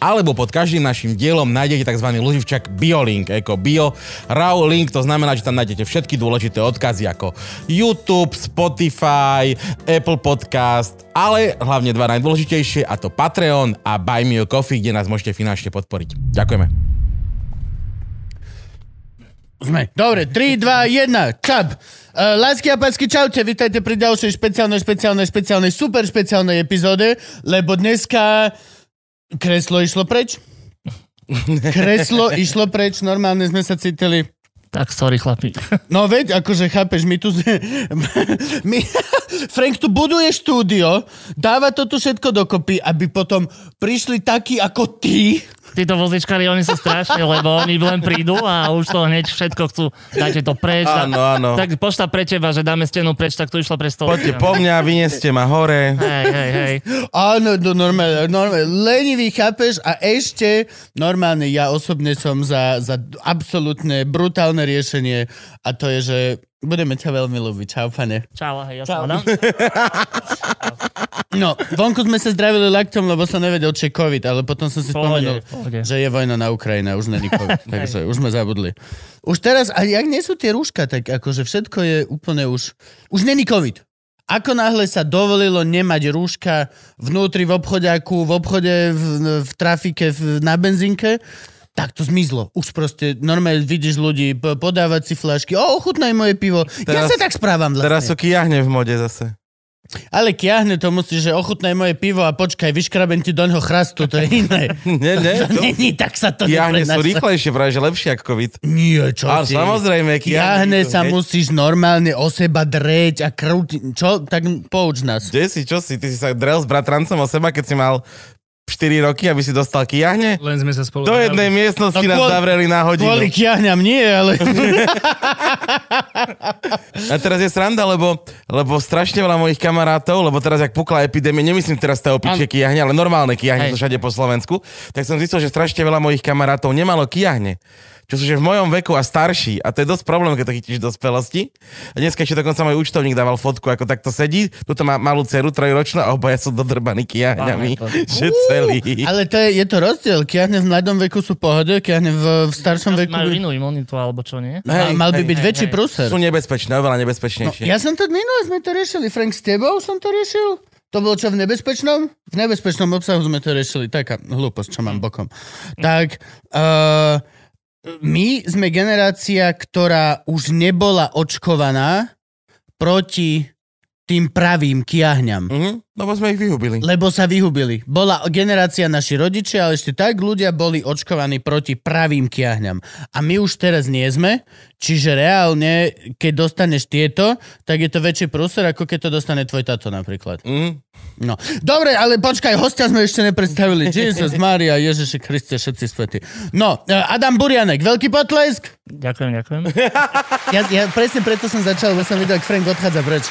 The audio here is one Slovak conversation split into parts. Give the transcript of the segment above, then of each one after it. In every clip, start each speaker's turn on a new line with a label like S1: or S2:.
S1: Alebo pod každým našim dielom nájdete tzv. loživčak BioLink, ako Bio Raw Link, to znamená, že tam nájdete všetky dôležité odkazy ako YouTube, Spotify, Apple Podcast, ale hlavne dva najdôležitejšie a to Patreon a Buy Me a Coffee, kde nás môžete finančne podporiť. Ďakujeme.
S2: Sme. Dobre, 3, 2, 1, čap. Uh, lásky a pásky, čaute, vítajte pri ďalšej špeciálnej, špeciálnej, špeciálnej, super špeciálnej epizóde, lebo dneska kreslo išlo preč. Kreslo išlo preč, normálne sme sa cítili
S3: Tak sorry, chlapi.
S2: No veď, akože chápeš, my tu... My, Frank tu buduje štúdio, dáva to tu všetko dokopy, aby potom prišli takí ako ty.
S3: Títo vozičkári, oni sú strašne, lebo oni len prídu a už to hneď všetko chcú. Dajte to preč. a-
S1: Áno, áno.
S3: Tak pošta pre teba, že dáme stenu preč, tak tu išla pre stôl.
S1: Poďte po mňa, vynieste ma hore.
S3: Hej, hej, hej.
S2: Áno, no, normálne, normálne, lenivý, chápeš? A ešte, normálne, ja osobne som za, za absolútne brutálne riešenie a to je, že budeme ťa veľmi ľúbiť. Čau, pane.
S3: Čau, hej, ja
S2: Čau.
S3: som Adam.
S2: No, vonku sme sa zdravili laktom, lebo som nevedel, či je COVID, ale potom som si spomenul,
S3: Pohode, pohode.
S2: že je vojna na Ukrajine, už není COVID, takže už sme zabudli. Už teraz, a jak nie sú tie rúška, tak akože všetko je úplne už... Už není COVID. Ako náhle sa dovolilo nemať rúška vnútri v obchodiaku, v obchode, v, v trafike, v, na benzinke, tak to zmizlo. Už proste normálne vidíš ľudí p- podávať si flašky. O, ochutnaj moje pivo. ja
S1: Teraz-
S2: sa tak správam vlastne.
S1: Teraz sú kiahne v mode zase.
S2: Ale kiahne to musí, že ochutnaj moje pivo a počkaj, vyškrabem ti doňho chrastu, to je iné.
S1: Nie, nie.
S2: To
S1: To...
S2: není, tak sa to
S1: Kiahne sú
S2: neprenáša.
S1: rýchlejšie, práve že lepšie ako COVID.
S2: Nie, čo
S1: Ale
S2: si.
S1: samozrejme,
S2: Kiahne
S1: kiahne
S2: sa
S1: hneď.
S2: musíš normálne o seba dreť a krúti... Čo? Tak pouč nás.
S1: Kde si, čo si? Ty si sa drel s bratrancom o seba, keď si mal 4 roky, aby si dostal kiahne?
S4: Len sme sa spolu...
S1: Do jednej miestnosti
S2: No
S1: nás
S2: kvôli-
S1: zavreli na hodinu.
S2: Kvôli kiahňam nie, ale...
S1: A teraz je sranda, lebo, lebo strašne veľa mojich kamarátov, lebo teraz, jak pukla epidémia, nemyslím teraz tá opičie kiahne, ale normálne kiahne
S3: Hej.
S1: sú všade po Slovensku, tak som zistil, že strašne veľa mojich kamarátov nemalo kiahne. Čo sú že v mojom veku a starší. A to je dosť problém, keď to chytíš v dospelosti. A dneska ešte dokonca môj účtovník dával fotku, ako takto sedí. Tuto má malú dceru, trojročnú a obaja sú dodrbaní kiahňami.
S3: Áno,
S1: Že celý.
S2: ale to je, je to rozdiel. Kiahne v mladom veku sú pohode, kiahne v, v staršom veku...
S3: Majú inú imunitu, alebo čo nie?
S2: Hej, mal by byť
S3: hej,
S2: väčší
S3: hej.
S2: prúser.
S1: Sú nebezpečné, oveľa
S2: No,
S1: nebezpečnejšie.
S2: ja som to minule, sme to riešili. Frank, s tebou som to riešil? To bolo čo v nebezpečnom? V nebezpečnom obsahu sme to riešili. Taká hlúposť, čo mám bokom. Tak, uh, my sme generácia, ktorá už nebola očkovaná proti tým pravým kiahňam.
S1: Mhm, lebo sme ich vyhubili.
S2: Lebo sa vyhubili. Bola generácia naši rodičia, ale ešte tak ľudia boli očkovaní proti pravým kiahňam. A my už teraz nie sme, čiže reálne, keď dostaneš tieto, tak je to väčší prúser, ako keď to dostane tvoj tato napríklad.
S1: Mhm.
S2: No. Dobre, ale počkaj, hostia sme ešte nepredstavili. Jesus, Mária, Ježiši Kriste, všetci svety. No, e, Adam Burianek, veľký potlesk.
S3: Ďakujem, ďakujem.
S2: Ja, ja presne preto som začal, lebo som videl, ak Frank odchádza preč.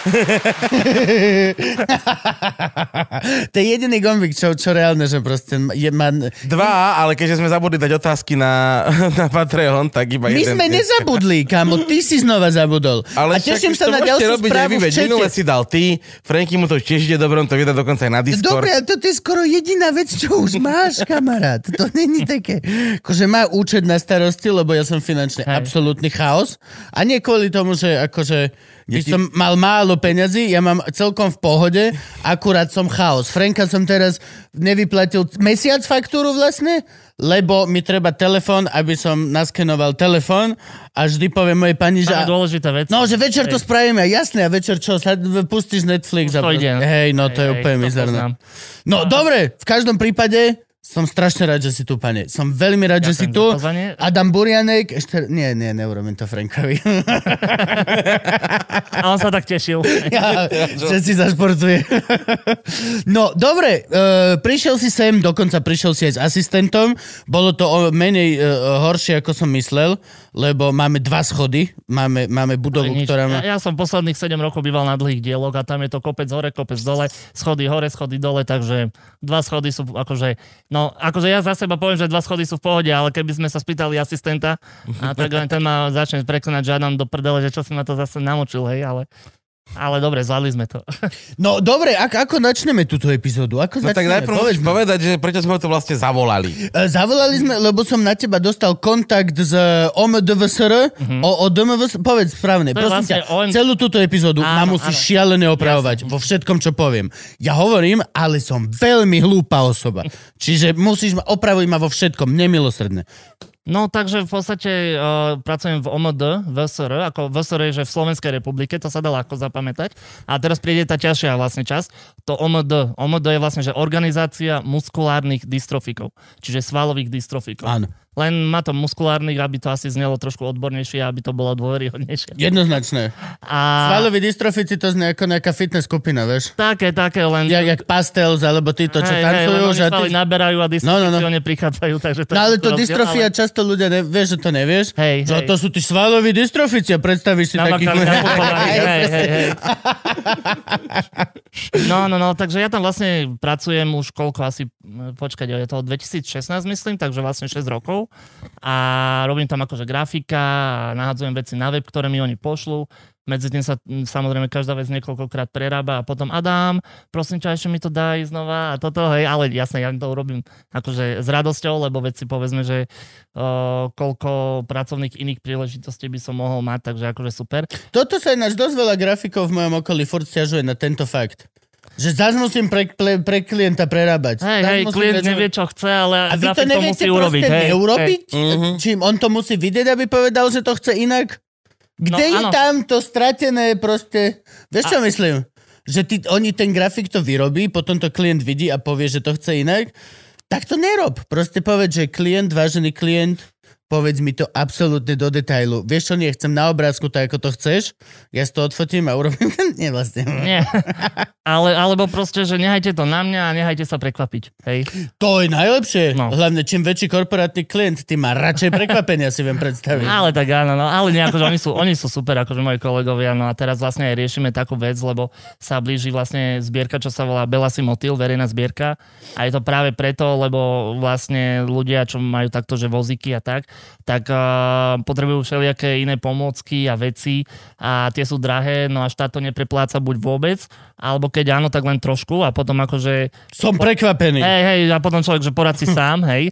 S2: to je jediný gombík, čo, čo reálne, že proste je, má...
S1: Dva, ale keďže sme zabudli dať otázky na, na Patreon, tak iba
S2: My
S1: jeden.
S2: sme nezabudli, kamo, ty si znova zabudol. a
S1: Ale
S2: teším
S1: však
S2: sa
S1: to
S2: na
S1: môžete
S2: ďalšiu
S1: robiť aj
S2: správu
S1: vy,
S2: v
S1: veď Minule
S2: čete.
S1: si dal ty, Franky mu to tiež ide dobrom, to vydá dokonca aj na Discord.
S2: Dobre, ale toto je skoro jediná vec, čo už máš, kamarát. To není také. Akože má účet na starosti, lebo ja som finančne
S3: Hej.
S2: absolútny chaos. A nie kvôli tomu, že akože by
S1: Deti-
S2: som mal málo peňazí, ja mám celkom v pohode, akurát som chaos. Franka som teraz nevyplatil mesiac faktúru vlastne, lebo mi treba telefon, aby som naskenoval telefon a vždy poviem mojej pani, že...
S3: Máme dôležité veci.
S2: No, že večer to spravíme, jasné, a večer čo, sa pustíš Netflix a
S3: To
S2: proste-
S3: ide.
S2: hej, no to je
S3: Hej, hej,
S2: úplne
S3: to
S2: mizerné.
S3: poznám.
S2: No dobre, v každom prípade som strašne rád, že si tu, pane. Som veľmi rád, že si
S3: Ďakujem
S2: tu.
S3: za pozvanie.
S2: Adam Burianek, ešte... Nie, nie, neurobím to Frankovi.
S3: A on sa tak tešil.
S2: ja, že si zašportuje. no, dobre, e, prišiel si sem, dokonca prišiel si aj s asistentom. Bolo to o, menej e, horšie, ako som myslel, lebo máme dva schody. Máme, máme budovu,
S3: Nič.
S2: ktorá má...
S3: Ja, ja som posledných 7 rokov býval na dlhých dieloch a tam je to kopec hore, kopec dole, schody hore, schody dole, takže dva schody sú akože No, akože ja za seba poviem, že dva schody sú v pohode, ale keby sme sa spýtali asistenta, a tak len ten ma začne prekonať žiadam do prdele, že čo si ma to zase namočil, hej, ale... Ale dobre, zvládli sme to.
S2: No dobre, ak, ako načneme túto epizódu? Ako
S1: No tak
S2: začneme?
S1: najprv
S2: Povedz
S1: musíš
S2: mi.
S1: povedať, že prečo sme to vlastne zavolali.
S2: E, Zavolali sme, lebo som na teba dostal kontakt z eh, OMDVSR o, o DMVS, povedz správne,
S3: Mhm. To je
S2: prosím
S3: vlastne
S2: ťa,
S3: OM
S2: celú túto epizódu
S3: Áno,
S2: ma musíš
S3: áno.
S2: šialené opravovať vo všetkom, čo poviem. Ja hovorím, ale som veľmi hlúpa osoba, čiže musíš ma, opravuj ma vo všetkom, nemilosrdne.
S3: No takže v podstate uh, pracujem v OMD, VSR, ako VSR je, že v Slovenskej republike, to sa dalo ako zapamätať. A teraz príde tá ťažšia vlastne časť, to OMD. OMD je vlastne, že organizácia muskulárnych dystrofikov, čiže svalových dystrofikov.
S2: Áno.
S3: Len má to muskulárnych, aby to asi znelo trošku odbornejšie, aby to bolo dôveryhodnejšie.
S2: Jednoznačné.
S3: A...
S2: Svalový dystrofici to znie ako nejaká fitness skupina, vieš?
S3: Také, také, len...
S2: Jak, jak pastels, alebo títo, čo
S3: Hej, hej,
S2: tancujú.
S3: len oni
S2: že a
S3: svaly
S2: ty...
S3: naberajú a
S2: No, no, no.
S3: dystrofici prichádzajú, takže to
S2: No ale
S3: je
S2: to
S3: rozdiel,
S2: dystrofia
S3: ale-
S2: často ľudia ne, vieš, že to nevieš.
S3: Hej,
S2: že
S3: hej.
S2: to sú tí svaloví dystrofici a predstavíš si takých...
S3: Namakali na pochovaní,
S2: Hej,
S3: hej,
S2: presne.
S3: hej, hej. No, no, no, takže ja tam vlastne pracujem už koľko asi, m, počkať, je to od 2016 myslím, takže vlastne 6 rokov a robím tam akože grafika a nahadzujem veci na web, ktoré mi oni pošlú. Medzi tým sa m, samozrejme každá vec niekoľkokrát prerába a potom Adam, prosím ťa, ešte mi to daj znova a toto, hej, ale jasne, ja to urobím akože s radosťou, lebo veci povedzme, že o, koľko pracovných iných príležitostí by som mohol mať, takže akože super.
S2: Toto sa ináč dosť veľa grafikov v mojom okolí furt stiažuje na tento fakt. Že zás musím pre, pre, pre klienta prerábať.
S3: Hej,
S2: Zás
S3: hej,
S2: musím
S3: klient
S2: vedieť-
S3: nevie, čo chce, ale
S2: A vy to
S3: grafik to
S2: neviete
S3: musí urobiť.
S2: proste
S3: hej,
S2: neurobiť?
S1: Mhm.
S2: Čím on to musí vidieť, aby povedal, že to chce inak?
S3: No,
S2: Kde je
S3: áno.
S2: tam to stratené proste? Vieš, čo myslím? Že ty, oni ten grafik to vyrobí, potom to klient vidí a povie, že to chce inak. Tak to nerob. Proste povedz, že klient, vážený klient, povedz mi to absolútne do detailu. Vieš čo, nie, chcem na obrázku tak, ako to chceš. Ja si to odfotím a urobím... nie, vlastne.
S3: Nie. Ale, alebo proste, že nehajte to na mňa a nehajte sa prekvapiť. Hej.
S2: To je najlepšie.
S3: No.
S2: Hlavne, čím väčší korporátny klient, tým má radšej prekvapenia, si viem predstaviť.
S3: Ale tak áno, no, ale nejako, že oni sú, oni sú super, akože moji kolegovia, no a teraz vlastne aj riešime takú vec, lebo sa blíži vlastne zbierka, čo sa volá Bela Simotil, verejná zbierka a je to práve preto, lebo vlastne ľudia, čo majú takto, že vozíky a tak, tak uh, potrebujú všelijaké iné pomôcky a veci a tie sú drahé, no a štát to neprepláca buď vôbec, alebo keď áno, tak len trošku a potom akože,
S2: Som prekvapený.
S3: hej, hej, a potom človek, že poradci sám, hej,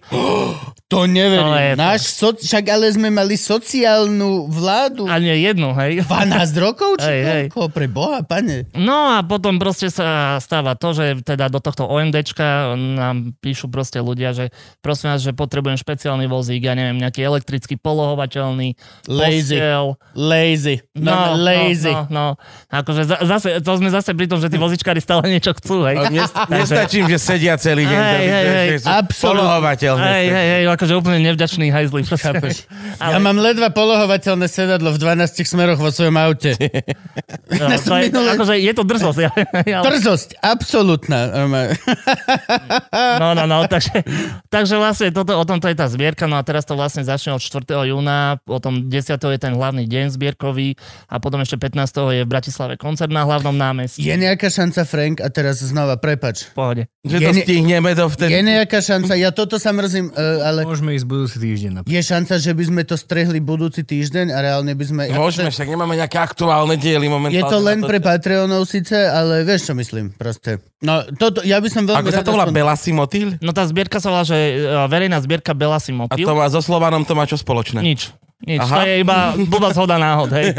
S2: To neverím.
S3: To je-
S2: Náš so, však ale sme mali sociálnu vládu. A...
S3: a nie jednu, hej.
S2: 12 rokov? Či
S3: Hej, hej.
S2: koľko? Pre boha, pane.
S3: No a potom proste sa stáva to, že teda do tohto OMDčka nám píšu proste ľudia, že prosím vás, že potrebujem špeciálny vozík, ja neviem, nejaký elektrický polohovateľný,
S2: Lazy.
S3: postiel.
S2: Lazy. No,
S3: No, no,
S2: lazy.
S3: no, no, Akože za, zase, to sme zase pri tom, že tí vozičkári stále niečo chcú, hej.
S1: Nes- Nestačím, že sedia celý deň.
S3: Hej, hej, hej.
S2: Absolútne.
S1: Polohovateľné.
S3: Hej, hej, hej, akože úplne nevďačný hajzli.
S2: Chápeš? Ja
S3: Ale-
S2: mám ledva polohovateľné sedadlo v 12 smeroch vo svojom aute.
S3: No, to je,
S2: minule-
S3: akože je to drzosť. Ja, ja,
S2: Trzosť, absolútna.
S3: No, no, no, takže, takže vlastne toto, o tomto je tá zbierka, no a teraz to vlastne začne od 4. júna, potom 10. je ten hlavný deň zbierkový a potom ešte 15. je v Bratislave koncert na hlavnom námestí.
S2: Je nejaká šanca, Frank, a teraz znova, prepač.
S3: V pohode.
S1: Že
S2: Je
S1: to
S2: ne-
S1: stihneme do
S2: Je
S1: vtedy.
S2: nejaká šanca, ja toto sa mrzím, e, ale
S4: Môžeme ísť budúci týždeň. napríklad.
S2: je šanca, že by sme to strehli budúci týždeň a reálne by sme...
S1: Môžeme, však nemáme nejaké aktuálne diely momentálne.
S2: Je to len
S1: na
S2: pre Patreonov síce, ale vieš, čo myslím, proste. No, toto, ja by som veľmi
S1: Ako sa to volá?
S2: aspoň-
S1: Bela Simotil?
S3: No tá zbierka sa volá, že e, verejná zbierka Bela si
S1: A to
S3: mopil.
S1: má so Slovanom to má čo spoločné?
S3: Nič. Nič,
S1: Aha.
S3: Aha. to je iba blbá zhoda náhod, hej.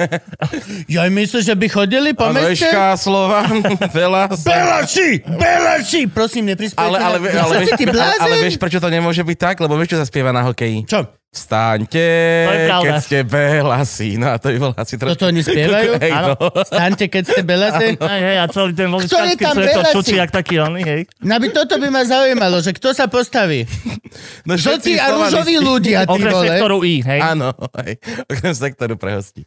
S2: Ja myslím, že by chodili po meste?
S1: Noreška, Slovan, Bela.
S2: Belaši! Belaši! Prosím, neprispiejte.
S1: Ale, ale,
S2: na-
S1: ale, ale,
S2: Čo si ty
S1: ale,
S2: blázen?
S1: ale vieš, prečo to nemôže byť tak? Lebo vieš, čo sa spieva na hokeji?
S2: Čo?
S1: Vstaňte,
S3: To je pravda.
S1: keď ste belasí. No a to by bol asi trošku...
S2: Toto oni spievajú?
S1: Hej, no.
S2: Staňte, keď ste belase.
S3: hej, hej a celý ten
S2: Ktorý
S3: vozičkársky
S2: tam
S3: svet to
S2: Bela si?
S3: čučí, jak taký oný, hej.
S2: No by toto by ma zaujímalo, že kto sa postaví.
S1: no všetci
S2: Žltí a
S1: Slovani-
S2: rúžoví ľudia, ty
S3: Okrem
S2: vole.
S3: sektoru I, hej.
S1: Áno, hej. Okrem sektoru pre hostí.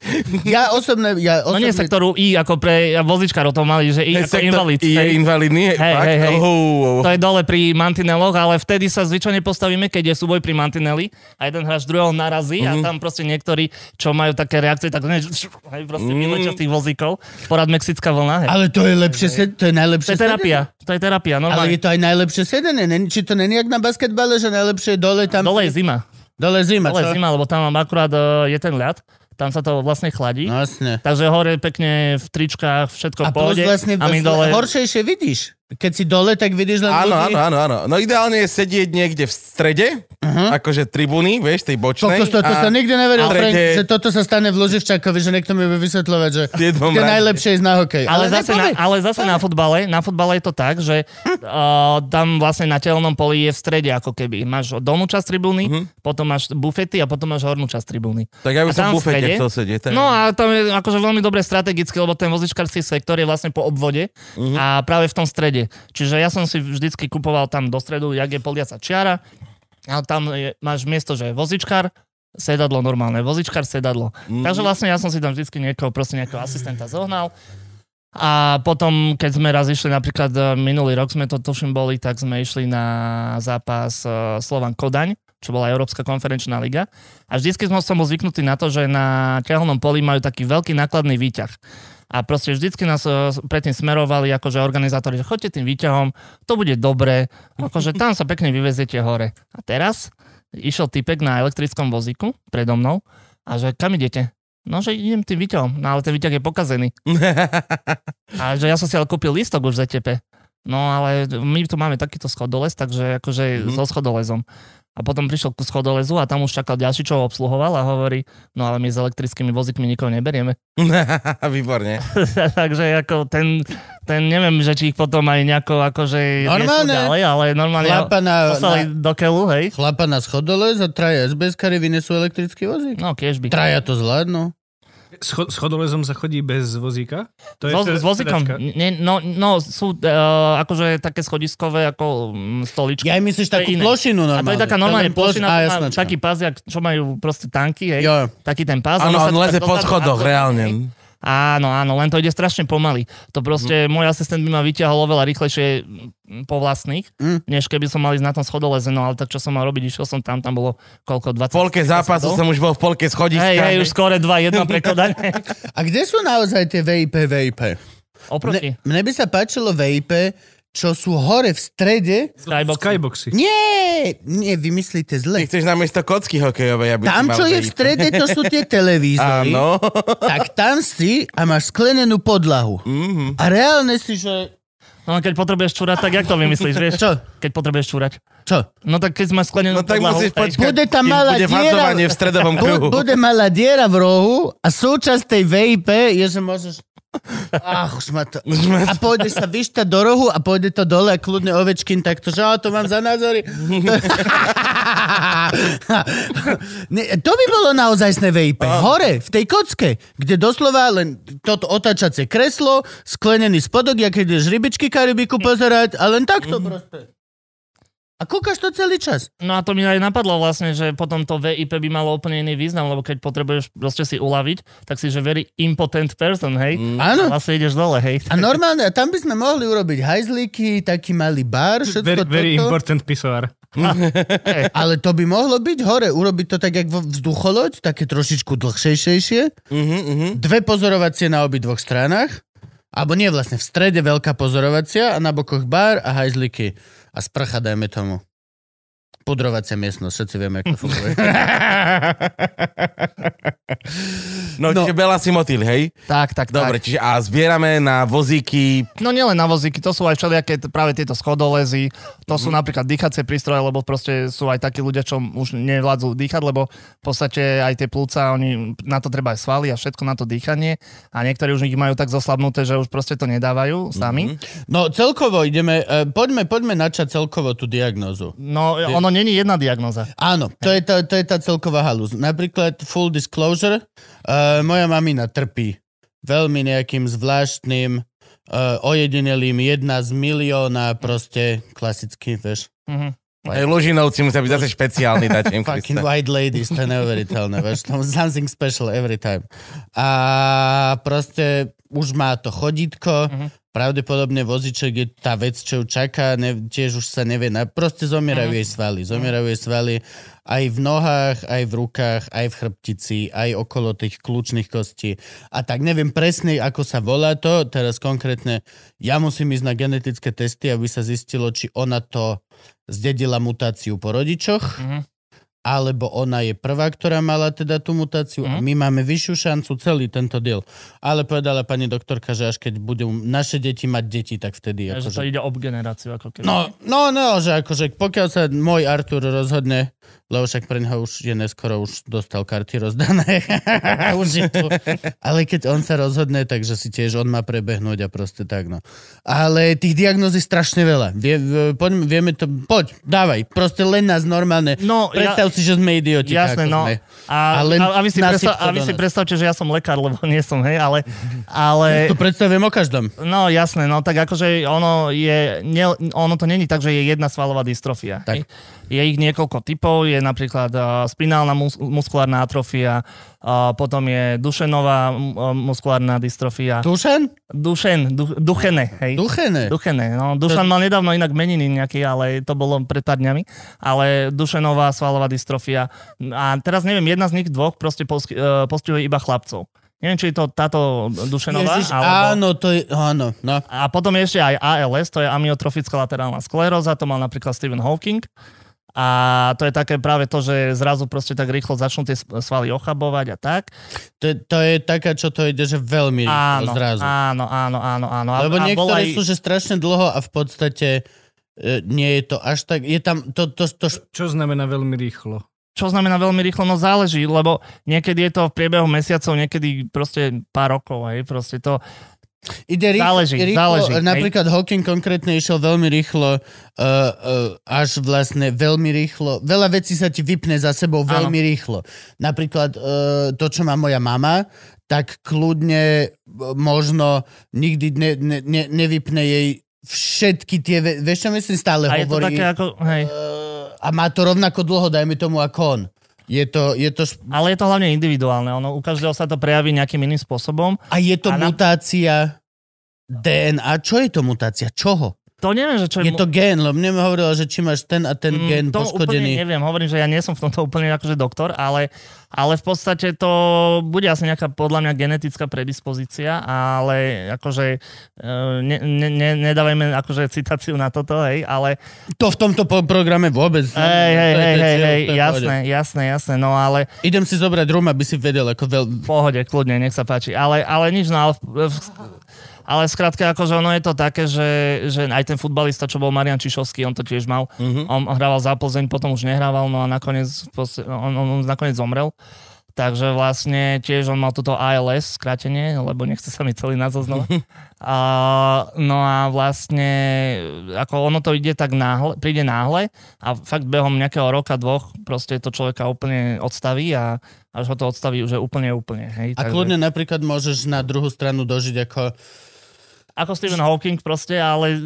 S2: Ja osobne... Ja
S3: No
S2: osobne...
S3: nie sektoru I, ako pre vozičkárov to mali, že I ako
S1: Sektor
S3: invalid.
S1: Je
S3: hej.
S1: invalidný, hej,
S3: Hej,
S1: fakt?
S3: hej, hej.
S1: Oh, oh, oh.
S3: To je dole pri mantineloch, ale vtedy sa zvyčajne postavíme, keď je súboj pri mantineli a jeden hráč až druhého narazí
S2: Mhm.
S3: mm-hmm. a tam proste niektorí, čo majú také reakcie, tak hneď hej, proste mm-hmm. vylečia z tých vozíkov. Porad mexická vlna. Hej.
S2: Mhm. Ale to je lepšie, sed- to je
S3: To
S2: najlepšie
S3: je terapia. To je terapia.
S2: sedenie. Ale
S3: Normálne.
S2: je to aj najlepšie sedenie. Nen- Či to není jak na basketbale, že najlepšie je dole tam...
S3: Dole je zima.
S2: dole zima,
S3: Dole
S2: čo?
S3: je zima, lebo tam mám akurát e, je ten ľad. Tam sa to vlastne chladí.
S2: No jasne.
S3: Takže hore pekne v tričkách,
S2: A
S3: všetko v
S2: plus
S3: pohode.
S2: vlastne
S3: a my dole...
S2: horšejšie vidíš. Keď si dole, tak vidíš len
S1: Áno,
S2: ľudí.
S1: áno, áno, áno. No ideálne je sedieť niekde v strede, uh-huh. akože tribúny, vieš, tej bočnej.
S2: Kokos, Mhm. to, to
S1: a-
S2: som nikdy neveril,
S1: a
S2: Frank,
S1: tretie-
S2: že toto sa stane v Loživčákovi, že niekto mi bude vysvetľovať, že
S1: Jednom
S2: to je
S1: rade.
S2: najlepšie ísť na hokej.
S3: Ale, zase, na, ale zase na futbale, na futbale je to tak, že uh, tam vlastne na telnom poli je v strede ako keby. Máš dolnú časť tribúny, potom máš bufety a potom máš hornú časť tribúny.
S1: Tak ja by
S3: A
S1: som v
S3: tam v
S1: bufete
S3: strede?
S1: chcel sedieť. tak.
S3: No a tam je akože veľmi dobre strategicky, lebo ten vozičkarský sektor je vlastne po obvode a práve v tom strede. Čiže ja som si vždycky kupoval tam do stredu, jak je poliaca čiara a tam je, máš miesto, že je vozičkar, sedadlo normálne, vozičkar, sedadlo. Takže vlastne ja som si tam vždycky niekoho, proste nejakého asistenta zohnal a potom, keď sme raz išli, napríklad e, minulý rok sme to tuším boli, tak sme išli na zápas e, Slovan Kodaň, čo bola Európska konferenčná liga. A vždycky som, som bol zvyknutý na to, že na ťaholnom poli majú taký veľký nákladný výťah. A proste vždycky nás e, predtým smerovali akože organizátori, že chodte tým výťahom, to bude dobre, akože tam sa pekne vyveziete hore. A teraz išiel typek na elektrickom vozíku predo mnou a že kam idete? No, že idem tým výťahom, no ale ten výťah je pokazený. A že ja som si ale kúpil listok už v ZTP. No ale my tu máme takýto schodoles, takže akože
S1: Mhm.
S3: so schodolezom. A potom prišiel ku schodolezu a tam už čakal ďalší, čo ho obsluhoval a hovorí, no ale my s elektrickými vozíkmi nikoho neberieme.
S1: Výborne.
S3: takže ako ten, ten neviem, že či ich potom aj nejako akože riešil
S2: Normálne.
S3: ďalej, ale normálne
S2: Chlapa na, na,
S3: poslali do keľu, hej.
S2: chlapa na schodole za traja SBS-kary vynesú elektrický vozík.
S3: No, kiež by.
S2: Traja to zvládnu.
S4: Scho- schodolezom sa chodí bez vozíka? To
S3: Vo, s
S4: teda-
S3: vozíkom.
S4: sedačka.
S3: Nie, no, no, sú uh, akože také schodiskové, ako mm, stoličky.
S2: Ja aj myslíš
S3: To je
S2: takú
S3: iné.
S2: plošinu normálne.
S3: A to je taká
S2: len
S3: normálne
S2: ploš-
S3: plošina,
S2: Á,
S3: má
S2: jasnačka.
S3: taký paziak, čo majú proste tanky, hej,
S2: Jo.
S3: taký ten pás.
S1: Áno,
S3: ono sa
S1: on
S3: ti tak
S1: leze po
S3: dozadu
S1: schodoch,
S3: ako-
S1: reálne.
S3: Áno, áno, len to ide strašne pomaly.
S1: Mhm.
S3: To proste, môj asistent by ma vyťahol oveľa rýchlejšie mm, po vlastných,
S2: Mm.
S1: Mhm.
S3: než keby som mal ísť na tom schodoleze, no ale tak čo som mal robiť, išiel som tam, tam bolo koľko,
S1: V
S3: 20
S1: polke zápasu som už bol v polke schodiska.
S3: Hej, hej, už skore 2-1 prekodanie.
S2: A kde sú naozaj tie VIP, VIP?
S3: Oproti.
S2: Mne, mne by sa páčilo VIP, čo sú hore v strede.
S3: Skybox.
S4: Skyboxy.
S2: Nie, nie, vymyslíte
S1: Ty
S2: zle.
S1: chceš namiesto kocky hokejovej, aby si
S2: Tam,
S1: mal
S2: čo je v
S1: tej-
S2: strede, to sú tie televízory.
S1: Áno.
S2: Tak tam si a máš sklenenú podlahu.
S1: Mhm.
S2: A reálne si, že...
S3: No keď potrebuješ čúrať, tak jak to vymyslíš, vieš?
S2: Čo?
S3: Keď potrebuješ čúrať.
S2: Čo?
S3: No tak keď máš sklenenú
S1: No tak
S3: podlahu,
S1: musíš
S3: hej.
S1: počkať,
S2: Bude tam
S1: kým
S2: malá
S1: bude
S2: diera-
S1: fazovanie v stredovom kruhu.
S2: Bu- bude malá diera v rohu a súčasť tej VIP je, že môžeš... Ach, už ma to...
S1: Už ma-
S2: A pôjdeš sa vyštať do rohu a pôjde to dole a kľudne Ovečkin takto, že "Á, to mám za názory. Ne, to by bolo naozaj VIP. Hore, v tej kocke, kde doslova len toto otáčacie kreslo, sklenený spodok, jak keď ideš rybičky karibiku pozerať a len takto proste. A kúkaš to celý čas.
S3: No a to mi aj napadlo vlastne, že potom to VIP by malo úplne iný význam, lebo keď potrebuješ proste si uľaviť, tak si že very impotent person, hej. Mm.
S2: Áno.
S3: Vlastne ideš dole, hej.
S2: A normálne, a tam by sme mohli urobiť hajzlíky, taký malý bar, všetko
S4: Very,
S2: toto.
S4: very important pisoár.
S2: Ale to by mohlo byť hore, urobiť to tak, jak vo vzducholoď, také trošičku dlhšejšejšie.
S1: Mhm, mhm.
S2: Dve pozorovacie na obi dvoch stranách. Alebo nie, vlastne v strede veľká pozorovacia a na bokoch bar a hajzlíky. A sprcha, dajme tomu. Pudrovacia miestnosť, všetci vieme, ako to funguje.
S1: No,
S2: No.
S1: čiže Bela si motýl, hej?
S3: Tak, tak,
S1: Dobre,
S3: tak.
S1: čiže a zbierame na vozíky...
S3: No nielen na vozíky, to sú aj všelijaké t- práve tieto schodolezy, to sú napríklad dýchacie prístroje, lebo proste sú aj takí ľudia, čo už nevládzu dýchať, lebo v podstate aj tie plúca, oni, na to treba aj svaly a všetko na to dýchanie a niektorí už ich majú tak zoslabnuté, že už proste to nedávajú sami.
S2: No celkovo ideme, eh, poďme, poďme načať celkovo tú diagnózu.
S3: No ono není jedna diagnoza.
S2: Áno, to je, tá, to je tá celková halúz. Napríklad full disclosure, uh, moja mamina trpí veľmi nejakým zvláštnym, uh, ojedinelým, jedna z milióna, proste klasicky, vieš.
S3: Mhm.
S1: Hej, Lužinovci musia byť zase špeciálni, dáte im
S2: Fucking
S1: Krista.
S2: white ladies, to je neuveriteľné, vieš, to something special every time. A proste už má to chodítko,
S3: Mhm.
S2: pravdepodobne voziček je tá vec, čo ju čaká, ne, tiež už sa nevie. Na, proste zomierajú jej svaly. Zomierajú jej svaly aj v nohách, aj v rukách, aj v chrbtici, aj okolo tých kľúčných kostí. A tak neviem presne, ako sa volá to. Teraz konkrétne ja musím ísť na genetické testy, aby sa zistilo, či ona to zdedila mutáciu po rodičoch
S3: Mhm.
S2: alebo ona je prvá, ktorá mala teda tú mutáciu
S3: Mhm.
S2: a my máme vyššiu šancu celý tento diel. Ale povedala pani doktorka, že až keď budú naše deti mať deti, tak vtedy
S3: Ja, že to
S2: akože...
S3: ide ob generáciu, ako keby.
S2: No, no, no, že akože pokiaľ sa môj Artur rozhodne, lebo však pre neho už je neskoro, už dostal karty rozdané, už je tu. Ale keď on sa rozhodne, takže si tiež on má prebehnúť a proste tak, no. Ale tých diagnóz je strašne veľa. Vie, v- poďme, vieme to, poď, dávaj, proste len nás normálne.
S3: No, ja-
S2: Predstav si, že sme idioti.
S3: Jasné,
S2: ako
S3: no.
S2: Sme.
S3: A, a,
S2: Ale
S3: a, vy si,
S2: nasyp
S3: predstav,
S2: to
S3: a vy
S2: do
S3: si
S2: nás.
S3: predstavte, že ja som lekár, lebo nie som, hej, ale... ale
S2: To predstavujem o každom.
S3: no jasné, no tak akože ono je... Ne, ono to není tak, že je jedna svalová dystrofia.
S2: Tak.
S3: hej. Je ich niekoľko typov, je napríklad uh, spinálna mus- muskulárna atrofia, uh, potom je dušenová uh, muskulárna dystrofia.
S2: Dušan?
S3: Dušen, du, duchene, hej.
S2: Duchene.
S3: Duchene, no. Dušan mal nedávno inak meniny nejaké, ale to bolo pred pár dňami. Ale Dušenová svalová dystrofia. A teraz neviem, jedna z nich dvoch proste posky, eh, postihuje iba chlapcov. Neviem, či je to táto Dušenová,
S2: Ježiš,
S3: alebo...
S2: áno, to je, áno, no.
S3: A potom je ešte aj ALS, to je amyotrofická laterálna skleróza, to mal napríklad Stephen Hawking. A to je také práve to, že zrazu proste tak rýchlo začnú tie s- svaly ochabovať a tak.
S2: To, to je taká, čo to ide, že veľmi rýchlo
S3: Áno,
S2: zrazu.
S3: áno, áno, áno, áno.
S2: Lebo
S3: a, a bol
S2: niektoré
S3: aj-
S2: sú, že strašne dlho a v podstate e, nie je to až tak, je tam to, to, to, to
S4: Čo znamená veľmi rýchlo?
S3: čo znamená veľmi rýchlo, no záleží, lebo niekedy je to v priebehu mesiacov, niekedy proste pár rokov, hej, proste to,
S2: ide rýchlo.
S3: Záleží,
S2: rýchlo
S3: záleží, hej.
S2: Napríklad Hawking konkrétne išiel veľmi rýchlo, uh, uh, až vlastne veľmi rýchlo. Veľa vecí sa ti vypne za sebou
S3: Áno.
S2: veľmi rýchlo. Napríklad uh, to, čo má moja mama, tak kľudne e, možno nikdy ne, ne, ne, nevypne jej všetky tie, ve- vieš čo myslím, stále
S3: a je to
S2: hovorí.
S3: také ako, hej,
S2: Eh, a má to rovnako dlho, dajme tomu, ako on. Je to, je to, sp-
S3: ale je to hlavne individuálne, ono, u každého sa to prejaví nejakým iným spôsobom.
S2: a je to
S3: A na-
S2: mutácia DNA. Čo je to mutácia? Čoho?
S3: To neviem, že čo
S2: Je to gén, lebo mne hovorila, že či máš ten a ten
S3: Mm,
S2: gén
S3: to úplne
S2: poškodený.
S3: neviem, hovorím, že ja nie som v tomto úplne akože doktor, ale, ale v podstate to bude asi nejaká podľa mňa genetická predispozícia, ale akože e, ne, ne, ne, nedávajme akože citáciu na toto, hej, ale
S2: To v tomto po- programe vôbec. nie.
S3: hej, hej,
S2: To je-
S3: hej,
S2: to je
S3: hej,
S2: cieľ,
S3: hej,
S2: to je v pohode.
S3: jasné, jasné, jasné, no ale
S2: Idem si zobrať rum, aby si vedel, ako veľ...
S3: pohode, kľudne, nech sa páči. Ale, ale nič, no ale... v- v- Ale skrátka, akože ono je to také, že, že aj ten futbalista, čo bol Marian Čišovský, on to tiež mal. Mm-hmm. On hrával za Plzeň, potom už nehrával, no a nakoniec, v podstate- on, on, on nakoniec zomrel. Takže vlastne tiež on mal toto ALS, skrátenie, lebo nechce sa mi celý názov znova. A, no a vlastne, ako ono to ide tak náhle, príde náhle a fakt behom nejakého roka, dvoch, proste to človeka úplne odstaví a až ho to odstaví už je úplne, úplne. Hej,
S2: A kľudne napríklad môžeš na druhú stranu dožiť ako...
S3: Ako Stephen Hawking proste, ale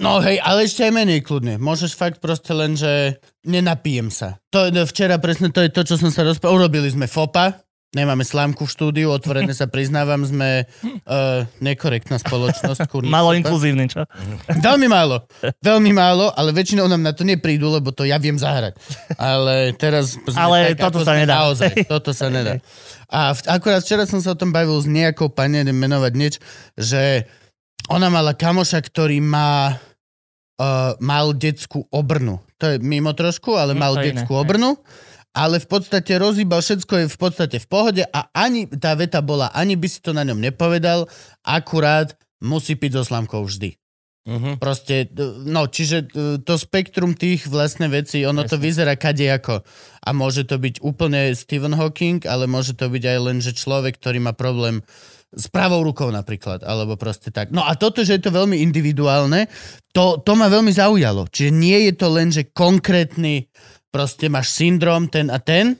S2: No hej, ale ešte aj menej kľudne. Môžeš fakt proste len, že nenapijem sa. To je včera presne to je to, čo som sa rozprával. Urobili sme FOPA, nemáme slámku v štúdiu, otvorene sa priznávam, sme uh, nekorektná spoločnosť. kurník
S3: malo
S2: FOPA.
S3: inkluzívny, čo?
S2: Veľmi málo, veľmi málo, ale väčšinou nám na to neprídu, lebo to ja viem zahrať. Ale teraz... sme
S3: Ale
S2: tak, ako
S3: toto sa
S2: sme
S3: nedá.
S2: Naozaj, toto sa nedá. A v, akurát včera som sa o tom bavil s nejakou pani, neviem menovať nič, že ona mala kamoša, ktorý má... Uh, mal detskú obrnu. To je mimo trošku, ale
S3: Mm,
S2: mal
S3: to je iné,
S2: detskú
S3: hej.
S2: obrnu. Ale v podstate rozhýbal všetko, je v podstate v pohode a ani tá veta bola, ani by si to na ňom nepovedal, akurát musí piť so slamkou vždy.
S1: Uh-huh.
S2: Proste, d- no, čiže d- to spektrum tých vlastne vecí, ono to
S3: Presne.
S2: vyzerá kadejako. A môže to byť úplne Stephen Hawking, ale môže to byť aj len, že človek, ktorý má problém s pravou rukou napríklad, alebo proste tak. No a toto, že je to veľmi individuálne, to, to ma veľmi zaujalo. Čiže nie je to len, že konkrétny proste máš syndrom ten a ten,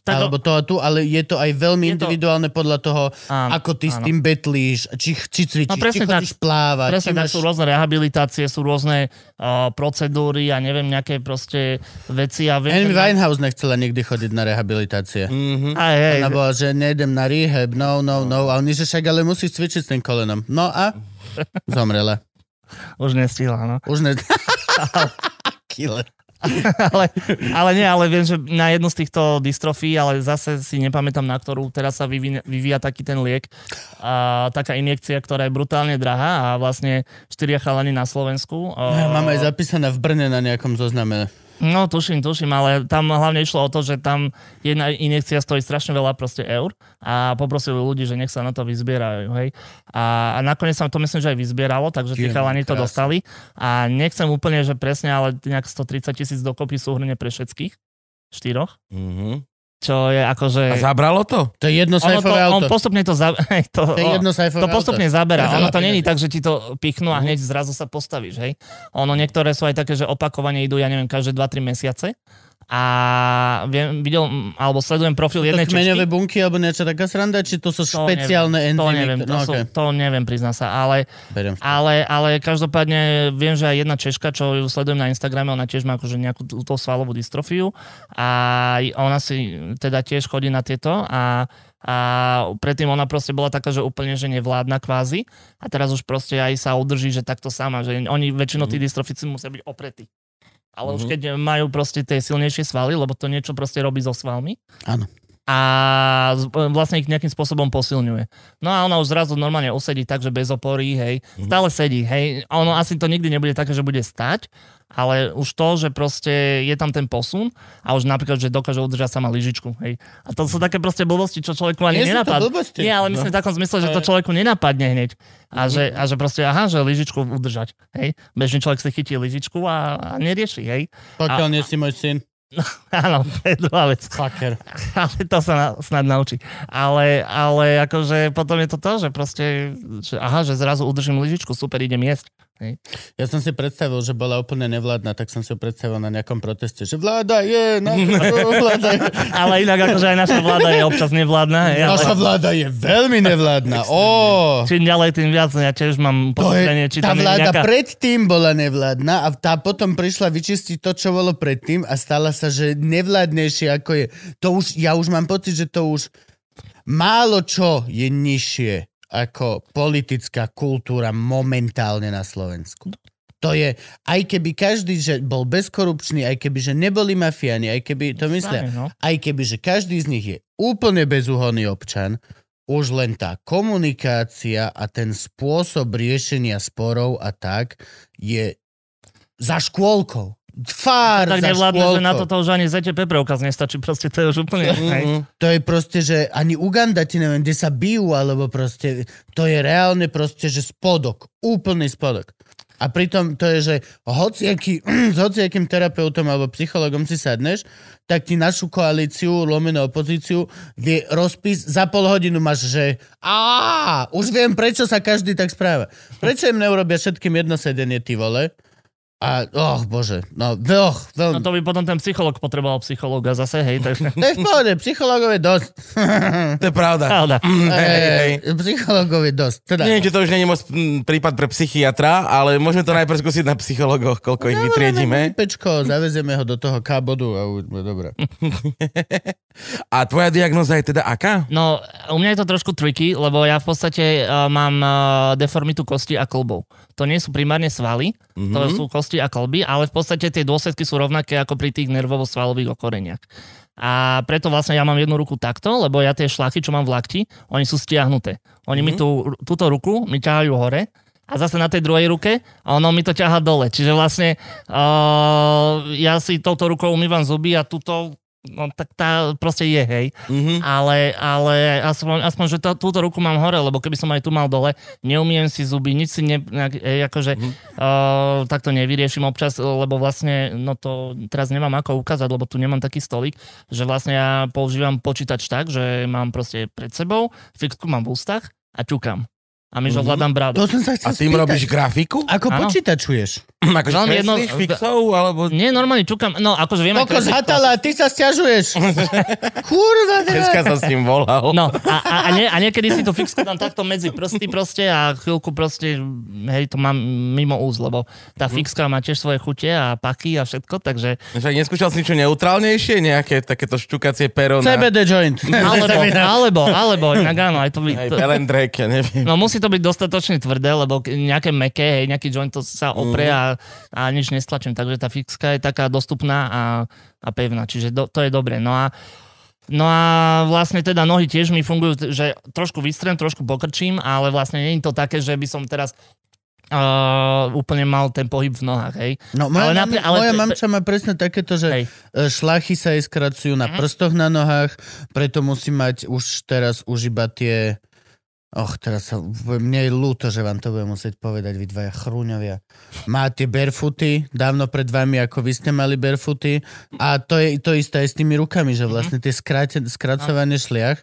S2: Tak,
S3: Tak,
S2: alebo to a tu, ale je to aj veľmi
S3: Je to-
S2: individuálne podľa toho,
S3: Áno,
S2: ako ty s
S3: áno.
S2: tým betlíš, či, ch- či cvičíš,
S3: No
S2: či
S3: presne
S2: chodíš plávať, či
S3: Presne tak
S2: máš...
S3: sú rôzne rehabilitácie, sú rôzne uh, procedúry a neviem, nejaké proste veci. A viem,
S2: Amy Winehouse nechcela nikdy chodiť na rehabilitácie.
S3: Mm.
S1: Mm-hmm.
S3: Aj, aj,
S2: Ona bola, že nejdem na rehab, no, no, no. A oni, že však ale musíš cvičiť s tým kolenom. No a? Zomrela.
S3: už nestihla, no.
S2: Už ne... Killer.
S3: ale, ale nie, ale viem, že na jednu z týchto dystrofí, ale zase si nepamätám na ktorú, teraz sa vyvíja, vyvíja taký ten liek, a, taká injekcia, ktorá je brutálne drahá a vlastne štyria chalani na Slovensku.
S2: Moja
S3: a-
S2: mama je zapísaná v Brne na nejakom zozname.
S3: No, tuším, tuším, ale tam hlavne išlo o to, že tam jedna injekcia stojí strašne veľa proste eur a poprosili ľudí, že nech sa na to vyzbierajú, hej. A, a nakoniec sa to myslím, že aj vyzbieralo, takže
S2: Jem,
S3: tí chalani to
S2: krásne.
S3: dostali. A nechcem úplne, že presne, ale nejak 130 tisíc dokopy súhrne pre všetkých, štyroch,
S1: Mm-hmm.
S3: čo je akože...
S1: A zabralo to?
S2: To je jedno
S3: ono to,
S2: sajfové
S3: on
S2: auto.
S3: postupne to, za, to,
S2: To je
S3: o-
S2: jedno sajfové
S3: to postupne
S2: auto.
S3: zaberá.
S2: Ja
S3: Ono to
S2: chápem,
S3: není
S2: že-
S3: tak, že ti to pichnú
S2: Mhm.
S3: a hneď zrazu sa postavíš, hej. Ono niektoré sú aj také, že opakovane idú, ja neviem, každé 2-3 mesiace. A viem, videl, mm, alebo sledujem profil
S2: To
S3: jednej
S2: kmeňové
S3: Češky.
S2: bunky alebo niečo taká sranda, či to sú
S3: To
S2: špeciálne
S3: neviem, To
S2: enzymy?
S3: neviem,
S2: ktoré-
S3: to,
S2: no,
S3: sú,
S2: okay.
S3: to neviem, priznám sa, ale,
S2: Beriem.
S3: ale, ale každopádne viem, že aj jedna Češka, čo ju sledujem na Instagrame, ona tiež má akože nejakú túto svalovú dystrofiu a ona si teda tiež chodí na tieto a a predtým ona proste bola taká, že úplne, že nevládna kvázi a teraz už proste aj sa udrží, že takto sama, že oni väčšinou tí dystrofici musia byť opretí. Ale už
S1: Mhm.
S3: keď majú proste tie silnejšie svaly, lebo to niečo proste robí so svalmi.
S2: Áno.
S3: A z- vlastne ich nejakým spôsobom posilňuje. No a ona už zrazu normálne usedí tak, že bez opory, hej.
S2: Mhm.
S3: Stále sedí, hej. A Ono asi to nikdy nebude také, že bude stať, ale už to, že proste je tam ten posun a už napríklad, že dokáže udržať sama lyžičku, hej. A to sú také proste blbosti, čo človeku
S2: Nie
S3: ani
S2: sú to
S3: nenapadne.
S2: blbosti. No.
S3: Nie, ale myslím v takom zmysle, že to človeku nenapadne hneď.
S2: Mhm.
S3: A že, a že proste, aha, že lyžičku udržať. Hej? Bežný človek si chytí lyžičku a, a nerieši, hej?
S2: Pokiaľ nie si môj syn.
S3: Áno, to je druhá vec.
S2: Fucker.
S3: Ale to sa na, snad naučí. Ale, ale akože potom je to to, že proste, že aha, že zrazu udržím lyžičku, super, idem jesť.
S2: Ja som si predstavil, že bola úplne nevládna, tak som si ju predstavil na nejakom proteste, že vláda je, na vláda je.
S3: Ale inak akože aj naša vláda je občas nevládna. Hej, ale
S2: Naša vláda je veľmi nevládna. Ó,
S3: čím ďalej, tým viac. Ja tiež mám
S2: to je,
S3: pocitenie, či
S2: tá
S3: tam je
S2: vláda
S3: nejaká...
S2: predtým bola nevládna a tá potom prišla vyčistiť to, čo bolo predtým a stala sa, že nevládnejšie ako je. To už, ja už mám pocit, že to už málo čo je nižšie ako politická kultúra momentálne na Slovensku. To je, aj keby každý, že bol bezkorupčný, aj keby, že neboli mafiáni, aj keby, to myslím,
S3: Áno, no.
S2: aj keby, že každý z nich je úplne bezúhonný občan, už len tá komunikácia a ten spôsob riešenia sporov a tak je za škôlkou. Fár
S3: tak
S2: za
S3: nevládne,
S2: škôlkou.
S3: že na toto už ani ZTP preukaz nestačí, proste to je už úplne...
S2: Mm.
S3: Hej.
S1: Mhm.
S2: To je proste, že ani Uganda, ti neviem, kde sa bijú, alebo proste, to je reálne proste, že spodok, úplný spodok. A pritom to je, že hociaký, s hociakým terapeutom alebo psychologom si sadneš, tak ti našu koalíciu, lomenú opozíciu, vie rozpis, za pol hodinu máš, že a už viem, prečo sa každý tak správa. Prečo im neurobia všetkým jedno sedenie, ty vole? A, oh bože, no, oh, veľmi.
S3: No to by potom ten psycholog potreboval psychologa zase, hej, takže...
S2: To je v pohode, psychologov je dosť.
S1: To je pravda.
S3: Pravda.
S1: Mm, hej, hej, hej.
S2: Hey, psychologov Eh, je dosť. Teda,
S1: Neviem, či to už nie je moc mm, prípad pre psychiatra, ale môžeme to najprv skúsiť na psychologoch, koľko ich vytriedíme.
S2: Pečko, zavezieme ho do toho K bodu a už bude dobre.
S1: A tvoja diagnoza je teda aká?
S3: No, u mňa je to trošku tricky, lebo ja v podstate uh, mám uh, deformitu kosti a klbov. To nie sú primárne svaly, mm-hmm. to sú kosti a klby, ale v podstate tie dôsledky sú rovnaké ako pri tých nervovo-svalových okoreniach. A preto vlastne ja mám jednu ruku takto, lebo ja tie šlachy, čo mám v lakti, oni sú stiahnuté. Oni mm-hmm. mi tú, túto ruku mi ťahajú hore a zase na tej druhej ruke a ono mi to ťaha dole. Čiže vlastne uh, ja si touto rukou umývam zuby a túto, no tak tá proste je, hej.
S1: Mhm.
S3: Ale, ale aspoň, aspoň že to, túto ruku mám hore, lebo keby som aj tu mal dole, neumiem si zuby, nič si ne, nejak, e, akože, mm. uh, takto nevyriešim občas, lebo vlastne, no to teraz nemám ako ukázať, lebo tu nemám taký stolik, že vlastne ja používam počítač tak, že mám proste pred sebou, fixku mám v ústach a ťukám. a my mm-hmm. ovládam bradu.
S2: To som sa
S1: A
S2: chcel
S1: ty im
S2: spýtať.
S1: robíš grafiku?
S2: Ako
S3: Áno.
S2: počítačuješ?
S1: Akože
S3: Len jedno-
S1: kreslíš fixov, alebo...
S3: Nie, normálne čukám, no akože viem... aj
S2: Kokos
S3: kresliť
S2: hatala, ty sa stiažuješ. Kurva,
S1: Dneska
S2: teda.
S1: som s ním volal.
S3: No a, a, a, nie, a niekedy si to fixko dám takto medzi prsty proste a chvíľku proste, hej, to mám mimo úz, lebo tá fixka má tiež svoje chute a paky a všetko, takže
S1: Však neskúšal si niečo neutrálnejšie? Nejaké takéto šťukacie pero na...
S2: CBD joint.
S3: alebo, alebo, alebo, inak áno, aj to by...
S1: Aj
S3: To,
S1: pelendrek, ja neviem.
S3: no musí to byť dostatočne tvrdé, lebo k- nejaké meké, hej, nejaký joint to sa opre a, a nič nestlačím, takže tá fixka je taká dostupná a, a pevná, čiže do, to je dobré. No a No a vlastne teda nohy tiež mi fungujú, t- že trošku vystrem, trošku pokrčím, ale vlastne nie je to také, že by som teraz uh, úplne mal ten pohyb v nohách, hej.
S2: No, moja, ale
S3: Ale napri-
S2: mami,
S3: ale
S2: moja
S3: pre-
S2: mamča má presne takéto, že
S3: Hej. Mhm.
S2: e, šlachy sa jej skracujú na prstoch na nohách, preto musí mať už teraz už iba tie... Och, teraz sa... Mne je ľúto, že vám to budem musieť povedať, vy dvaja chrúňovia. Má tie barefooty, dávno pred vami, ako vy ste mali barefooty. A to je to isté aj s tými rukami,
S3: Mhm.
S2: že vlastne tie skráte, skracovanie šliach,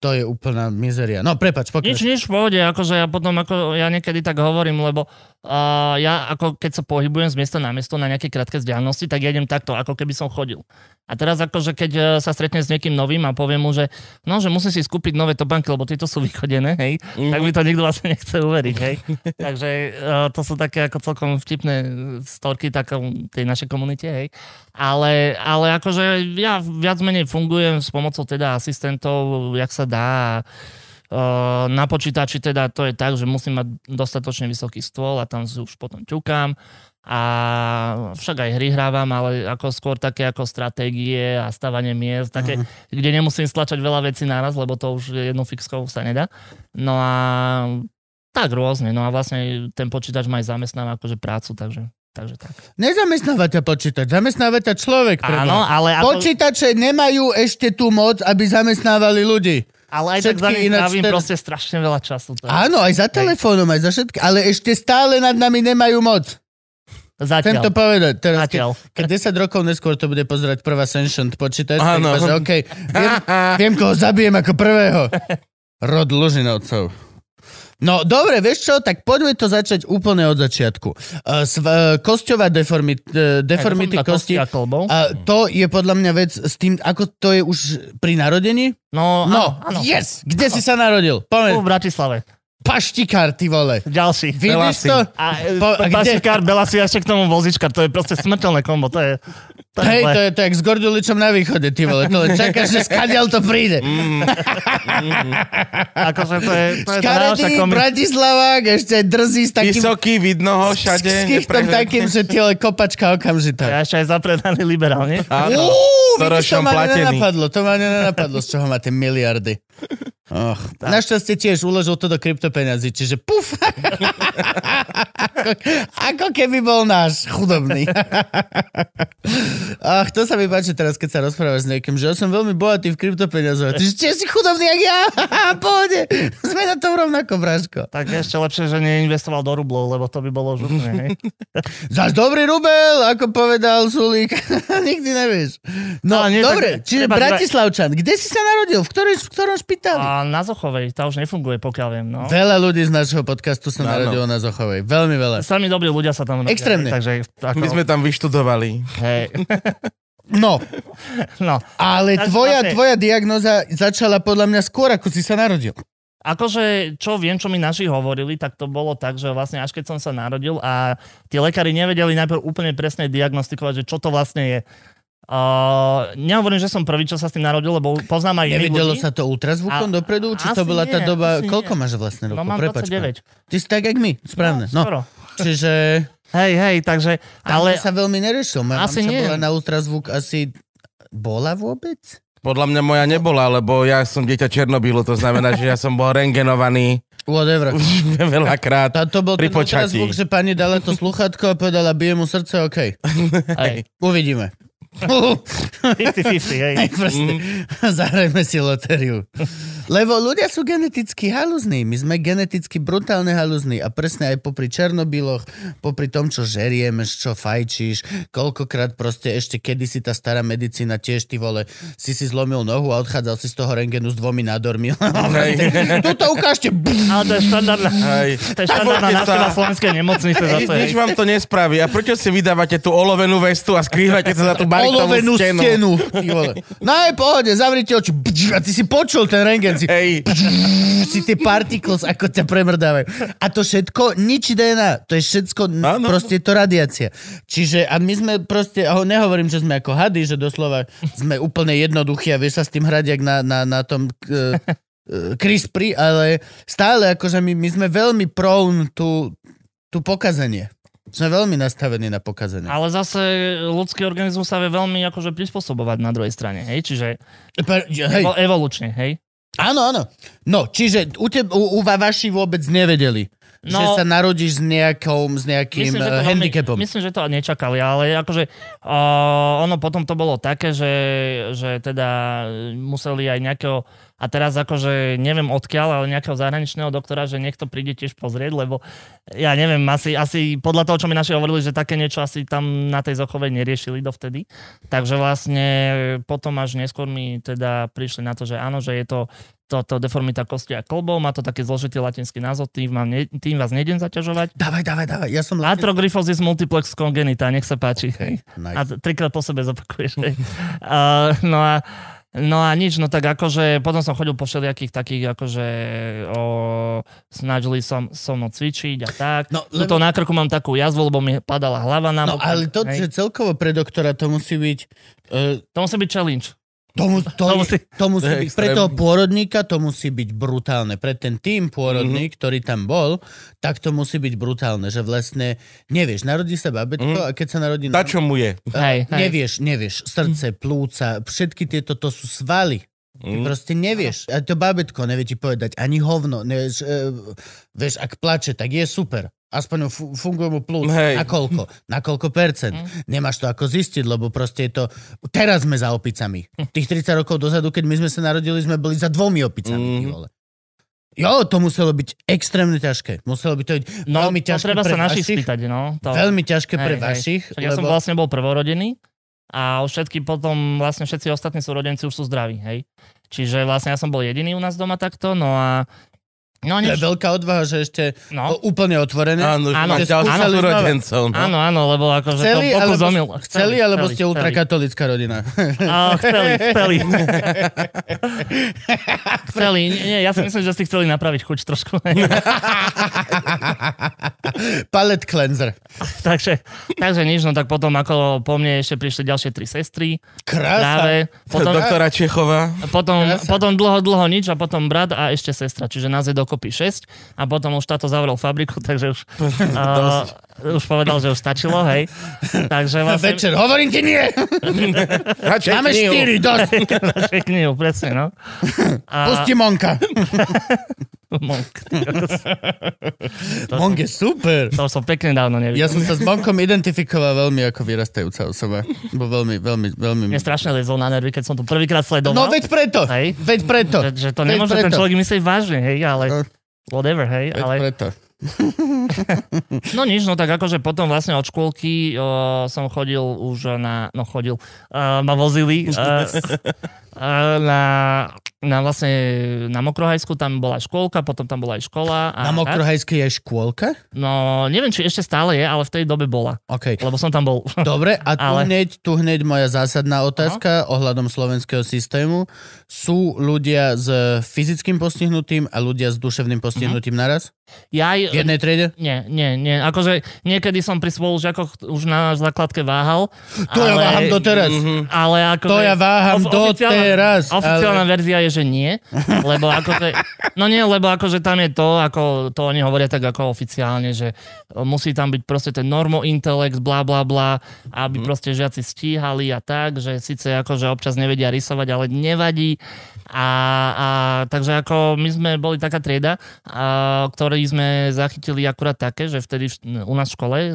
S2: to je úplná mizeria. No, prepač,
S3: No.
S2: pokrač.
S3: Nič, nič v pohode, akože ja potom, ako ja niekedy tak hovorím, lebo uh, ja ako keď sa pohybujem z miesta na miesto na nejaké krátke vzdialenosti, tak ja idem takto, ako keby som chodil. A teraz akože keď uh, sa stretnem s niekým novým a poviem mu, že no, že musím si skúpiť nové tobanky, lebo tieto sú vychodené, hej, mm-hmm. tak mi to nikto vlastne nechce uveriť, hej. Takže uh, to sú také ako celkom vtipné storky takom tej našej komunite, hej. Ale, ale akože ja viac menej fungujem s pomocou teda asistentov, jak sa dá a Uh, na počítači teda to je tak, že musím mať dostatočne vysoký stôl a tam si už potom ťukám. A však aj hry hrávam, ale ako skôr také ako stratégie a stavanie
S2: Mhm.
S3: miest, také, kde nemusím stlačať veľa vecí naraz, lebo to už jednou fixkou sa nedá. No a tak rôzne. No a vlastne ten počítač ma aj zamestnáva akože prácu, takže, takže tak.
S2: Nezamestnáva ťa počítač, zamestnáva ťa človek. preboha.
S3: Áno, ale, ako,
S2: Počítače nemajú ešte tú moc, aby zamestnávali ľudí.
S3: ale aj tak za
S2: všetky
S3: ním
S2: ináč
S3: trávim
S2: teraz-
S3: proste strašne veľa času. To je-
S2: Áno, aj za telefónom, aj za všetky, ale ešte stále nad nami nemajú moc. Chcem to
S3: Zatiaľ.
S2: povedať. Teraz,
S3: Zatiaľ.
S2: keď, keď 10 rokov neskôr to bude pozerať prvá Sentient počítač, tak
S1: Áno.
S2: iba, že OK, viem, viem, koho zabijem ako prvého. Rod Lužinovcov. No dobre, vieš čo, tak poďme to začať úplne od začiatku. Uh, sv, uh, kosťová deformi, uh, deformity
S3: Aj, to som
S2: kosti,
S3: tak kostia klbou.
S2: a to je podľa mňa vec s tým, ako to je už pri narodení,
S3: No,
S2: No,
S3: áno, áno.
S2: yes! Kde si sa narodil?
S3: Tu
S2: Povedz,
S3: v Bratislave.
S2: paštikár, ty vole.
S3: Ďalší.
S2: Vidíš
S1: Belasi.
S2: to?
S3: A, e,
S2: Po- a
S3: po, a
S2: kde-
S3: Pasičkár, Belasi a ešte k tomu vozičkár, to je proste smrteľné kombo, to je... To je
S2: Hej,
S3: zlé.
S2: to je tak s Gorduličom na východe, ty vole. To len čakáš, že skadiaľ to príde.
S3: Akože to je, Mm, to je tá najhoršia
S2: Škaredý,
S3: kombi...
S2: Bratislavák, ešte drzí s takým...
S1: Vysoký, vidno ho všade.
S2: s kichtom
S1: neprehľadný.
S2: takým, že ty len kopačka okamžitá.
S3: Ja ešte aj zapredaný liberálne.
S2: Uú,
S1: Áno,
S2: vidíš, to
S1: storočom
S2: ma
S1: platený.
S2: nenapadlo, to ma nenapadlo, z čoho máte miliardy. Och, našťastie tiež uložil to do kryptopeňazí, čiže puf! ako, ako keby bol náš chudobný. Ach, to sa mi páči teraz, keď sa rozprávaš s niekým, že ja som veľmi bohatý v kryptopeniazoch. Ty že tiež si chudobný, jak ja? Pohode, sme na tom rovnako, Braško.
S3: Tak ešte lepšie, že neinvestoval do rublov, lebo to by bolo župné, hej.
S2: Zaš dobrý rubel, ako povedal Sulík. Nikdy nevieš. No,
S3: Ale nie,
S2: dobre,
S3: tak
S2: čiže
S3: treba dra-
S2: Bratislavčan, kde si sa narodil? V, ktorej, v ktorom špitali?
S3: A na Zochovej, tá už nefunguje, pokiaľ viem, no.
S2: Veľa ľudí z nášho podcastu sa
S1: Áno.
S2: narodilo na Zochovej. Veľmi veľa.
S3: Sami dobrí ľudia sa tam...
S2: Extrémne.
S3: Takže... Ako,
S1: My sme tam vyštudovali.
S3: Hej,
S2: No,
S3: no.
S2: ale
S3: Tak
S2: tvoja,
S3: vlastne-
S2: tvoja diagnoza začala podľa mňa skôr, ako si sa narodil.
S3: Akože, čo viem, čo mi naši hovorili, tak to bolo tak, že vlastne až keď som sa narodil a tí lekári nevedeli najprv úplne presne diagnostikovať, že čo to vlastne je. Uh, nehovorím, že som prvý, čo sa s tým narodil, lebo poznám aj iných
S2: Nevidelo
S3: ľudí.
S2: sa to ultrazvukom
S3: A-
S2: dopredu? Či
S3: asi
S2: to bola tá
S3: nie,
S2: doba...
S3: asi
S2: Koľko
S3: nie.
S2: máš vlastne
S3: No
S2: rokov?
S3: mám
S2: Prepač,
S3: 29.
S2: Ty si tak, jak my. Správne. No,
S3: Skoro.
S2: čiže...
S3: Hej, hej, takže...
S2: Ale...
S3: Ale,
S2: sa veľmi neriešil. Moja
S3: Asi
S2: mamča
S3: nie.
S2: bola na ultrazvuk asi... Bola vôbec?
S1: Podľa mňa moja nebola, lebo ja som dieťa Černobylu, to znamená, že ja som bol rengenovaný
S2: Whatever.
S1: veľakrát.
S2: A to bol
S1: Pri
S2: ten
S1: počatí.
S2: ultrazvuk, že pani dala to sluchátko a povedala, bije mu srdce, OK.
S3: hej,
S2: Uvidíme.
S3: 50-50, hej.
S1: Mm.
S2: Proste, zahrajme si lotériu. Lebo ľudia sú geneticky haluzní. My sme geneticky brutálne haluzní. A presne aj popri Černobyloch, popri tom, čo žerieme, čo fajčíš, koľkokrát proste ešte kedysi tá stará medicína tiež, ty vole, si si zlomil nohu a odchádzal si z toho rengenu s dvomi nádormi. Tuto ukážte.
S3: Ale to je štandardná,
S1: Hej.
S3: to je
S1: Poďte
S3: štandardná
S1: sa.
S3: návšteva slovenskej nemocnice
S1: Ni-
S3: zase.
S1: Nič vám to nespraví. A prečo si vydávate tú olovenú vestu a skrývate sa za tú baritónu
S2: Olovenú
S1: stenu?
S2: stenu. ty vole. Na jej pohode, zavrite oči. A ty si počul ten rengen. Si,
S1: Hej.
S2: si tie particles, ako ťa premrdávajú. A to všetko, nič DNA, to je všetko,
S1: Áno.
S2: ano. proste je to radiácia. Čiže, a my sme proste, a ho- nehovorím, že sme ako hady, že doslova sme úplne jednoduchí a vieš sa s tým hrať jak na, na, na tom e, e, CRISPR, ale stále akože my, my sme veľmi prone tu, tu pokazanie. Sme veľmi nastavení na pokazanie.
S3: Ale zase ľudský organizmus sa vie veľmi akože prispôsobovať na druhej strane, hej? Čiže
S2: Pa- Hej.
S3: evo, evolučne, hej?
S2: Áno, áno. No, čiže u, te, u, u va- vaši vôbec nevedeli, no, že
S3: No.
S2: sa narodíš s, nejakou, s nejakým
S3: Myslím, že to
S2: eh,
S3: veľmi-
S2: handicapom.
S3: Myslím, že to nečakali, ale akože uh, ono potom to bolo také, že, že teda museli aj nejakého, a teraz akože neviem odkiaľ, ale nejakého zahraničného doktora, že niekto príde tiež pozrieť, lebo ja neviem, asi, asi podľa toho, čo mi naši hovorili, že také niečo asi tam na tej zochovej neriešili dovtedy. Takže vlastne potom až neskôr mi teda prišli na to, že áno, že je to toto deformita kosti a klbov, má to taký zložitý latinský názov, tým, vám ne, tým vás nejdem zaťažovať.
S2: Dávaj, dávaj, dávaj. Ja som... latin-
S3: Atrogryphosis multiplex congenita, nech sa páči. Hej.
S2: Nice.
S3: A t- trikrát po sebe zopakuješ. hej. A, no a No a nič, no tak akože potom som chodil po všelijakých takých akože o, snažili som so mnou cvičiť a tak. No,
S2: No,
S3: Tuto na krku mám takú jazvu, lebo mi padala hlava na
S2: No
S3: bok,
S2: ale to,
S3: hej.
S2: že celkovo pre doktora to musí byť... Uh,
S3: To musí byť challenge.
S2: to, mu, to, to,
S3: To
S2: musí,
S3: musí-
S2: to musí
S1: to je
S2: byť, pre
S1: extrém.
S2: toho pôrodníka to musí byť brutálne. Pre ten tým
S1: Mhm.
S2: pôrodný, mm-hmm. ktorý tam bol, tak to musí byť brutálne, že vlastne nevieš, narodí sa babetko mm-hmm. a keď sa narodí...
S1: Mhm. Tá,
S2: nám-
S1: čo mu je.
S2: Eh,
S3: Hej, Mm. hej.
S2: Nevieš, nevieš. Srdce, plúca, všetky tieto, to sú svaly. Ty proste nevieš. A to babetko nevie ti povedať ani hovno. Nevieš, e, vieš, ak plače, tak je super. Aspoň fu- funguje mu plúc.
S1: Hej.
S2: Na koľko? Na koľko percent?
S3: Mm.
S2: Nemáš to ako zistiť, lebo proste je to... Teraz sme za opicami.
S3: Hm.
S2: Tých 30 rokov dozadu, keď my sme sa narodili, sme boli za dvomi opicami. Mm.
S1: Mm.
S2: Vole. Jo, to muselo byť extrémne ťažké. Muselo byť to byť
S3: No,
S2: veľmi
S3: to
S2: ťažké
S3: treba
S2: pre
S3: sa našich
S2: vašich.
S3: spýtať, no. To...
S2: Veľmi ťažké
S3: Hej,
S2: pre
S3: hej.
S2: vašich.
S3: Však Ja som
S2: lebo-
S3: vlastne bol prvorodený a už všetky potom, vlastne všetci ostatní súrodenci už sú zdraví, hej. Čiže vlastne ja som bol jediný u nás doma takto, no a...
S2: To
S3: No nič,
S2: je veľká odvaha, že ešte
S3: no.
S2: o, úplne otvorené.
S1: Áno,
S3: Áno,
S1: áno,
S2: že
S1: ďalších
S2: skúšali
S1: súrodencov. no.
S3: Áno, áno, lebo akože
S2: Chceli,
S3: to pokus
S2: alebo,
S3: omyl.
S2: chceli, alebo ste ultrakatolická rodina.
S3: A, chceli, chceli. chceli, nie, ja si myslím, že si chceli napraviť chuť trošku.
S2: Palet cleanser.
S3: takže, takže nič, no tak potom ako po mne ešte prišli ďalšie tri sestry.
S2: Krása.
S3: Práve. Potom,
S1: Doktora Čechova.
S3: Potom,
S2: Krása.
S3: potom dlho, dlho nič a potom brat a ešte sestra, čiže nás je dokopy 6 a potom už táto zavrel fabriku, takže už, uh, už povedal, že už stačilo, hej. Takže vlastne...
S2: Večer, hovorím ti nie.
S1: Radšej
S2: Máme
S1: knihu.
S2: štyri, dosť.
S3: Našej knihu, presne, no. A,
S2: Pusti Monka.
S3: monk, ty kokos. to,
S2: Monk je super.
S3: to som pekne dávno
S2: Ja
S3: nevidel.
S2: som sa s Monkom identifikoval veľmi ako vyrastajúca osoba. Bo veľmi, veľmi, veľmi...
S3: Mne strašne lezol na nervy, keď som to prvýkrát
S2: No
S3: sledoval.
S2: veď preto,
S3: Hej.
S2: veď preto.
S3: že, že to
S2: veď
S3: nemôže ten
S2: preto.
S3: človek myslieť vážne, hej,
S2: No.
S3: ale... Whatever, hej,
S2: Veď
S3: ale...
S2: preto.
S3: No nič, no tak akože potom vlastne od škôlky o, som chodil už na, no chodil, uh, ma vozili uh, na, na vlastne na Mokrohajsku, tam bola škôlka, potom tam bola aj škola.
S2: Na
S3: A, tak.
S2: Mokrohajskej je škôlka?
S3: No neviem, či ešte stále je, ale v tej dobe bola,
S2: OK.
S3: lebo som tam bol.
S2: Dobre, a tu, ale...
S3: Ale-
S2: hneď, tu hneď moja zásadná otázka Aha. ohľadom slovenského systému. Sú ľudia s fyzickým postihnutím a ľudia s duševným postihnutím naraz?
S3: Ja aj,
S2: V jednej triede?
S3: nie, nie, nie, akože niekedy som pri spolužiakoch už na základke váhal.
S2: To ja váham doteraz.
S1: Mhm.
S3: Ale ako
S2: To ja váham doteraz, ale-
S3: Oficiálna verzia je, že nie, lebo akože, no nie, lebo akože tam je to, ako to oni hovoria tak ako oficiálne, že musí tam byť proste ten normo intelekt, bla bla bla, aby proste žiaci stíhali a tak, že síce akože občas nevedia rysovať, ale nevadí. A, a takže ako my sme boli taká trieda, a, ktorí sme zachytili akurát také, že vtedy v, u nás v škole o,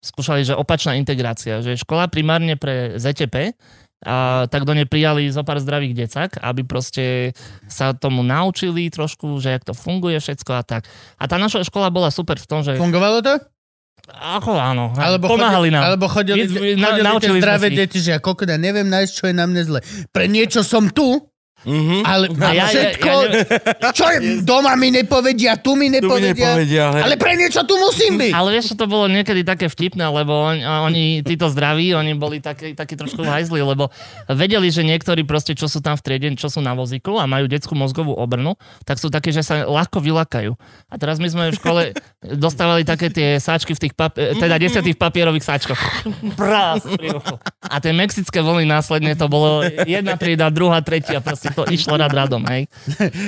S3: skúšali, že opačná integrácia, že škola primárne pre ZTP a, tak do nej prijali zo pár zdravých decák, aby proste sa tomu naučili trošku, že jak to funguje všetko a tak. A tá naša škola bola super v tom, že
S2: Fungovalo to?
S3: ako áno,
S2: Alebo chodili,
S3: pomáhali nám.
S2: Alebo chodili,
S3: My sme- na-
S2: chodili
S3: naučili
S2: tie
S3: sme
S2: zdravé
S3: si ich.
S2: deti, že ja kokoda neviem nájsť, čo je na mne zle. Pre niečo som tu,
S1: Mhm.
S2: ale
S3: A
S2: ja, všetko,
S3: ja, ja,
S2: čo je, doma mi nepovedia, tu mi
S1: Tu mi
S2: nepovedia,
S1: nepovedia, hej.
S2: ale pre niečo tu musím byť.
S3: Ale vieš, čo to bolo niekedy také vtipné, lebo on, oni, títo zdraví, oni boli takí, takí trošku hajzli, lebo vedeli, že niektorí proste, čo sú tam v triede, čo sú na vozíku a majú detskú mozgovú obrnu, tak sú takí, že sa ľahko vylakajú. A teraz my sme v škole dostávali také tie sáčky v tých, pap- eh, teda desiatých papierových sáčkoch. Prás pri uchu. A tie mexické vlny následne to bolo jedna trieda, druhá, tretia, proste to išlo rad radom, hej.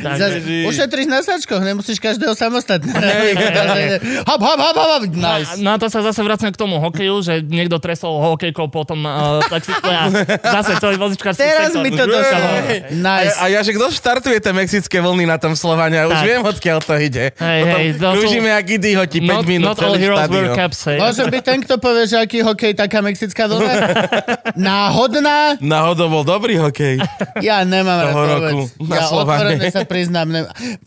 S2: Zas,
S3: Takže,
S2: ušetríš na sačkoch, nemusíš každého samostatne. hop, hop, hop, hop, hop, nice.
S3: No a to sa zase vracame k tomu hokeju, že niekto tresol hokejkou potom uh, tak si a zase to je vozičkárský
S2: Teraz
S3: sektor.
S2: mi to došlo. Nice.
S1: A, a ja, že kto štartuje tie mexické vlny na tom Slovania? Už
S3: Tak.
S1: viem, odkiaľ to ide.
S3: Hej,
S1: Potom
S3: hej, to sú-
S1: krúžime jak idioti 5
S3: Not,
S1: minút
S3: not all
S1: celý
S3: heroes wear
S1: štadión.
S3: caps, hej.
S2: Môžem byť ten, kto povie, že aký hokej, taká mexická vlna? Náhodná?
S1: Náhodou bol dobrý hokej.
S2: Ja nemám
S1: Toho
S2: rád
S1: roku
S2: vôbec.
S1: na
S2: Ja
S1: Slovane.
S2: otvorene sa priznám. Ne...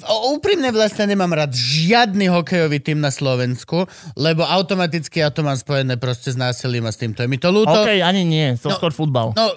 S2: O, úprimne vlastne nemám rád žiadny hokejový tým na Slovensku, lebo automaticky ja to mám spojené proste s násilím a s týmto. Je mi to ľúto.
S3: Hokej ani nie, to
S2: No.
S3: skôr futbal.
S2: No,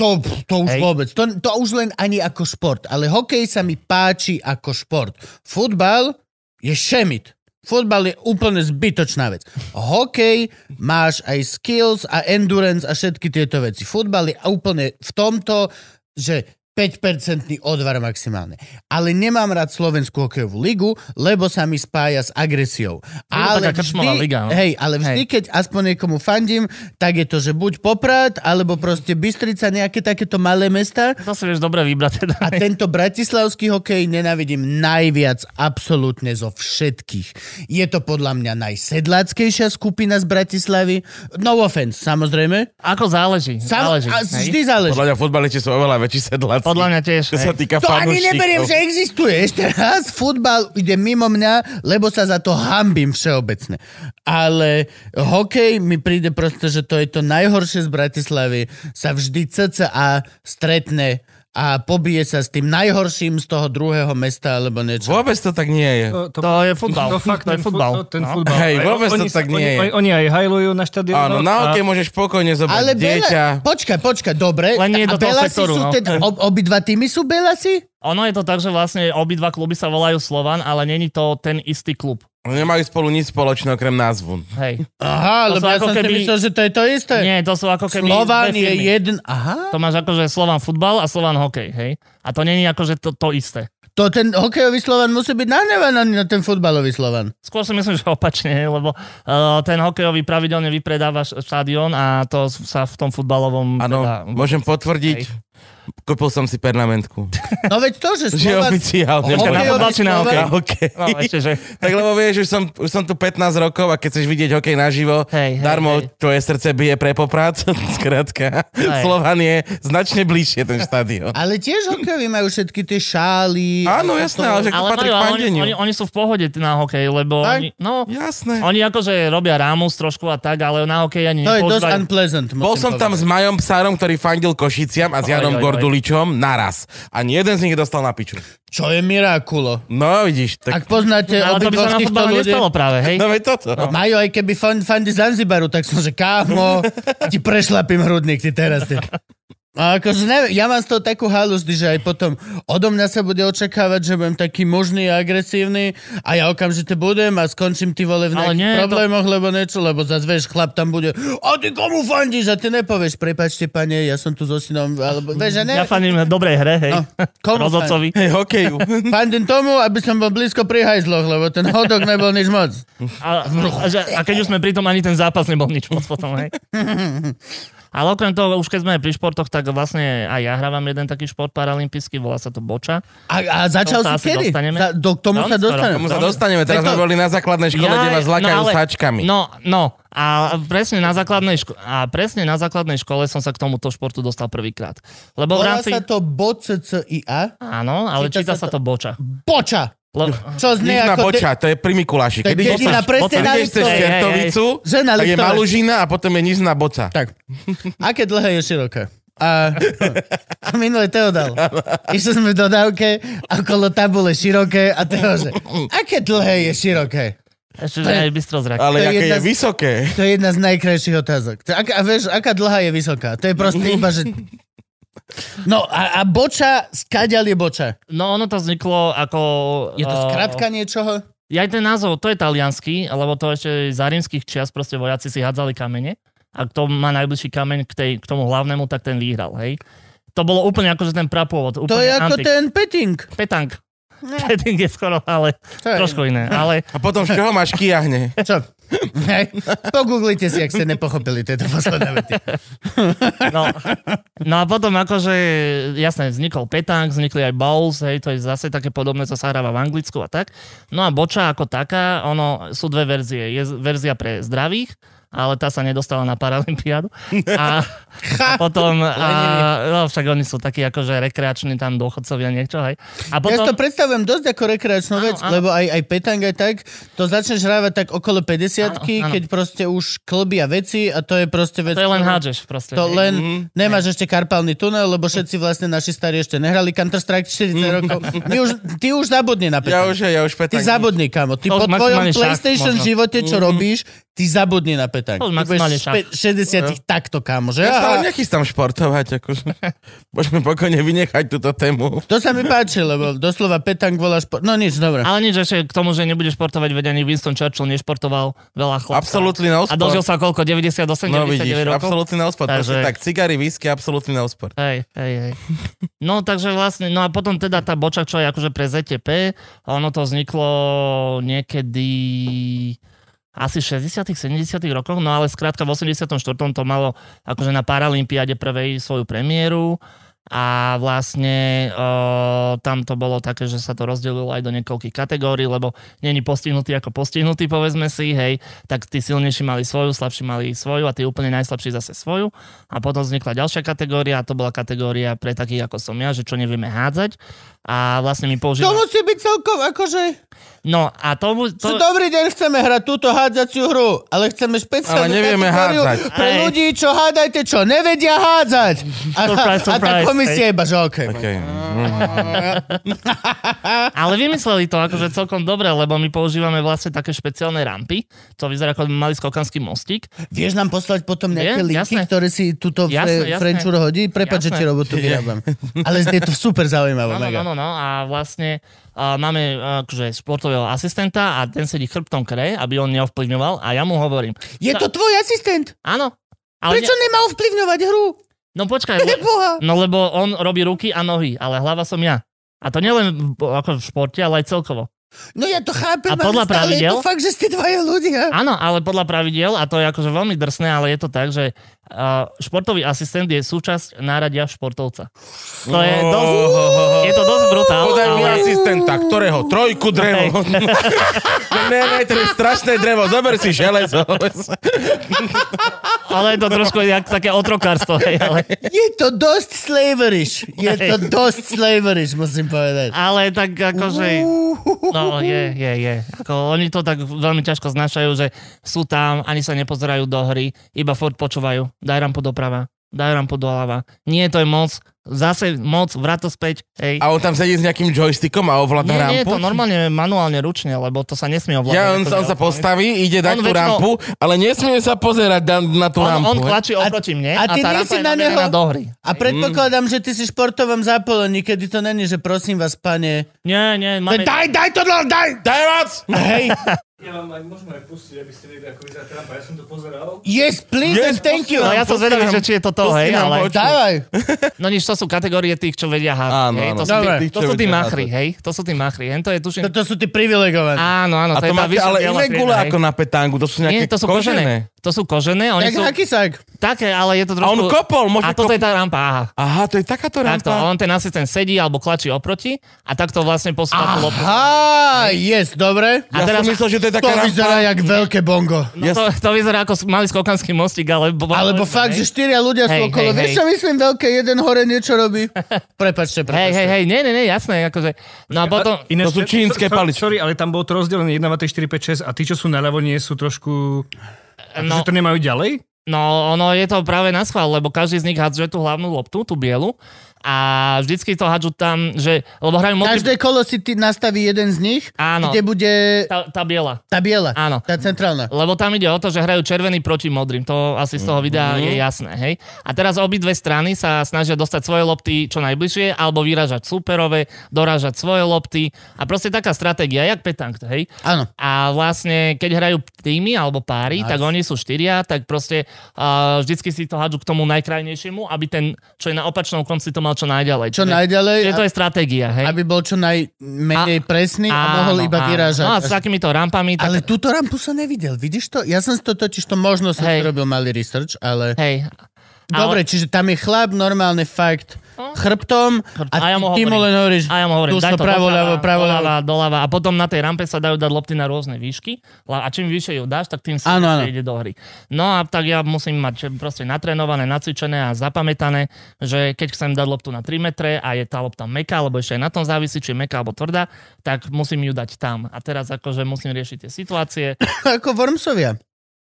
S2: to, to už
S3: Hej.
S2: vôbec. To, to už len ani ako šport. Ale hokej sa mi páči ako šport. Futbal je šemit. Futbal je úplne zbytočná vec. Hokej máš aj skills a endurance a všetky tieto veci. Futbal je úplne v tomto, že 5-percentný odvar maximálne. Ale nemám rád Slovenskú hokejovú ligu, lebo sa mi spája s agresiou.
S3: taká
S2: Ale
S3: krčmová
S2: vždy,
S3: liga, no.
S2: hej, ale vždy,
S3: Hej.
S2: keď aspoň niekomu fandím, tak je to, že buď Poprad, alebo proste Bystrica, nejaké takéto malé mesta.
S3: To si vieš dobre vybrať teda.
S2: A tento bratislavský hokej nenávidím najviac absolútne zo všetkých. Je to podľa mňa najsedláckejšia skupina z Bratislavy. No offense, samozrejme.
S3: Ako záleží,
S2: Samo-
S3: záleží.
S2: a
S3: hej.
S2: vždy záleží.
S1: Podľa mňa futbalisti sú oveľa väčší sedláci.
S3: Podľa mňa tiež,
S1: Čo sa
S3: hej.
S1: týka
S2: To ani
S1: fanúšikov.
S2: neberiem, že existuje. Ešte raz, futbal ide mimo mňa, lebo sa za to hambím všeobecne. Ale hokej mi príde proste, že to je to najhoršie z Bratislavy. Sa vždy CCA stretne a pobije sa s tým najhorším z toho druhého mesta alebo niečo.
S1: Vôbec to tak nie je.
S3: To je futbal. To je
S4: ten
S3: futbal.
S4: fut- ten
S3: No.
S4: futbal.
S1: Hej,
S4: Aj
S1: vôbec
S4: oni
S1: to tak
S4: sa-
S1: nie
S4: oni,
S1: je.
S4: oni- Oni aj hajlujú na
S3: No,
S4: štadiónoch.
S1: Áno,
S4: a-
S1: na hokej môžeš spokojne zobrať
S2: Ale
S1: dieťa.
S2: Bela, počkaj, počkaj, dobre.
S3: Len nie
S2: a
S3: do toho
S2: Belasi
S3: sektoru,
S2: sú
S3: no.
S2: teda, ob, obidva týmy sú Belasi?
S3: Ono je to tak, že vlastne obidva kluby sa volajú Slovan, ale není to ten istý klub.
S1: Nemajú spolu nič spoločné okrem názvu.
S3: Hej.
S2: Aha,
S3: To
S2: lebo
S3: sú
S2: ja
S3: ako
S2: som si
S3: keby-
S2: myslel, že to je to isté.
S3: Nie, to sú ako keby...
S2: Slován
S3: dve
S2: je
S3: firmy.
S2: jeden... Aha.
S3: To máš akože Slovan futbal a Slovan hokej, hej? A to není akože to, to isté.
S2: To ten hokejový Slovan musí byť nahnevaný na ten futbalový Slovan.
S3: Skôr si myslím, že opačne, hej, lebo uh, ten hokejový pravidelne vypredáva š- štadión a to s- sa v tom futbalovom...
S1: Áno,
S3: teda,
S1: môžem potvrdiť.
S3: Hej.
S1: Kúpil som si pernamentku.
S2: No veď to, že
S1: Že
S2: Slovan...
S1: oficiálne.
S2: Hokejový
S3: Na futbal či na
S2: Slovan-
S3: hokej?
S1: Na hokej.
S3: no, ešte, že...
S1: Tak lebo vieš, už som, už som tu 15 rokov a keď chceš vidieť hokej naživo,
S3: Hej, hej,
S1: darmo
S3: hej.
S1: tvoje srdce bije pre poprát, skrátka.
S3: Hej.
S1: Slovan je značne bližšie ten štadión.
S2: Ale tiež hokejoví majú všetky tie šály.
S1: Áno, jasné, ale že to
S3: Ale
S1: patrí
S3: majú,
S1: k
S3: ale oni,
S1: fandeniu.
S3: oni, oni sú v pohode t- na hokej, lebo
S2: Tak?
S3: oni, no,
S1: Jasné.
S3: oni akože robia rámus trošku a tak, ale na hokej ani
S2: To je dosť
S3: nepoužívajú.
S2: unpleasant, musím
S1: Bol som tam s
S2: povedať.
S1: Majom Psárom, ktorý fandil Košiciam a s
S3: Oj,
S1: Janom
S3: oj, oj.
S1: Gorduličom naraz. Ani jeden z nich dostal na piču.
S2: Čo je Mirakulo?
S1: No vidíš, tak...
S2: Ak poznáte
S3: No, Ale to by sa
S2: obidvoch
S3: na
S2: týchto
S3: futbale
S2: ľudí...
S3: nestalo práve, hej?
S1: No veď toto.
S2: Majú, aj keby fan, fandy Zanzibaru, tak som, že kámo, ti prešlapím hrudník, ty teraz. Ty. A akože neviem, ja mám z toho takú halus, že aj potom odo mňa sa bude očakávať, že budem taký mužný a agresívny a ja okamžite budem a skončím ty vole v nejakých
S3: Ale nie, to-
S2: problémoch, lebo niečo, lebo zase vieš, chlap tam bude, a ty komu fandíš a ty nepovieš, prepačte pane, ja som tu so synom, alebo vieš, že ne...
S3: Ja fandím dobrej hre, hej.
S2: No, komu
S3: Rozhodcovi.
S1: Hej, hokeju.
S2: Fandím tomu, aby som bol blízko pri hajzloch, lebo ten hodok nebol nič moc.
S3: A, a, že, a keď už sme pri tom, ani ten zápas nebol nič moc potom, hej. Ale okrem toho, už keď sme pri športoch, tak vlastne aj ja hrávam jeden taký šport paralympijský, volá sa to boča.
S2: A, a začal
S3: To sa
S2: si
S3: asi
S2: kedy?
S3: dostaneme.
S2: Za, do, k tomu
S3: Veľmi
S2: sa
S3: skoro.
S2: dostaneme.
S1: Tomu sa dostaneme, teraz sme
S2: Preto-
S1: boli na základnej škole, kde
S3: Jaj,
S1: vás lakajú
S3: ale-
S1: sačkami.
S3: No, no. A presne na základnej, ško- a presne na základnej škole som sa k tomuto športu dostal prvýkrát. Lebo v
S2: Volá
S3: rámci...
S2: sa to BOCCIA.
S3: Áno, ale
S2: Číta
S3: číta
S2: sa
S3: sa to boča.
S2: Boča!
S3: Lebo...
S2: Čo znie
S1: Nič na
S2: ako...
S1: boča, to je pri
S2: To
S1: Mikuláši.
S2: je
S1: Keď ideš
S2: dedina
S1: cez-
S2: presne
S1: keď
S2: na
S1: ideš cez
S2: Liptove.
S3: Hej, hej, hej.
S1: Čertovicu,
S2: Že na
S1: tak je
S2: Liptove.
S1: Malužina a potom je nič na boca.
S2: Tak. Aké dlhé je široké? A to minule Teo dal. Išli sme v dodávke a okolo tabule široké a Teo, že aké dlhé je široké?
S3: Ešte, že aj bystro zrak.
S1: Ale
S2: To je
S1: aké
S2: jedna
S1: je
S2: z-
S1: vysoké.
S2: To je jedna z najkrajších otázok. To, aká, a vieš, aká dlhá je vysoká? To je proste iba, že... No a, a boča, skáďal je boča.
S3: No ono to vzniklo ako...
S2: Je to
S3: eh,
S2: skratka niečoho?
S3: Ja aj ten názov, to je talianský, lebo to ešte za rímskych čias proste vojaci si hádzali kamene. A kto má najbližší kameň k, tej, k tomu hlavnému, tak ten vyhral, hej. To bolo úplne akože ten prapôvod. Úplne
S2: To je ako
S3: antik.
S2: ten petting.
S3: Petank. Petank je skoro, ale
S2: To je-
S3: trošku iné. Ale
S1: A potom z čoho máš kiahne?
S2: Čo? Hej. Pogooglite si, ak ste nepochopili tieto posledné vety.
S3: No, no a potom akože, jasné, vznikol petank, vznikli aj bowls, hej, to je zase také podobné, čo sa hráva v Anglicku a tak. No a boča ako taká, ono, sú dve verzie. Je z- verzia pre zdravých, ale tá sa nedostala na Paralympiádu. A, a potom, a, no, však oni sú takí akože rekreační tam dôchodcovia niečo, hej.
S2: Ja
S3: A
S2: si to
S3: potom,
S2: predstavujem dosť ako rekreačnú
S3: Áno,
S2: vec,
S3: áno.
S2: lebo aj, aj petang aj tak, to začneš hrávať tak okolo 50
S3: Áno, áno.
S2: keď proste už klbia veci a to je proste vec...
S3: to je len
S2: ktorú-
S3: hádžeš proste.
S2: To
S3: hej.
S2: len nemáš ešte karpálny tunel, lebo všetci vlastne naši starí ešte nehrali Counter-Strike
S3: Mhm.
S2: 40 rokov. My už, ty už zabudni na
S1: Ja
S2: petank.
S1: už, ja už
S2: Ty
S1: petank.
S2: zabudni, kamo. Ty
S3: To
S2: po
S3: už
S2: tvojom
S3: maximálne šach
S2: PlayStation
S3: možno. Mhm.
S2: živote, čo robíš, ty zabudni na petank. Ty
S3: To už
S2: budeš
S3: maximálne šach.
S2: spe- 60 takto, kamo. Že?
S1: Ja
S2: A,
S1: stále nechystám športovať, akože. Môžeme pokojne vynechať túto tému.
S2: to sa mi páči, lebo doslova petank voláš... Po... No nič, dobre.
S3: Ale nič ešte k tomu, že nebude športovať, veď ani Winston Churchill nešportoval veľa chlapcov.
S1: Absolutný na
S3: A dožil
S1: úspor.
S3: sa koľko? 98,
S1: No
S3: 99
S1: vidíš,
S3: rokov?
S1: absolútny na úspor. Takže...
S3: Takže-
S1: Tak cigary, whisky, absolútny na úspor.
S3: Hej, hej, hej. No takže vlastne, no a potom teda tá boča, čo je akože pre ZTP, ono to vzniklo niekedy asi v 60 70 rokoch, no ale skrátka v 84. to malo akože na Paralympiade prvej svoju premiéru a vlastne e, tam to bolo také, že sa to rozdelilo aj do niekoľkých kategórií, lebo není postihnutý ako postihnutý, povedzme si, hej, tak tí silnejší mali svoju, slabší mali svoju a tí úplne najslabší zase svoju. A potom vznikla ďalšia kategória a to bola kategória pre takých ako som ja, že čo nevieme hádzať. A vlastne my
S2: To
S3: používame...
S2: musí byť celkom akože...
S3: No a tomu...
S2: To...
S3: To...
S2: Dobrý deň, chceme hrať túto hádzaciu hru, ale chceme špeciálnu
S1: Ale nevieme
S2: kategóriu
S1: hádzať.
S2: pre
S3: Hej.
S2: ľudí, čo hádajte, čo nevedia hádzať. A,
S3: Surprise,
S2: a tá
S3: surprise,
S2: komisia iba, že okej. Okay.
S1: Okay.
S3: Ale vymysleli to akože celkom dobre, lebo my používame vlastne také špeciálne rampy. To vyzerá ako by mali skokanský mostík.
S2: Vieš nám poslať potom nejaké
S3: Viem,
S2: linky,
S3: jasné.
S2: ktoré si túto
S3: Jasné,
S2: fre,
S3: jasné.
S2: Frenčur hodí? Prepač, že
S3: Jasné.
S2: ti robotu vyrábam. Ale je to super zaujímavé,
S3: Áno,
S2: mega.
S3: áno, no a vlastne a máme akože športového asistenta a ten sedí chrbtom k re, aby on neovplyvňoval a ja mu hovorím.
S2: Je to tvoj asistent?
S3: Áno. Ale
S2: Prečo
S3: ne,
S2: nemal ovplyvňovať hru?
S3: no počkaj, le-
S2: Preboha!
S3: No lebo on robí ruky a nohy, ale hlava som ja. A to nielen v- ako v športe, ale aj celkovo.
S2: No ja to chápem,
S3: A podľa
S2: ale stále je
S3: pravidel?
S2: to fakt, že ste dvaja ľudia.
S3: Áno, ale podľa pravidiel, a to je akože veľmi drsné, ale je to tak, že uh, športový asistent je súčasť náradia športovca. To je
S2: No.
S3: dosť, je to dosť brutál,
S1: Podaj mi
S3: ale
S1: asistenta, ktorého? Trojku drevo. ne, ne, to je strašné drevo, zober si železo.
S3: ale je to trošku jak také otrokárstvo. Hej, ale,
S2: Je to dosť slaverish. Je to dosť slaverish, musím povedať.
S3: ale tak akože... No, je, je, je. Ako, oni to tak veľmi ťažko znašajú, že sú tam, ani sa nepozerajú do hry, iba furt počúvajú. Daj rampu doprava, daj rampu doľava. Nie, to je moc. Zase moc, vráto späť. Hej.
S1: A on tam sedí s nejakým joystickom a ovláda
S3: Nie, nie, to
S1: rampu.
S3: normálne manuálne, ručne, lebo to sa nesmie ovládať.
S1: Ja, on,
S3: akože
S1: sa- on sa postaví, ide dať
S3: On
S1: tú
S3: väčšinou-
S1: rampu, ale nesmie sa pozerať na, na tú
S3: On,
S1: rampu.
S3: on
S1: hej.
S3: klačí oproti mne a,
S2: a ty
S3: tá
S2: nie
S3: rampa
S2: si
S3: je
S2: na neho?
S3: namierená do hry.
S2: A predpokladám, že ty si športovom zapolení, kedy to není, že prosím vás, pane.
S3: Nie, nie, máme...
S2: Daj, daj to, dole, daj!
S1: Daj vás!
S2: Hej,
S4: Ja vám aj môžem aj pustiť, aby ste vedeli, ako vyzerá Trump. Ja som to pozeral.
S2: yes, please, and
S1: Yes,
S2: thank you.
S3: No, ja som zvedavý, že či je to to,
S1: Pusti
S3: hej,
S1: nám ho,
S3: ale...
S1: čo-
S2: Dávaj.
S3: No nič, to sú kategórie tých, čo vedia hádzať.
S1: Áno,
S3: hej,
S1: áno.
S3: to, sú
S2: Dobre.
S3: tí, to sú tí
S1: Čo vedia
S3: machri, hej, to sú tí machri. Hen to je tuším...
S2: Toto sú ty privilegovaní.
S3: Áno, áno,
S1: A
S3: to,
S1: to
S3: je tá
S1: máte
S3: vyššia
S1: ale
S3: biela
S1: iné
S3: trieda,
S1: gule
S3: hej.
S1: ako na petánku, to sú
S3: Nie,
S1: nejaké
S3: to sú kožené. To sú kožené, oni
S2: Tak
S3: sú
S2: hakisák.
S3: také, ale je to
S1: A
S3: trošku...
S1: on kopol,
S3: A
S1: možno kopol.
S3: toto je tá rampa, aha.
S1: Aha, to je takáto
S3: Takto,
S1: rampa.
S3: on ten asistent sedí alebo klačí oproti a takto vlastne posúva
S1: Ah,
S3: tú loptu.
S2: Aha, yes, dobre.
S3: A
S1: Ja
S3: teraz-
S1: som myslel, že to je
S2: To
S1: taká rampa.
S2: vyzerá jak veľké bongo.
S3: No to, to vyzerá ako s- malý skokanský mostík, ale...
S2: Alebo fakt, že štyria ľudia sú
S3: Hej,
S2: okolo.
S3: hej,
S2: Vieš,
S3: hej.
S2: čo myslím, veľké jeden hore niečo robí. Prepačte,
S3: Hej, hej,
S2: prepačte.
S3: hej, nie, nie, nie, jasné, akože... No a potom...
S4: Ináč,
S1: To sú čínske
S4: so- so-
S1: paličky.
S4: Sorry, ale tam bolo to rozdelené 1, 2, 3, 4, 5, 6 a tí, čo sú naľavo, nie sú trošku...
S3: No,
S4: No. Že to nemajú ďalej?
S3: No, ono je to práve na schvál, lebo každý z nich hádže tú hlavnú loptu, tú bielu. A vždycky to hádžu tam, že... Lebo hrajú multi...
S2: Každé kolo si ty nastaví jeden z nich,
S3: Áno.
S2: kde bude
S3: Tá, tá biela.
S2: tá biela,
S3: Áno.
S2: tá centrálna.
S3: Lebo tam ide o to, že hrajú červený proti modrým. To asi z toho videa je jasné, hej. A teraz obidve strany sa snažia dostať svoje lopty čo najbližšie, alebo vyražať superové, dorážať svoje lopty. A proste taká stratégia, jak petank, hej.
S2: Áno.
S3: A vlastne, keď hrajú týmy alebo páry, nice. tak oni sú štyria, tak proste uh, vždycky si to hádžu k tomu najkrajnejšiemu, aby ten, čo je na opačnom konci, to mal čo najďalej.
S2: Čo
S3: Čiže-
S2: najďalej,
S3: Čiže to je stratégia, hej.
S2: aby bol čo najmenej presný a mohol iba vyrážať.
S3: No a
S2: až
S3: s takýmito rampami, tak,
S2: Ale túto rampu som nevidel, vidíš to? Ja som si to totiž to možno som
S3: Hej.
S2: si robil malý research, ale...
S3: hej.
S2: Dobre, čiže tam je chlap normálne fakt chrbtom a
S3: No. A ja mu
S2: ty, ty mu
S3: hovorím.
S2: len hovoríš,
S3: A ja mu hovorím,
S2: tu sa
S3: daj to
S2: pravo,
S3: doprava,
S2: ľavo, pravo, ľavo.
S3: doľava, doľava. A potom na tej rampe sa dajú dať lopty na rôzne výšky. La- A čím vyššie ju dáš, tak tým si
S2: Áno, áno.
S3: ide do hry. No a tak ja musím mať že proste natrénované, nacvičené a zapamätané, že keď chcem dať loptu na 3 metre a je tá lopta meká, lebo ešte aj na tom závisí, či je meká alebo tvrdá, tak musím ju dať tam. A teraz akože musím riešiť tie situácie.
S2: Ako Wormsovia.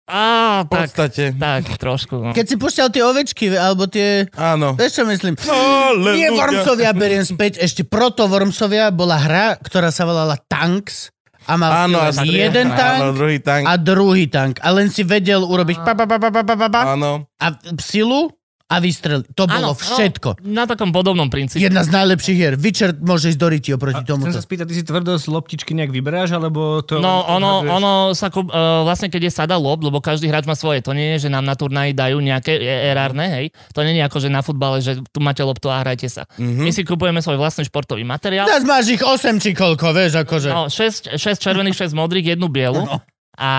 S3: Á,
S1: V
S3: tak,
S1: podstate,
S3: tak, trošku. No.
S2: Keď si pušťal tie ovečky, alebo tie...
S1: áno.
S2: Vieš čo myslím?
S1: Aleluja.
S2: Nie Wormsovia beriem späť, ešte proto Wormsovia bola hra, ktorá sa volala Tanks a mal
S1: Áno, a
S2: si len jeden tank
S1: Áno, druhý tank.
S2: a druhý tank. A len si vedel urobiť pa, pa, pa, pa, pa, pa, pa, pa,
S1: Áno.
S2: a silu a výstrel. To bolo
S3: no.
S2: všetko.
S3: Na takom podobnom princípe.
S2: Jedna z najlepších hier. Witcher môže ísť do Ritio proti
S4: Chcem
S2: tomuto.
S4: sa spýtať, ty si tvrdosť loptičky nejak vyberáš, alebo to...
S3: No, ono,
S4: odhaduješ?
S3: ono sa, kúp- uh, vlastne keď je sada lob, lebo každý hráč má svoje, to nie je, že nám na turnaji dajú nejaké e- erárne, hej, to nie je ako, že na futbale, že tu máte loptu a hrajte sa. My si kupujeme svoj vlastný športový materiál,
S2: Teraz máš ich 8 či koľko, vieš, akože.
S3: no, 6, 6 červených, 6 modrých, jednu bielu.
S1: No.
S3: A,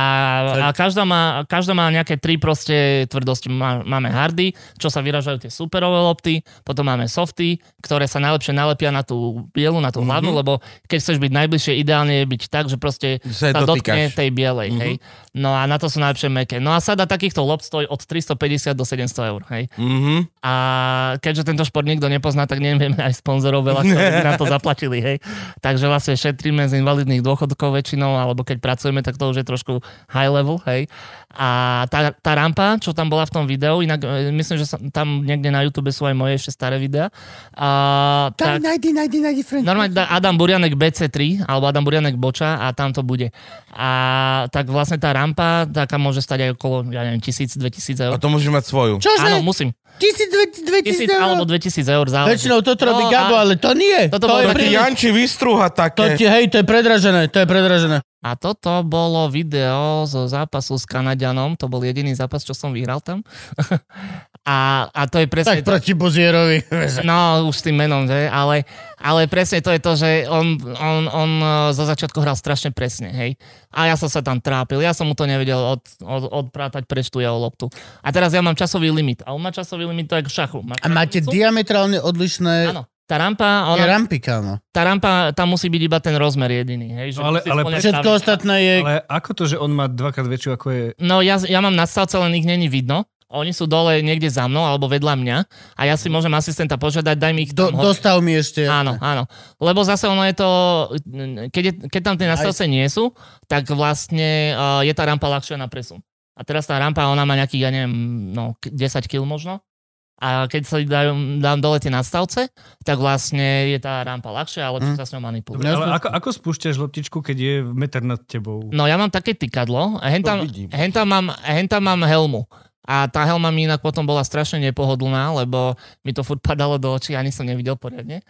S3: a každá, má, každá má nejaké tri proste tvrdosti. Má, máme hardy, čo sa vyražajú tie superové lopty, potom máme softy, ktoré sa najlepšie nalepia na tú bielu,
S1: Mhm.
S3: na tú hlavnú, mm-hmm. lebo keď chceš byť najbližšie, ideálne je byť tak, že proste
S1: Že sa
S3: sa dotkne
S1: dotýkaš. Mhm.
S3: tej bielej. Mm-hmm. Hej? No a na to sú najlepšie meké. No a sada takýchto lob stojí od 350 do 700 eur. Hej?
S1: Mhm.
S3: A keďže tento šport nikto nepozná, tak nevieme aj sponzorov veľa, ktorí by nám to zaplatili, hej. Takže vlastne šetríme z invalidných dôchodkov väčšinou, alebo keď pracujeme, tak to už je trošku high level, hej. A tá, tá rampa, čo tam bola v tom videu, inak e, myslím, že sa, tam niekde na YouTube sú aj moje ešte staré videá. A,
S2: Tam najdi, najdi, najdi, friend.
S3: Normálne dá Adam Burianek BC3 alebo Adam Burianek Boča a tam to bude. A tak vlastne tá rampa taká môže stať aj okolo, ja neviem, 1000-2000
S1: A
S3: eur.
S1: to môžeš mať svoju.
S2: Čože?
S3: Áno, musím.
S2: 1000, 2000
S3: 1000 alebo 2000 eur záleží.
S2: Väčšinou to robí
S3: No,
S2: Gabo,
S3: a-
S2: ale to nie.
S3: Toto
S2: To je
S1: To
S3: bolo také
S1: ti
S2: príliš.
S1: Janči vystrúha
S2: To
S1: také.
S2: ti, hej, to je predražené, to je predražené.
S3: A toto bolo video zo zápasu s Kanadianom, to bol jediný zápas, čo som vyhral tam. a, a to je presne...
S2: Tak proti Buzierovi.
S3: No, už s tým menom, že? Ale, ale presne to je to, že on, on, on eh, zo začiatku hral strašne presne, hej. A ja som sa tam trápil, ja som mu to nevedel od, od, odprátať preč tú jeho loptu. A teraz ja mám časový limit. A on má časový limit, to je ako v šachu. Má
S2: A máte
S3: šachnicu?
S2: diametrálne odlišné no.
S3: Áno. Tá rampa,
S2: tie
S3: ona,
S2: rampy, kámo.
S3: tá rampa, tam musí byť iba ten rozmer jediný, hej. Že
S4: No, ale-
S3: musí
S4: ale
S3: splňať
S2: Všetko
S3: pravidlá.
S2: ostatné je...
S4: Ale ako to, že on má dvakrát väčšiu, ako je...
S3: No ja, ja mám nadstavce, len ich není vidno. Oni sú dole niekde za mnou alebo vedľa mňa a ja si môžem asistenta požiadať, daj mi ich
S2: Do,
S3: tam hore.
S2: dostav mi ešte.
S3: Áno, áno. Lebo zase ono je to, keď, je, keď tam tie nastavce nie sú, tak vlastne uh, je tá rampa ľahšia na presun. A teraz tá rampa, ona má nejakých, ja neviem, no, k- 10 kg možno. A keď sa dajú, dám dole tie nastavce, tak vlastne je tá rampa ľahšia, ale lepšie sa s ňou manipuluje.
S4: Dobre, ale ako, ako spúšťaš loptičku, keď je meter nad tebou?
S3: No ja mám také tykadlo, a hen
S1: To
S3: tam,
S1: vidím.
S3: hen tam, mám, hen tam mám helmu. A tá helma mi inak potom bola strašne nepohodlná, lebo mi to furt padalo do očí, ani som nevidel poriadne.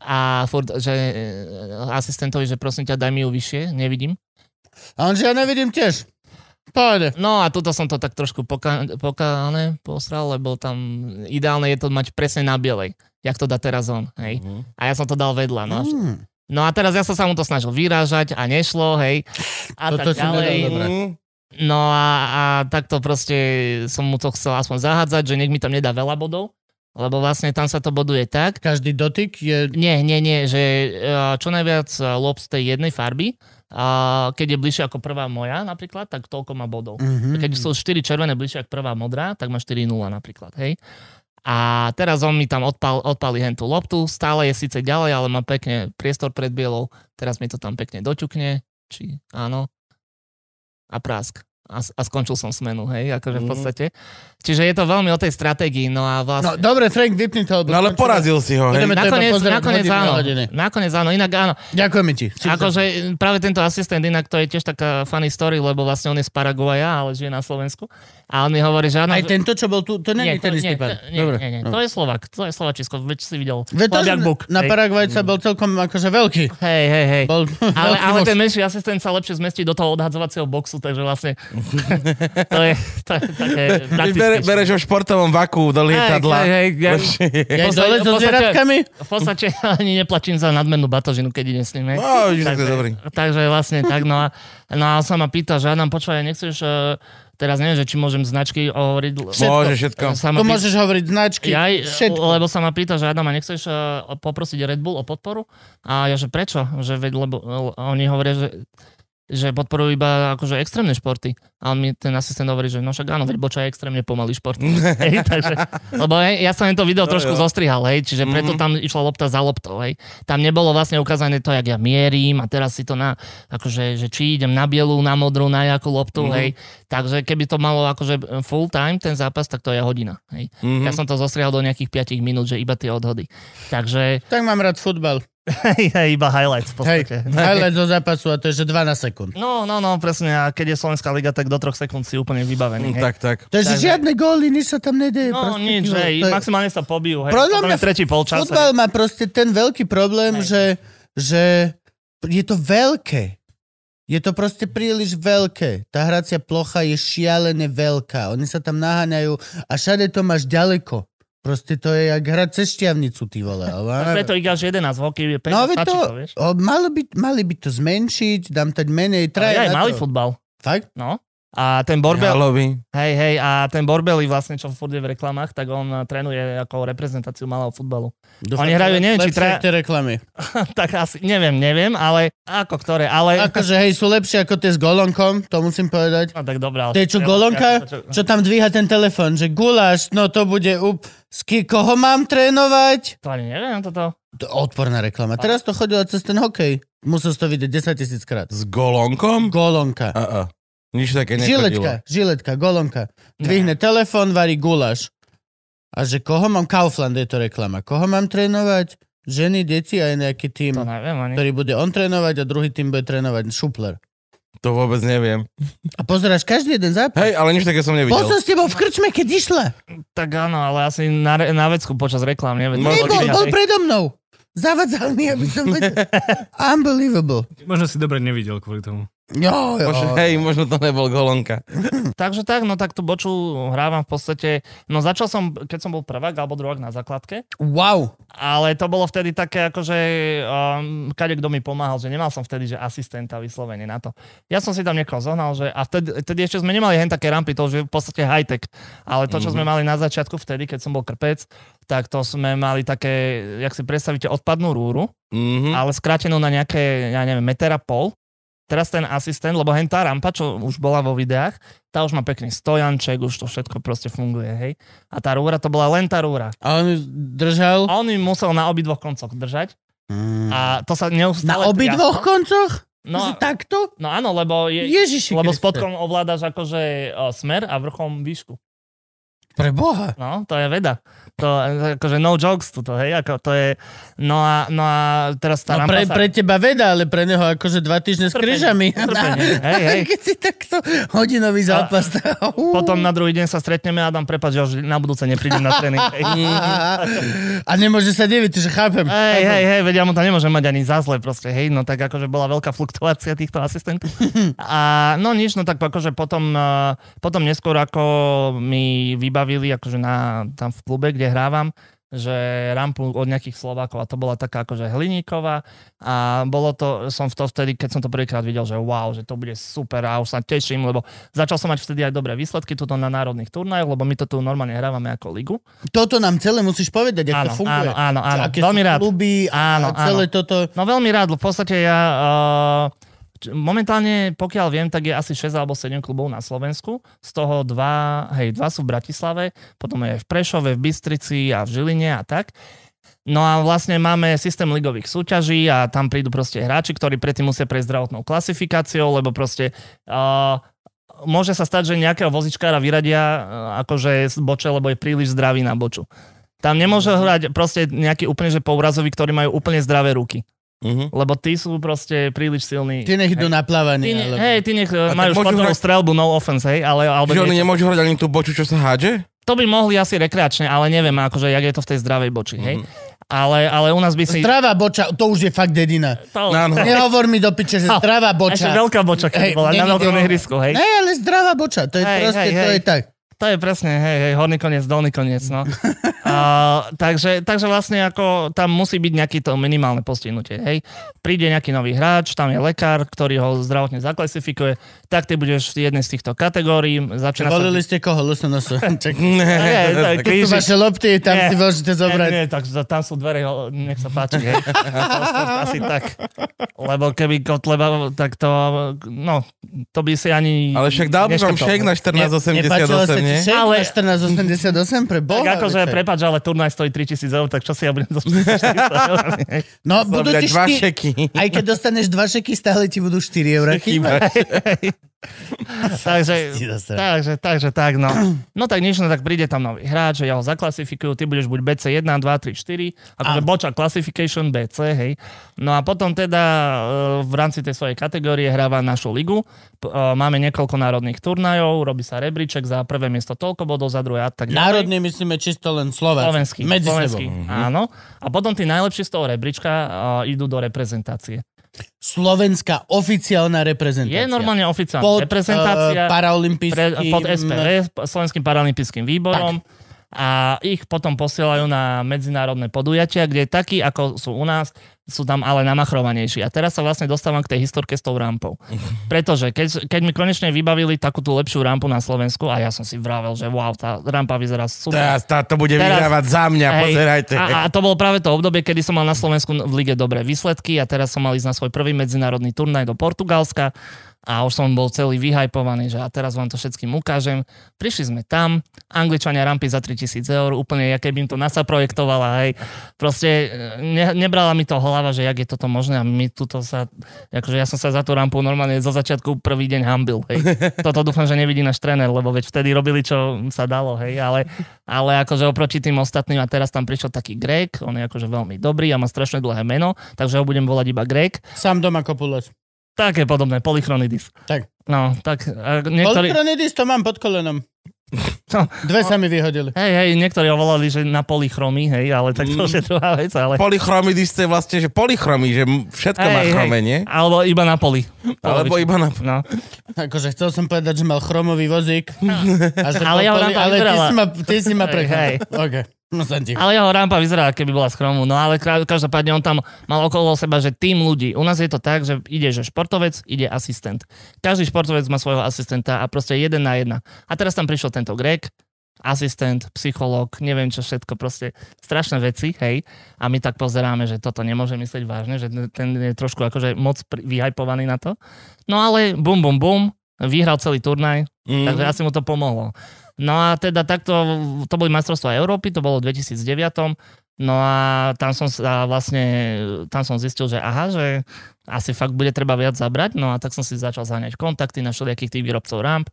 S3: A furt, že e, asistentovi, že prosím ťa, daj mi ju vyššie, nevidím.
S2: A on, že ja nevidím tiež. Pohode.
S3: No a tuto som to tak trošku poka- pokáne posral, lebo tam ideálne je to mať presne na bielej, jak to dá teraz on, hej.
S1: Mhm.
S3: A ja som to dal vedľa, no.
S2: Mm.
S3: No a teraz ja som sa mu to snažil vyrážať a nešlo, hej. A
S2: Toto
S3: tak
S2: si nedal
S3: ďalej.
S2: dobre.
S1: Mhm.
S3: No a, a takto proste som mu to chcel aspoň zahádzať, že nech mi tam nedá veľa bodov, lebo vlastne tam sa to boduje tak.
S2: Každý dotyk je
S3: Nie, nie, nie, že eh, čo najviac eh, lob z tej jednej farby, a keď je bližšie ako prvá moja napríklad, tak toľko má bodov.
S2: Mhm.
S3: Keď sú 4 červené bližšie ako prvá modrá, tak má 4-0 napríklad, hej. A teraz on mi tam odpal, odpali hen tú loptu, stále je síce ďalej, ale má pekne priestor pred bielou, teraz mi to tam pekne doťukne, či áno. A prásk. a, s- a skončil som smenu, hej, akože v podstate. Čiže je to veľmi o tej stratégii, no a
S2: Mm. No
S3: vlastne...
S2: dobre, Frank, vypni to. lebo
S1: No ale
S2: skončíme.
S1: porazil si ho, hej.
S2: Budeme- to iba
S3: Nakoniec,
S2: pozerať
S3: nakoniec,
S2: hodiny a
S3: áno,
S2: hodiny.
S3: nakoniec áno, inak áno.
S2: Ďakujeme ti. Si-
S3: Akože práve tento asistent inak to je tiež taká funny story, lebo vlastne on je z Paraguaja, ale žije na Slovensku. A on mi hovorí, no, že áno...
S2: Aj tento, čo bol tu, to nie je
S3: to-
S2: ten istý
S3: nie,
S2: pán.
S3: to- nie,
S2: Dobre.
S3: nie, nie,
S2: dobre.
S3: to je Slovak, to je Slovačisko, veď si videl.
S2: Veď to
S3: Slaviak Buk,
S2: na
S3: hej.
S2: Paragvajca bol celkom akože veľký.
S3: Hej, hej, hej.
S2: Bol
S3: Ale,
S2: veľký
S3: ale
S2: muž.
S3: ten menší asistent sa lepšie zmestí do toho odhadzovacieho boxu, takže vlastne to je, to je také
S1: Ty bere,
S3: praktickejšie.
S1: bereš ho v športovom vaku do lietadla.
S3: Hej, hej, ja-
S2: Ja
S3: v
S2: aj dole
S3: podstate- v
S2: so
S3: podstate-
S2: zvieratkami?
S3: V podstate ani neplačím za nadmernú batožinu, keď idem s ním. hej.
S1: No, vidíš, tak to je dobrý.
S3: takže vlastne tak, no a, no a on sa ma pýta, že Adam, počúvaj, nechceš, eh, teraz neviem, že či môžem značky hovoriť.
S2: Všetko.
S1: Môže všetko.
S3: Sa ma
S2: To
S3: pýta-
S2: môžeš hovoriť značky,
S3: ja,
S2: všetko.
S3: lebo sa ma pýta, že Adam, a nechceš uh, poprosiť Red Bull o podporu? A ja, že prečo? Že veď, lebo uh, oni hovoria, že že podporujú iba akože extrémne športy. A on mi ten asistent hovorí, že no však áno, veď boča je extrémne pomalý šport. hej, takže, lebo hej, ja som im to video trošku zostrihal, hej, čiže preto tam išla lopta za loptou. Hej. Tam nebolo vlastne ukázané to, jak ja mierim a teraz si to na, akože, že či idem na bielu, na modrú, na jakú loptu, hej. Takže keby to malo akože full time ten zápas, tak to je hodina. Hej.
S1: Mhm.
S3: Ja som to zostrihal do nejakých 5 minút, že iba tie odhody. Takže
S2: Tak mám rád futbal.
S3: iba highlights v
S2: Hej, highlight zo zápasu a to je, že 12 sekúnd.
S3: No, no, no, presne. A keď je Slovenská liga, tak do troch sekúnd si úplne
S1: Mm,
S3: vybavený. Hej.
S1: Tak, tak.
S2: To je, že žiadne góly, nič sa tam nedeje.
S3: No
S2: proste,
S3: nič,
S2: kilo.
S3: hej,
S2: To je-
S3: maximálne sa pobijú. Hej.
S2: Podľa
S3: Potom
S2: mňa
S3: je tretí polčas.
S2: Futbal má proste ten veľký problém,
S3: Hej.
S2: že, že je to veľké. Je to proste príliš veľké. Tá hracia plocha je šialene veľká. Oni sa tam naháňajú a všade to máš ďaleko. Proste to je jak hrať cez šťavnicu, ty vole.
S3: hej.
S2: Ale...
S3: Preto ich až 11 v hokeji je 5,
S2: No, veď
S3: stačí
S2: to,
S3: to, vieš.
S2: o, malo by, mali by to zmenšiť, dám tať menej,
S3: Ale je
S2: traja
S3: aj
S2: na
S3: malý
S2: to.
S3: futbal.
S2: Fakt?
S3: No. A ten Borbel,
S1: Halovi.
S3: hej, hej, a ten Borbeli vlastne, čo furt je v reklamách, tak on eh, trénuje ako reprezentáciu malého futbalu.
S2: Dúfam,
S3: Oni hrajú,
S2: že
S3: neviem, či
S2: lepšie,
S3: traja-
S2: jak tie reklamy.
S3: tak asi, neviem, neviem, ale ako ktoré, ale...
S2: Akože hej, sú lepšie ako tie s golonkom, to musím povedať.
S3: No tak dobrá.
S2: To je čo, Golonka, čo tam dvíha ten telefon, že guláš, no to bude up... S ký, koho mám trénovať?
S3: To ani neviem toto.
S2: To je odporná reklama. Teraz to chodilo cez ten hokej. Musel si to vidieť 10 tisíc krát.
S1: S golonkom?
S2: Golonka.
S1: A-a. Nič také nechodilo.
S2: Žiletka, žiletka, golonka. Dvihne telefon, varí guláš. A že koho mám, Kaufland je to reklama. Koho mám trénovať? Ženy, deti a je nejaký tým,
S3: To neviem ani.
S2: ktorý bude on trénovať a druhý tým bude trénovať šupler.
S1: To vôbec neviem.
S2: A pozeráš každý jeden zápas.
S1: Hej, ale nič také som
S2: Bol
S1: nevidel.
S2: som s tebou v krčme, keď išla.
S3: Tak áno, ale asi na, re- na vecku počas reklám, neviem.
S1: Možno
S2: Nebol,
S1: Určite.
S2: bol predo mnou. Zavadzal mi, aby som vedel. Unbelievable.
S4: Možno si dobre nevidel kvôli tomu.
S2: Jo, jo.
S1: Možno, hej, možno to nebol golonka.
S3: Takže tak, no tak tú boču hrávam v podstate, no začal som, keď som bol prvák alebo druhák na základke,
S2: Wow.
S3: ale to bolo vtedy také akože, um, kade kto mi pomáhal, že nemal som vtedy, že asistenta vyslovene na to. Ja som si tam niekoho zohnal, že a vtedy, vtedy ešte sme nemali hen také rampy, to už je v podstate high-tech, ale to, čo sme mali na začiatku vtedy, keď som bol krpec, tak to sme mali také, jak si predstavíte, odpadnú rúru,
S1: Mhm.
S3: ale skrátenú na nejaké, ja neviem, meter a pol. Teraz ten asistent, lebo hen tá rampa, čo už bola vo videách, tá už má pekný stojanček, už to všetko proste funguje, hej. A tá rúra, to bola len tá rúra.
S2: A on ju držal
S3: On ju musel na obidvoch koncoch držať
S2: Mm.
S3: a to sa neustále...
S2: na
S3: triaslo.
S2: obidvoch koncoch? No,
S3: No,
S2: takto?
S3: no áno, lebo, je,
S2: Ježiši
S3: lebo
S2: Kriste.
S3: spodkom ovládaš akože o, smer a vrchom výšku.
S2: Pre Boha.
S3: No, to je veda. To je akože no jokes tuto, hej, ako to je... No a, no a teraz tá
S2: No
S3: rampa
S2: pre,
S3: sa...
S2: pre teba veda, ale pre neho akože dva týždne s
S3: Utrpenie,
S2: kryžami.
S3: utrpenie. Hej, hej.
S2: Keď si takto hodinový zápas. Uú.
S3: Potom na druhý deň sa stretneme a dám prepáč, že už na budúce neprídem na tréning. Hej.
S2: A nemôže sa deviť, že chápem.
S3: Hej, hej, hej, veď ja mu to nemôžem mať ani za zle proste, hej, no tak akože bola veľká fluktuácia týchto asistentov. A no nič, no tak akože potom, eh, potom neskôr ako mi vybavili akože na, tam v klube, kde hrávam, že rampu od nejakých Slovákov a to bola taká akože hliníková a bolo to, som v to vtedy, keď som to prvýkrát videl, že wow, že to bude super a už sa teším, lebo začal som mať vtedy aj dobré výsledky tuto na národných turnajoch, lebo my to tu normálne hrávame ako ligu.
S2: Toto nám celé musíš povedať, ako
S3: Áno,
S2: funguje.
S3: áno, áno, áno.
S2: Aké
S3: Veľmi
S2: sú
S3: rád.
S2: kluby a
S3: Áno,
S2: celé toto.
S3: No veľmi rád, lebo v podstate ja... Uh, č- momentálne, pokiaľ viem, tak je asi 6 alebo 7 klubov na Slovensku. Z toho dva, hej, dva sú v Bratislave, potom je v Prešove, v Bystrici a v Žiline a tak. No a vlastne máme systém ligových súťaží a tam prídu proste hráči, ktorí predtým musia prejsť zdravotnou klasifikáciou, lebo proste uh, môže sa stať, že nejakého vozičkára vyradia e, akože z boče, lebo je príliš zdravý na boču. Tam nemôže hrať proste nejaký úplne, že pourazový, ktorí majú úplne zdravé ruky.
S1: Uh-huh.
S3: Lebo tí sú proste príliš silní.
S2: Ty nech idú na
S3: Ty
S2: plávanie.
S3: ne,
S2: alebo-
S3: hej, ty nech e,
S1: tak
S3: majú
S1: môžu
S3: športovú
S1: hrať-
S3: strelbu, no offense, hej, ale alebo
S1: Že oni
S3: nie,
S1: nemôžu hrať ani tú boču, čo sa hádže?
S3: to by mohli asi rekreačne, ale neviem, akože, jak je to v tej zdravej boči, hej. Ale, ale u nás by si...
S2: Strava boča, to už je fakt dedina.
S3: to,
S1: Áno.
S2: Nehovor mi do piče, že
S3: Ale-
S2: strava
S3: ešte
S2: boča.
S3: veľká boča, keď
S2: Hej,
S3: bola na
S2: není-
S3: veľkom
S2: no.
S3: ihrisku, hej.
S2: Ne, ale zdravá boča, to je
S3: Hej,
S2: proste,
S3: hej,
S2: to
S3: hej.
S2: je tak.
S3: To je presne, hej, hej, horný koniec, dolný koniec, no. A, takže, takže vlastne ako tam musí byť nejaké to minimálne postihnutie, hej. Príde nejaký nový hráč, tam je lekár, ktorý ho zdravotne zaklasifikuje, tak ty budeš v jednej z týchto kategórií, začína
S2: Volili ste koho, LSNS? Čak,
S3: Nie,
S2: keď sú vaše lopty, tam
S3: Nie.
S2: si môžete zobrať.
S3: Nie, nie, tak za- tam sú dvere, ho- nech sa páči, hej. Proste Asi tak. Lebo keby Kotleba, tak to, no, to by si ani...
S1: Ale však dal by vám
S3: neškrtol.
S1: šek na
S2: Nepáčilo sa
S1: 1488,
S2: ti
S1: nie?
S2: šéf
S3: Ale-
S2: na 1488 pre
S3: Tak
S2: Boha?
S3: akože,
S2: večer.
S3: prepáč, ale turnaj stojí 3000 eur, tak čo si ja budem so 4400 eur?
S2: No, budú
S1: Zobrať
S2: ti
S1: dva
S2: štyri-
S1: šeky.
S2: Aj keď dostaneš dva šeky, stále ti budú 4 eurá chýbať.
S3: takže,
S2: Ty zase.
S3: takže, takže tak, no. No tak nič, no tak príde tam nový hráč, ja ho zaklasifikujú, ty budeš buď BC1, 2, 3, 4, akože
S2: Áno.
S3: boča classification BC, hej. No a potom teda e, v rámci tej svojej kategórie hráva našu ligu, P- e, máme niekoľko národných turnajov, robí sa rebríček za prvé miesto toľko bodov, za druhé a tak ďalej.
S2: Národný myslíme čisto len Slováci.
S3: Slovenský.
S2: Medzi
S3: slovenský,
S2: sebou. mhm.
S3: áno. A potom tí najlepší z toho rebríčka uh, idú do reprezentácie.
S2: Slovenská oficiálna
S3: Je
S2: reprezentácia.
S3: normálne oficiálna
S2: pod
S3: reprezentácia
S2: eh, paraolimpijským...
S3: pre, pod SPV, Slovenským paralympijským výborom. A ich potom posielajú na medzinárodné podujatia, kde takí, ako sú u nás, sú tam ale namachrovanejší. A teraz sa vlastne dostávam k tej historke s tou rampou. Pretože keď, keď mi konečne vybavili takú tú lepšiu rampu na Slovensku a ja som si vravel, že wow, tá rampa vyzerá super.
S1: Teraz táto bude
S3: Teraz-
S1: vyhrávať za mňa,
S3: Hej,
S1: pozerajte.
S3: A, a to bolo práve to obdobie, kedy som mal na Slovensku v lige dobré výsledky a teraz som mal ísť na svoj prvý medzinárodný turnaj do Portugalska a už som bol celý vyhajpovaný, že a teraz vám to všetkým ukážem. Prišli sme tam, Angličania rampy za 3000 eur, úplne, ja keby im to NASA projektovala, hej. Proste e, ne, nebrala mi to hlava, že jak je toto možné a my tuto sa, akože ja som sa za tú rampu normálne zo začiatku prvý deň hambil, hej. Toto dúfam, že nevidí náš tréner, lebo veď vtedy robili, čo sa dalo, hej, ale ale akože oproti tým ostatným a teraz tam prišiel taký Greg, on je akože veľmi dobrý a má strašne dlhé meno, takže ho budem volať iba Greg.
S2: Sám doma kopulos.
S3: Také podobné, polychronidis.
S2: Tak.
S3: No, tak a
S2: Niektorý...
S3: niektorí,
S2: to mám pod kolenom.
S3: No.
S2: Dve sa mi vyhodili.
S3: hej, hej, niektorí ho volali, že na polychromy, hej, ale tak to už je
S1: Mm.
S3: druhá vec, ale...
S1: Polychromidis to je vlastne, že polychromy, že m- všetko má
S3: Hej, hej.
S1: chrome, nie?
S3: Alebo iba na poli.
S1: Alebo iba na...
S3: No.
S2: Akože chcel som povedať, že mal chromový vozík. A že bol
S3: Ale ja ho
S2: plný-
S3: rád
S2: ale ty
S3: vybrala.
S2: si ma, ty si ma
S3: Hej,
S2: prechal.
S3: hej.
S2: OK, no som ticho.
S3: Ale jeho rampa vyzerá, keby bola z chromu. No ale krá- každopádne on tam mal okolo seba, že tým ľudí. U nás je to tak, že ide, že športovec, ide asistent. Každý športovec má svojho asistenta a proste jeden na jedna. A teraz tam prišiel tento Greg, asistent, psychológ, neviem čo všetko, proste strašné veci, hej. A my tak pozeráme, že toto nemôže myslieť vážne, že ten je trošku akože moc pri- vyhypovaný na to. No ale bum, bum, bum, vyhral celý turnaj,
S1: Mm.
S3: Mm-hmm. Takže asi mu to pomohlo. No a teda takto, to boli majstrovstvá Európy, to bolo v 2009. No a tam som sa vlastne, tam som zistil, že aha, že asi fakt bude treba viac zabrať, no a tak som si začal zaňať kontakty na všelijakých tých výrobcov ramp.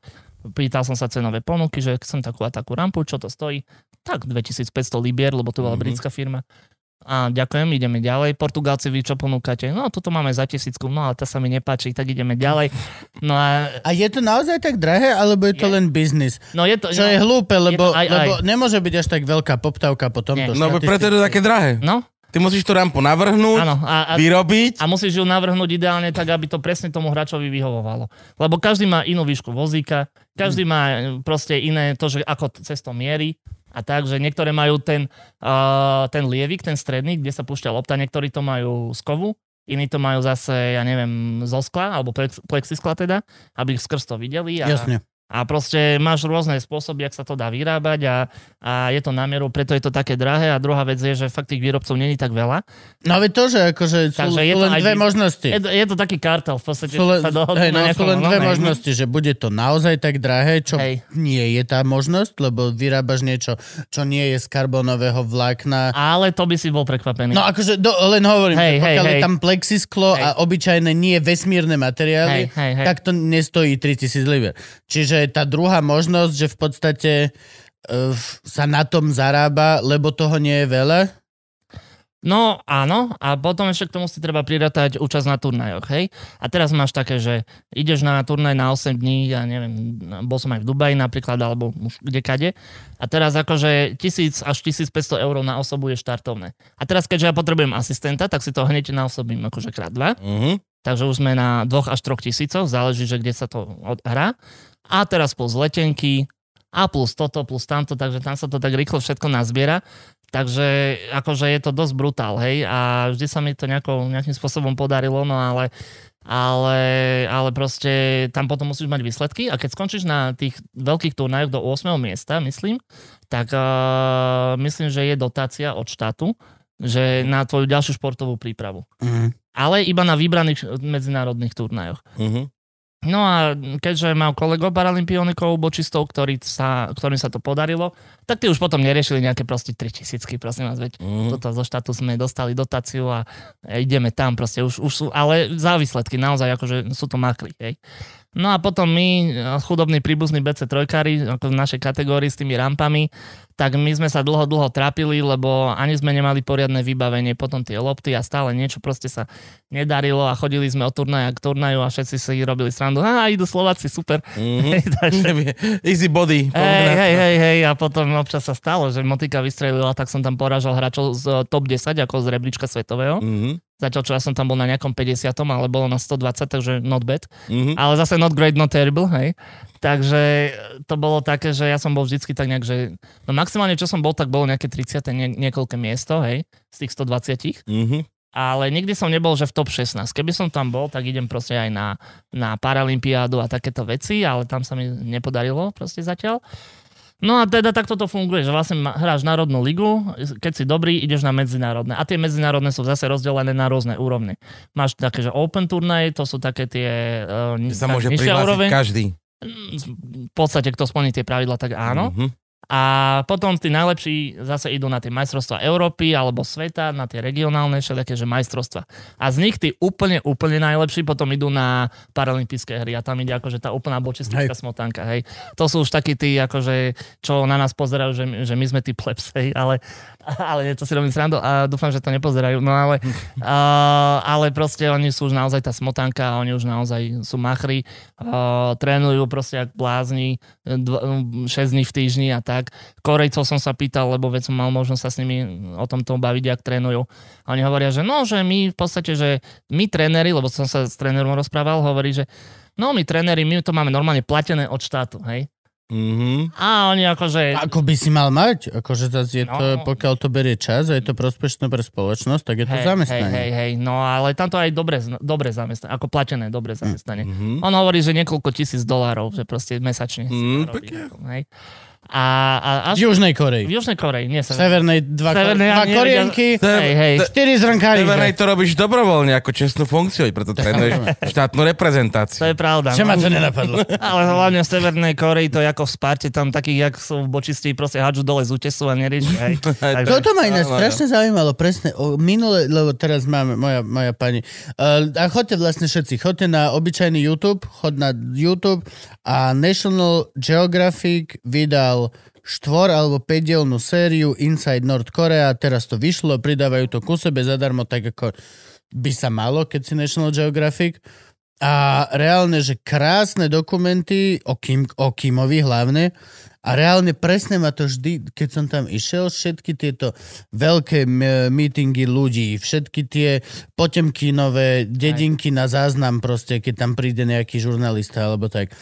S3: Pýtal som sa cenové ponuky, že chcem takú a takú rampu, čo to stojí. Tak 2500 libier, lebo to
S1: Mhm.
S3: bola britská firma. A ďakujem, ideme ďalej. Portugálci, vy čo ponúkate? No, toto máme za tisícku, no ale to sa mi nepáči, tak ideme ďalej. No a
S2: A je to naozaj tak drahé, alebo je to
S3: Je.
S2: len biznis?
S3: no je to...
S2: Čo
S3: no,
S2: je hlúpe, lebo,
S3: je to aj, aj.
S2: lebo nemôže byť až tak veľká poptávka po tomto.
S1: No, bo preto je to také drahé.
S3: No,
S1: Ty musíš tú rampu navrhnúť,
S3: áno. A, a,
S1: vyrobiť.
S3: a musíš ju navrhnúť ideálne tak, aby to presne tomu hráčovi vyhovovalo. Lebo každý má inú výšku vozíka, každý má e, proste iné to, že ako t- cez to mierí. A tak, že niektoré majú ten, uh, ten lievik, ten stredný, kde sa púšťa lopta, niektorí to majú z kovu, iní to majú zase, ja neviem, zo skla, alebo plex- plexiskla teda, aby ich skrz to videli. A,
S2: Jasne.
S3: A proste máš rôzne spôsoby, jak sa to dá vyrábať a, a je to na mieru, preto je to také drahé. A druhá vec je, že fakt tých výrobcov není tak veľa.
S2: No veď to, že akože sú,
S3: Takže je
S2: sú
S3: to
S2: len
S3: aj
S2: dve
S3: vy-
S2: možnosti.
S3: Je, to- je to taký kartel, v podstate
S2: Sú len,
S3: sa dohodnú
S2: hej,
S3: na
S2: no, sú
S3: nejakom
S2: len dve
S3: no, hej.
S2: možnosti, že bude to naozaj tak drahé, čo
S3: Hej.
S2: nie je tá možnosť, lebo vyrábaš niečo, čo nie je z karbonového vlákna.
S3: Ale to by si bol prekvapený.
S2: No akože, do, len hovorím, že
S3: Hej, hej,
S2: pokiaľ je
S3: hej.
S2: tam plexisklo a obyčajné nie vesmírne materiály,
S3: Hej, hej, hej.
S2: tak to nestojí 3000 liber. Čiže tá druhá možnosť, že v podstate eh, sa na tom zarába, lebo toho nie je veľa.
S3: No áno, a potom ešte k tomu si treba priratať účasť na turnajoch, hej? A teraz máš také, že ideš na turnaj na 8 dní, ja neviem, bol som aj v Dubaji napríklad, alebo už kdekade. A teraz akože 1000 až 1500 eur na osobu je štartovné. A teraz keďže ja potrebujem asistenta, tak si to hneď násobím akože krát dva.
S1: Mhm.
S3: Takže už sme na 2 až 3 tisícov, záleží, že kde sa to odhrá. A teraz plus letenky, a plus toto, plus tamto, takže tam sa to tak rýchlo všetko nazbiera. Takže akože je to dosť brutál, hej, a vždy sa mi to nejako, nejakým spôsobom podarilo, no ale, ale, ale proste tam potom musíš mať výsledky a keď skončíš na tých veľkých turnajoch do 8. miesta, myslím, tak uh, myslím, že je dotácia od štátu, že na tvoju ďalšiu športovú prípravu ale iba na vybraných eh, medzinárodných turnajoch.
S1: Mhm.
S3: No a keďže mám kolegov paralympionikov, bočistov, ktorý sa, ktorým sa to podarilo, tak tí už potom neriešili nejaké proste 3000, prosím vás, veď
S1: Mhm.
S3: toto zo štátu sme dostali dotáciu a ideme tam proste, už, už sú, ale za výsledky naozaj, akože sú to makry, hej. No a potom my, chudobní príbuzní BC3, ako v našej kategórii s tými rampami, tak my sme sa dlho, dlho trápili, lebo ani sme nemali poriadne vybavenie, potom tie lopty a stále niečo proste sa nedarilo a chodili sme od turnaja k turnaju a všetci si robili srandu. A idú Slováci, super.
S1: Mhm.
S3: Hej, takže-
S1: Easy body.
S3: Hej, hej, hej, hej, a potom občas sa stalo, že Motika vystrelila, tak som tam poražal hráčov z eh, top 10, ako z rebríčka svetového.
S1: Mhm.
S3: Zatiaľ, čo ja som tam bol na nejakom 50, ale bolo na 120, takže not bad.
S1: Mhm.
S3: Ale zase not great, not terrible, hej. Takže eh, to bolo také, že ja som bol vždycky tak nejak, že no maximálne čo som bol, tak bolo nejaké 30, nie, niekoľké miesto, hej, z tých 120.
S1: Mhm.
S3: Ale nikdy som nebol, že v top 16. Keby som tam bol, tak idem proste aj na, na Paralympiádu a takéto veci, ale tam sa mi nepodarilo proste zatiaľ. No a teda takto to funguje, že vlastne ma- hráš národnú ligu, keď si dobrý, ideš na medzinárodné. A tie medzinárodné sú zase rozdelené na rôzne úrovne. Máš také, že open turnaje, to sú také tie uh,
S2: Hm,
S1: Kde Sa môže
S3: nižšia
S1: prihlásiť
S3: úroveň
S1: každý.
S3: v podstate, kto splní tie pravidla, tak áno.
S1: Mhm.
S3: A potom tí najlepší zase idú na tie majstrovstvá Európy alebo sveta, na tie regionálne, všelijaké, že majstrovstvá. A z nich tí úplne, úplne najlepší potom idú na paralympijské hry a tam ide akože tá úplná bočistická
S2: Hej.
S3: smotanka, hej. To sú už takí tí, akože, čo na nás pozerajú, že, my- že my sme tí plebs, hej, ale, ale nie, to si robím srandu a dúfam, že to nepozerajú, no ale, uh, ale proste oni sú už naozaj tá smotanka, oni už naozaj sú machri, uh, trénujú proste jak blázni, eh, dv- 6 dní v týždni a tak. Korejcov som sa pýtal, lebo veď som mal možnosť sa s nimi hm, o tomto baviť, ak trénujú. A oni hovoria, že no, že my v podstate, že my tréneri, lebo som sa s trénerom rozprával, hovorí, že no my tréneri, my to máme normálne platené od štátu, hej.
S1: Mhm.
S3: A oni akože...
S2: Ako by si mal mať? Akože zase je to,
S3: No.
S2: pokiaľ to berie čas a je to prospešné pre spoločnosť, tak je to
S3: hej, hej, hej,
S2: zamestnanie.
S3: hej, no ale tamto aj dobre, zn- dobre zamestnanie, ako platené
S2: Mm.
S3: dobre zamestnanie.
S1: Mhm.
S3: On hovorí, že niekoľko tisíc dolárov, že proste mesačne. si
S1: Mm,
S3: zarobí,
S1: tak je.
S3: hej. A, a
S2: V
S3: až
S2: Južnej
S3: v
S2: Koreji.
S3: Južnej Koreji, nie
S2: V
S3: sa
S2: Severnej dva,
S3: Severnej
S2: dva
S3: Amerike-
S2: korienky,
S3: Hej, hej.
S2: štyri zrnkári.
S1: Severnej to robíš dobrovoľne, ako čestnú funkciu, preto trénuješ štátnu
S3: To
S1: reprezentáciu.
S3: je pravda.
S2: Čo
S3: no.
S2: ma to nenapadlo?
S3: Ale hlavne v Severnej Koreji to je ako v Sparte, tam takých, jak sú v bočistí, proste hádžu dole z útesu a neriešia. Hej. Takže,
S2: Toto ma iné
S1: Áno, áno.
S2: strašne zaujímalo, presne o minule, lebo teraz máme, moja, moja pani, uh, a chodte vlastne všetci, chodte na obyčajný YouTube, chod na YouTube a National Geographic vydal štvor alebo päťdielnú sériu Inside North Korea, teraz to vyšlo, pridávajú to ku sebe zadarmo, tak ako by sa malo, keď si National Geographic. A reálne, že krásne dokumenty o, Kim, o Kimovi hlavne. A reálne presne ma to vždy, keď som tam išiel, všetky tieto veľké m- meetingy ľudí, všetky tie potemkinové dedinky na záznam proste, keď tam príde nejaký žurnalista alebo tak.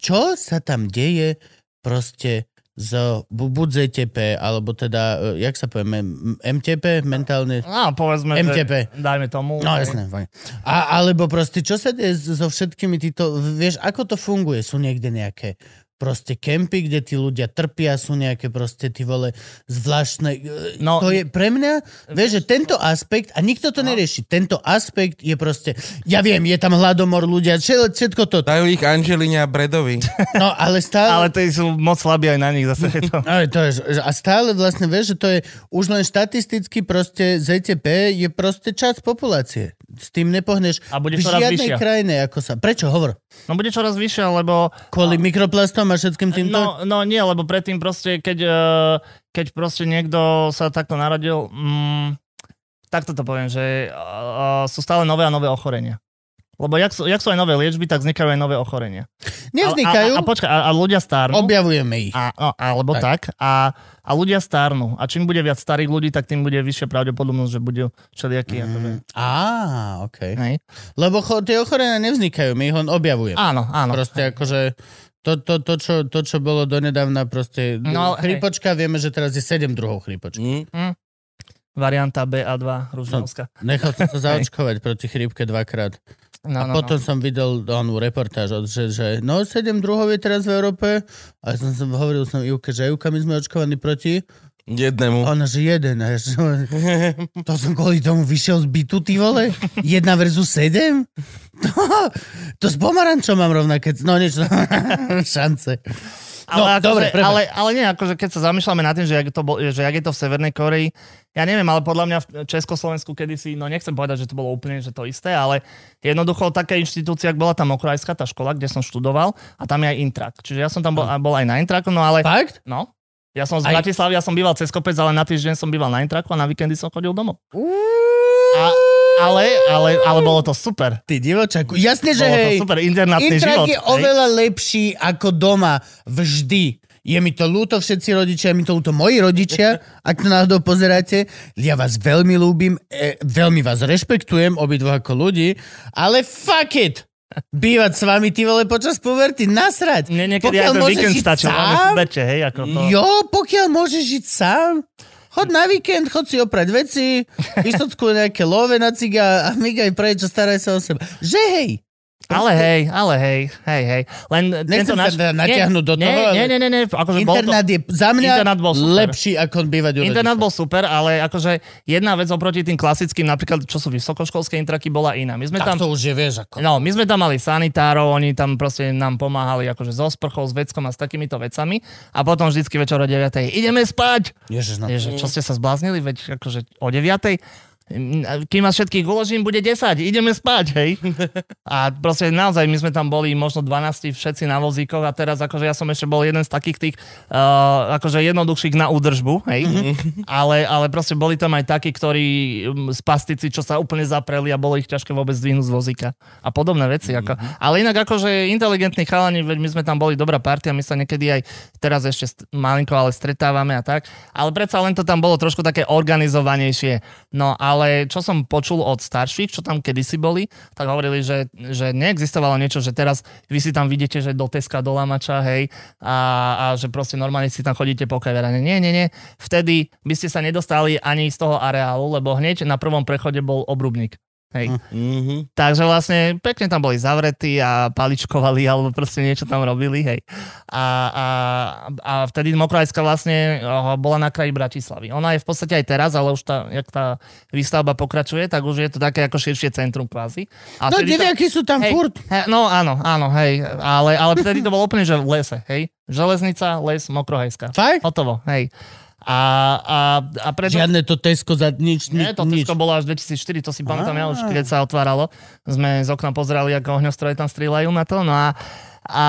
S2: Čo sa tam deje proste z bu- buď ZTP, alebo teda, e, jak sa povieme, m- MTP mentálne?
S3: no, povedzme,
S2: MTP.
S3: Že, dajme tomu.
S2: No
S3: hej.
S2: jasné, fajn. A, alebo proste, čo sa deje s- so všetkými týto, vieš, ako to funguje? Sú niekde nejaké proste kempy, kde tí ľudia trpia, sú nejaké proste ty vole zvláštne. No,
S3: No-
S2: to je pre mňa, vieš, že tento aspekt, a nikto to no. nerieši, tento aspekt je proste, ja viem, je tam hladomor ľudia, všetko, všetko to.
S5: Dajú ich Angeline a Bredovi.
S2: No ale stále...
S3: Ale tí sú moc slabí aj na nich zase. Je to.
S2: Ale to je, že- a stále vlastne vieš, že to je už len štatisticky proste ZTP je proste časť populácie. S tým nepohneš
S3: A bude
S2: v
S3: čoraz
S2: žiadnej
S3: vyššia.
S2: krajine. Ako sa, prečo? Hovor.
S3: No bude čoraz vyššia, lebo...
S2: Kvôli mikroplastom a všetkým týmto?
S3: No, no nie, lebo predtým proste, keď, eh, keď proste niekto sa takto narodil, mm, takto to poviem, že eh, sú stále nové a nové ochorenia. Lebo jak sú, jak sú aj nové liečby, tak vznikajú aj nové ochorenia.
S2: Nevznikajú,
S3: A, a, a, počkaj, a, a ľudia stárnu.
S2: objavujeme ich.
S3: A, no, alebo tak. tak a, a ľudia stárnu. A čím bude viac starých ľudí, tak tým bude vyššia pravdepodobnosť, že budú všelijakí. Mm.
S2: Á, okej.
S3: Hej.
S2: Lebo cho, tie ochorenia nevznikajú, my ich len objavujeme.
S3: Áno, áno.
S2: Proste akože to, to, to, čo, to, čo bolo donedávna proste
S3: No,
S2: no,
S3: ale-
S2: chrypočka, vieme, že teraz je 7 druhov
S5: Mhm,
S2: chrypočky.
S1: Hm?
S3: Varianta BA2, Ružnovská.
S2: Nechal som sa zaočkovať proti chrípke dvakrát.
S3: No,
S2: A
S3: no,
S2: potom
S3: no.
S2: som videl onú reportáž, od- že, že no 7 druhov je teraz v Európe a som, som hovoril som Ivke, že Ivka, my sme očkovaní proti.
S5: Jednému.
S2: A ona, že jeden. A ja, že, to som kvôli tomu vyšiel z bytu, ty vole? Jedna versus sedem? To, to s pomarančom mám rovnaké. No niečo, šance. No,
S3: ale,
S2: dobre,
S3: akože,
S2: prepáč.
S3: ale, ale nie, akože keď sa zamýšľame nad tým, že jak, to bol, že jak je to v Severnej Koreji, ja neviem, ale podľa mňa v Československu kedysi, no nechcem povedať, že to bolo úplne že to isté, ale jednoducho také inštitúcie, ak bola tam okrajská tá škola, kde som študoval a tam je aj Intrak. Čiže ja som tam bol, a bol aj na Intraku, no ale...
S2: Fakt?
S3: No. Ja som z
S2: Aj-
S3: Bratislavy, ja som býval cez kopec, ale na týždeň som býval na Intraku a na víkendy som chodil domov. A, ale, ale, ale bolo to super.
S2: Ty divočaku. Jasne, že
S3: Bolo to
S2: hej.
S3: super, internátny
S2: Intrak
S3: život.
S2: je
S3: hej.
S2: oveľa lepší ako doma. Vždy. Je mi to ľúto všetci rodičia, je mi to ľúto moji rodičia, ak to náhodou pozeráte. Ja vás veľmi ľúbim, e, veľmi vás rešpektujem, obidva ako ľudí, ale fuck it! Bývať s vami, ty vole, počas puberty, nasrať!
S3: Mne niekedy
S2: Pokiaľ
S3: aj ten
S2: môžeš
S3: víkend
S2: žiť
S3: stačil,
S2: sám,
S3: ale beče, hej, ako to...
S2: Jo, pokiaľ môžeš žiť sám, chod na víkend, chod si oprať veci, vysocku nejaké love na ciga a migaj preč a staraj sa o seba. Že hej,
S3: Ale hej, ale hej, hej, hej. Len
S2: Nechcem
S3: tento
S2: sa
S3: náš...
S2: teda natiahnuť do toho, ale-
S3: Nie, nie, nie, nie, akože bol to...
S2: internát je za mňa
S3: internát bol super.
S2: lepší ako bývať u
S3: Internát
S2: rodičov.
S3: bol super, ale akože jedna vec oproti tým klasickým, napríklad čo sú vysokoškolské intraky, bola iná. My sme
S2: Tak
S3: tam...
S2: to už je, vieš, ako...
S3: No, my sme tam mali sanitárov, oni tam proste nám pomáhali akože so sprchou, s veckom a s takýmito vecami. A potom vždycky večer o 9. ideme spať!
S2: Ježiš, no.
S3: Ježe, čo ste sa zbláznili, veď akože o 9. Kým vás všetkých uložím, bude 10, ideme spať, hej. A proste naozaj, my sme tam boli možno 12 všetci na vozíkoch a teraz akože ja som ešte bol jeden z takých tých uh, akože jednoduchších na údržbu, hej. Ale, ale proste boli tam aj takí, ktorí um, spastici, čo sa úplne zapreli a bolo ich ťažké vôbec zdvihnúť z vozíka a podobné veci. Ako. Ale inak akože inteligentní chalani, veď my sme tam boli dobrá partia, my sa niekedy aj teraz ešte st- malinko, ale stretávame a tak. Ale predsa len to tam bolo trošku také organizovanejšie. No ale čo som počul od starších, čo tam kedysi boli, tak hovorili, že, že neexistovalo niečo, že teraz vy si tam vidíte, že do Teska, do Lamača, hej, a, a že proste normálne si tam chodíte po kaverane. Nie, nie, nie. Vtedy by ste sa nedostali ani z toho areálu, lebo hneď na prvom prechode bol obrubník. Hej.
S5: Mhm.
S3: Takže vlastne pekne tam boli zavretí a paličkovali alebo proste niečo tam robili, hej. A, a, a vtedy Mokrajska vlastne o, bola na kraji Bratislavy. Ona je v podstate aj teraz, ale už tá, jak tá výstavba pokračuje, tak už je to také ako širšie centrum kvázi. A
S2: No,
S3: vtedy to-
S2: deviaky sú tam
S3: Hej,
S2: furt.
S3: hej, no áno, áno, hej, ale, ale vtedy to bolo úplne, že v lese, hej. Železnica, les, Mokrohajská.
S2: Fakt?
S3: Hotovo, hej. A, a, a preto...
S2: Žiadne to Tesco za nič, nič,
S3: Nie, to
S2: nič.
S3: Tesco bolo až 2004, to si pamätám ja už, keď sa otváralo. Sme z okna pozerali, ako ohňostroje tam strieľajú na to, no a a,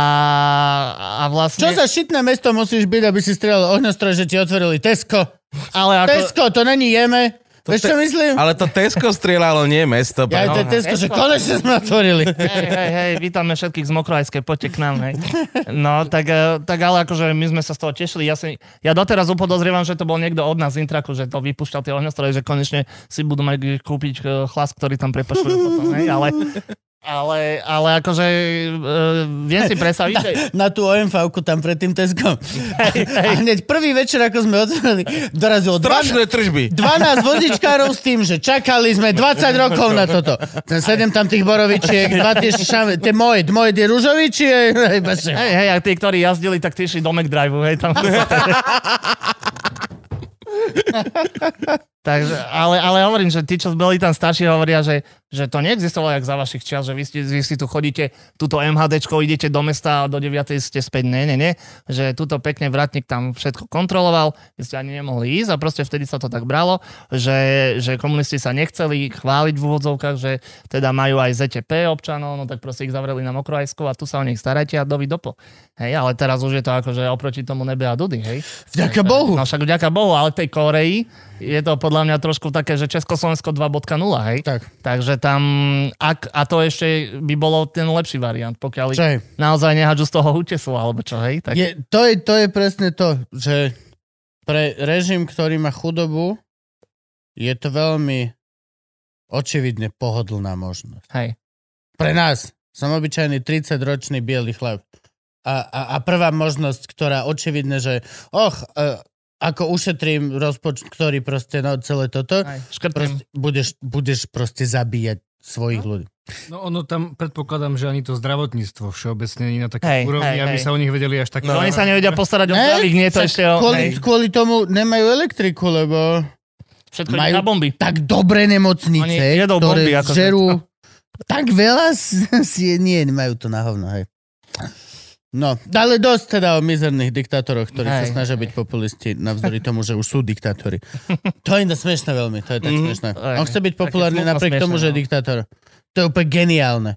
S3: a vlastne...
S2: Čo za šitné mesto musíš byť, aby si strelal ohňostroj, že ti otvorili Tesco?
S3: Ale ako...
S2: Tesco, to není jeme. Vieš, čo myslím?
S5: Ale to Tesco strieľalo, nie mesto.
S2: Ja aj to je Tesco, že
S3: Tesco.
S2: konečne sme otvorili.
S3: Hej, hej, hej, vítame všetkých z Mokroajskej, poďte k nám, hej. No, tak, e, tak ale akože my sme sa z toho tešili. Ja, si, ja doteraz upodozrievam, že to bol niekto od nás z Intraku, že to vypúšťal tie ohňostroje, že konečne si budú mať kde kúpiť e, chlas, ktorý tam prepašujú potom, hej, ale Ale, ale akože uh, viem si predstaviť, že...
S2: na tú omv tam pred tým Teskom. A hneď prvý večer, ako sme otvorili, dorazilo dvan-
S5: Strašné tržby.
S2: 12 vozičkárov s tým, že čakali sme 20 rokov na toto. Ten sedem tam tých borovičiek, dva tie šame, tie moje, moje tie ružovičie. iba že-
S3: Hej, hej, a tí, ktorí jazdili, tak tí išli do McDriveu, hej, tam. Takže, ale, ale hovorím, že tí, čo boli tam starší, hovoria, že, že to neexistovalo jak za vašich čias, že vy, ste, vy si tu chodíte, túto MHDčko, idete do mesta a do 9. ste späť. Nie, nie, nie. Že túto pekne vratník tam všetko kontroloval, vy ste ani nemohli ísť a proste vtedy sa to tak bralo, že, že komunisti sa nechceli chváliť v úvodzovkách, že teda majú aj ZTP občanov, no tak proste ich zavreli na Mokroajsku a tu sa o nich starajte a dovi dopo. Hej, ale teraz už je to akože oproti tomu nebe a dudy, hej.
S2: Vďaka Bohu.
S3: No však vďaka Bohu, ale tej Koreji je to podľa mňa trošku také, že Československo 2.0, hej?
S2: Tak.
S3: Takže tam, ak, a to ešte by bolo ten lepší variant, pokiaľ ich
S2: Čo je?
S3: naozaj nehadžu z toho útesu, alebo čo, hej? Tak,
S2: Je, to, je, to je presne to, že pre režim, ktorý má chudobu, je to veľmi očividne pohodlná možnosť.
S3: hej.
S2: Pre nás, som obyčajný 30-ročný biely chlap. A, a, a prvá možnosť, ktorá očividne, že och, e, ako ušetrím rozpočet, ktorý proste na celé toto,
S3: hej. Škrtnem.
S2: proste, budeš, budeš proste zabíjať svojich ľudí.
S4: No ono tam, predpokladám, že ani to zdravotníctvo všeobecne nie na
S3: Hej,
S4: takej úrovni,
S3: hej,
S4: aby
S3: hej.
S4: sa o nich vedeli až tak...
S3: No, oni sa nevedia postarať o
S2: Ne,
S3: zdravých, nie je to
S2: však
S3: ešte o...
S2: kvôli,
S3: Hej,
S2: kvôli tomu nemajú elektriku, lebo...
S3: všetko
S2: majú-
S3: majú... na bomby.
S2: tak dobré nemocnice,
S3: Oni jedou
S2: ktoré
S3: bomby, akože.
S2: žerú tak veľa, s- si, nie, nemajú to na hovno, hej. No, ale dosť teda o mizerných diktátoroch, ktorí sa
S3: Hej,
S2: snažia byť populisti navzdory tomu, že už sú diktátori. To je iné smiešne veľmi, to je tak
S5: Mhm.
S2: smiešne.
S3: Hej,
S2: On chce byť
S3: také
S2: populárny
S3: smutno
S2: napriek tomu,
S3: smiešne,
S2: že
S3: no.
S2: je diktátor. To je úplne geniálne.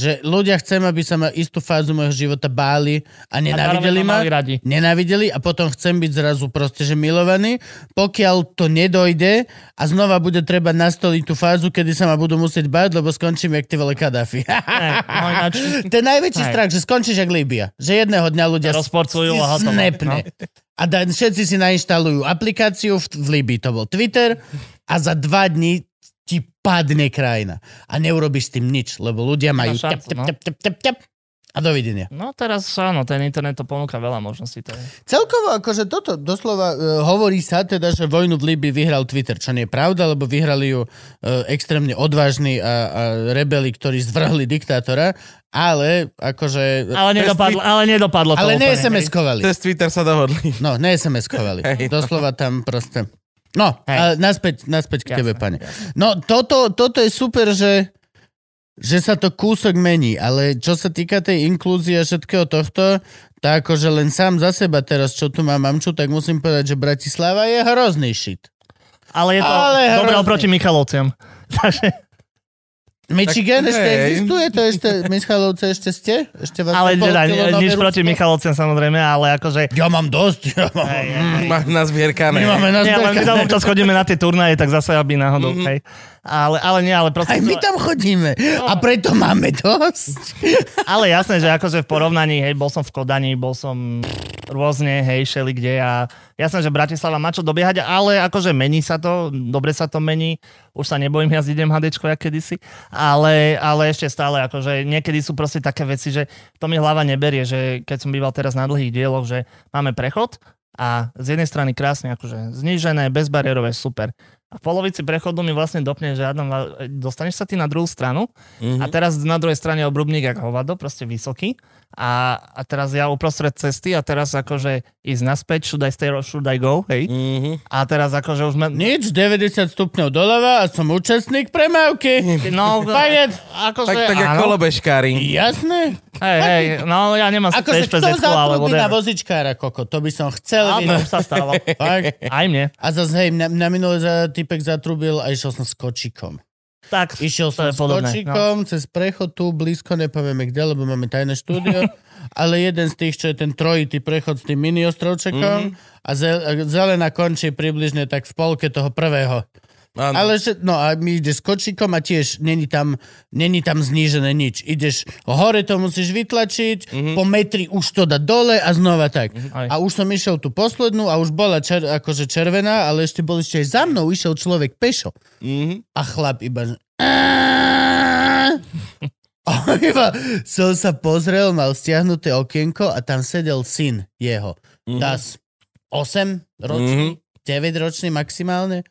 S2: Že ľudia chcem, aby sa ma istú fázu môjho života báli a
S3: A zároveň
S2: nenávideli
S3: ma
S2: ma
S3: mali radi.
S2: nenávideli a potom chcem byť zrazu proste, že milovaný, pokiaľ to nedojde a znova bude treba nastoliť tú fázu, kedy sa ma budú musieť báť, lebo skončím jak ty vole Kadáfi.
S3: Hej, no ináč,
S2: to je najväčší
S3: Hej.
S2: strach, že skončíš jak Líbia. Že jedného dňa ľudia si
S3: Rozporcujú a hotovo.
S2: snepne. A da, všetci si nainštalujú aplikáciu, v, v Líbii to bol Twitter a za dva dní ti padne krajina. A neurobiš s tým nič, lebo ľudia majú tep,
S3: šancu,
S2: tep,
S3: no.
S2: tep, tep, tep, tep, a dovidenia.
S3: no teraz áno, ten internet to ponúka veľa možností. To je.
S2: Celkovo akože toto doslova e, hovorí sa teda, že vojnu v Líbii vyhral Twitter, čo nie je pravda, lebo vyhrali ju e, extrémne odvážni a, a rebeli, ktorí zvrhli diktátora, ale akože...
S3: Ale nedopadlo, ale nedopadlo to
S2: ale ne
S3: úplne, hej.
S2: SMS-kovali.
S5: Cez Twitter sa dohodli.
S2: No, ne SMS-kovali.
S5: Hej, no.
S2: Doslova tam proste... No,
S3: Hej.
S2: ale naspäť, naspäť k
S3: Jasné,
S2: tebe, pane. No, toto, toto je super, že, že sa to kúsok mení, ale čo sa týka tej inklúzie a všetkého tohto, tak akože len sám za seba teraz, čo tu mám mamču, tak musím povedať, že Bratislava je hrozný shit.
S3: Ale je to
S2: Ale
S3: dobre
S2: hrozný.
S3: oproti Michalovciam. Takže,
S2: Michigan
S5: Tak
S2: ešte
S5: hej.
S2: existuje, to ešte, Michalovce ešte ste? Ešte vás
S3: ale teda,
S2: nepolotilo
S3: ni-
S2: nové
S3: nič
S2: Rusko?
S3: proti Michalovciam samozrejme, ale akože...
S2: Ja mám dosť, ja mám.
S3: Hej, hej, hej.
S5: Má na
S2: Mm. My
S5: zvierkané.
S2: máme na
S3: Nie, ale my tam
S2: zberka-
S3: občas chodíme na tie turnaje, tak zase aby náhodou,
S5: Mhm.
S3: hej. Ale, ale nie, ale proste...
S2: Mm. Aj my tam chodíme a preto máme dosť.
S3: Ale jasné, že akože v porovnaní, hej, bol som v Kodani, bol som rôzne, hej, šeli kde a jasné, že Bratislava má čo dobiehať, ale akože mení sa to, dobre sa to mení, už sa nebojím jazdiť MHDčko, jak kedysi, ale, ale ešte stále, akože niekedy sú proste také veci, že to mi hlava neberie, že keď som býval teraz na dlhých dieloch, že máme prechod a z jednej strany krásne, akože znížené, bezbariérové, super. A v polovici prechodu mi vlastne dopne, že Adam, dostaneš sa ty na druhú stranu
S5: Mhm.
S3: a teraz na druhej strane obrubník jak hovado, proste vysoký. A, a teraz ja uprostred cesty a teraz akože ísť naspäť, should I stay or should I go, hej.
S5: Mhm.
S3: A teraz akože už... Me...
S2: Nič, 90 stupňov doľava a som účastník premávky.
S3: No,
S2: Paget.
S3: akože
S5: Tak, tak
S3: áno.
S5: ako lobežkári.
S2: Jasné.
S3: Hej, hej, no ja nemám
S2: Akože
S3: akože
S2: kto
S3: PZ, alebo
S2: zatrudí na
S3: whatever.
S2: vozičkára, koko? To by som chcel.
S3: Áno,
S2: vidieť.
S3: už sa stalo.
S2: Fakt.
S3: Aj mne.
S2: A zase, hej, na, na minulé za, typek zatrubil a išiel som s kočikom.
S3: Tak,
S2: Išiel
S3: To
S2: som
S3: je
S2: s
S3: podobné, no.
S2: kočikom cez prechod tu, blízko, nepovieme kde, lebo máme tajné štúdio, ale jeden z tých, čo je ten trojitý prechod s tým mini
S3: Mhm.
S2: ostrovčekom a, zel, a zelená končí približne tak v polke toho prvého.
S5: Ale...
S2: Ale že, no a my ideš s kočíkom a tiež není tam, není tam znížené nič. Ideš hore, to musíš vytlačiť, mm-hmm. po metri už to dá dole a znova tak. Mm-hmm.
S3: Aj.
S2: A už som išiel tú poslednú a už bola čer, akože červená, ale ešte bol ešte aj za mnou, išiel človek pešo.
S5: Mhm.
S2: A chlap iba... že- A A on iba, som sa pozrel, mal stiahnuté okienko a tam sedel syn jeho.
S5: Mhm.
S2: Das 8 ročný, 9 ročný maximálne.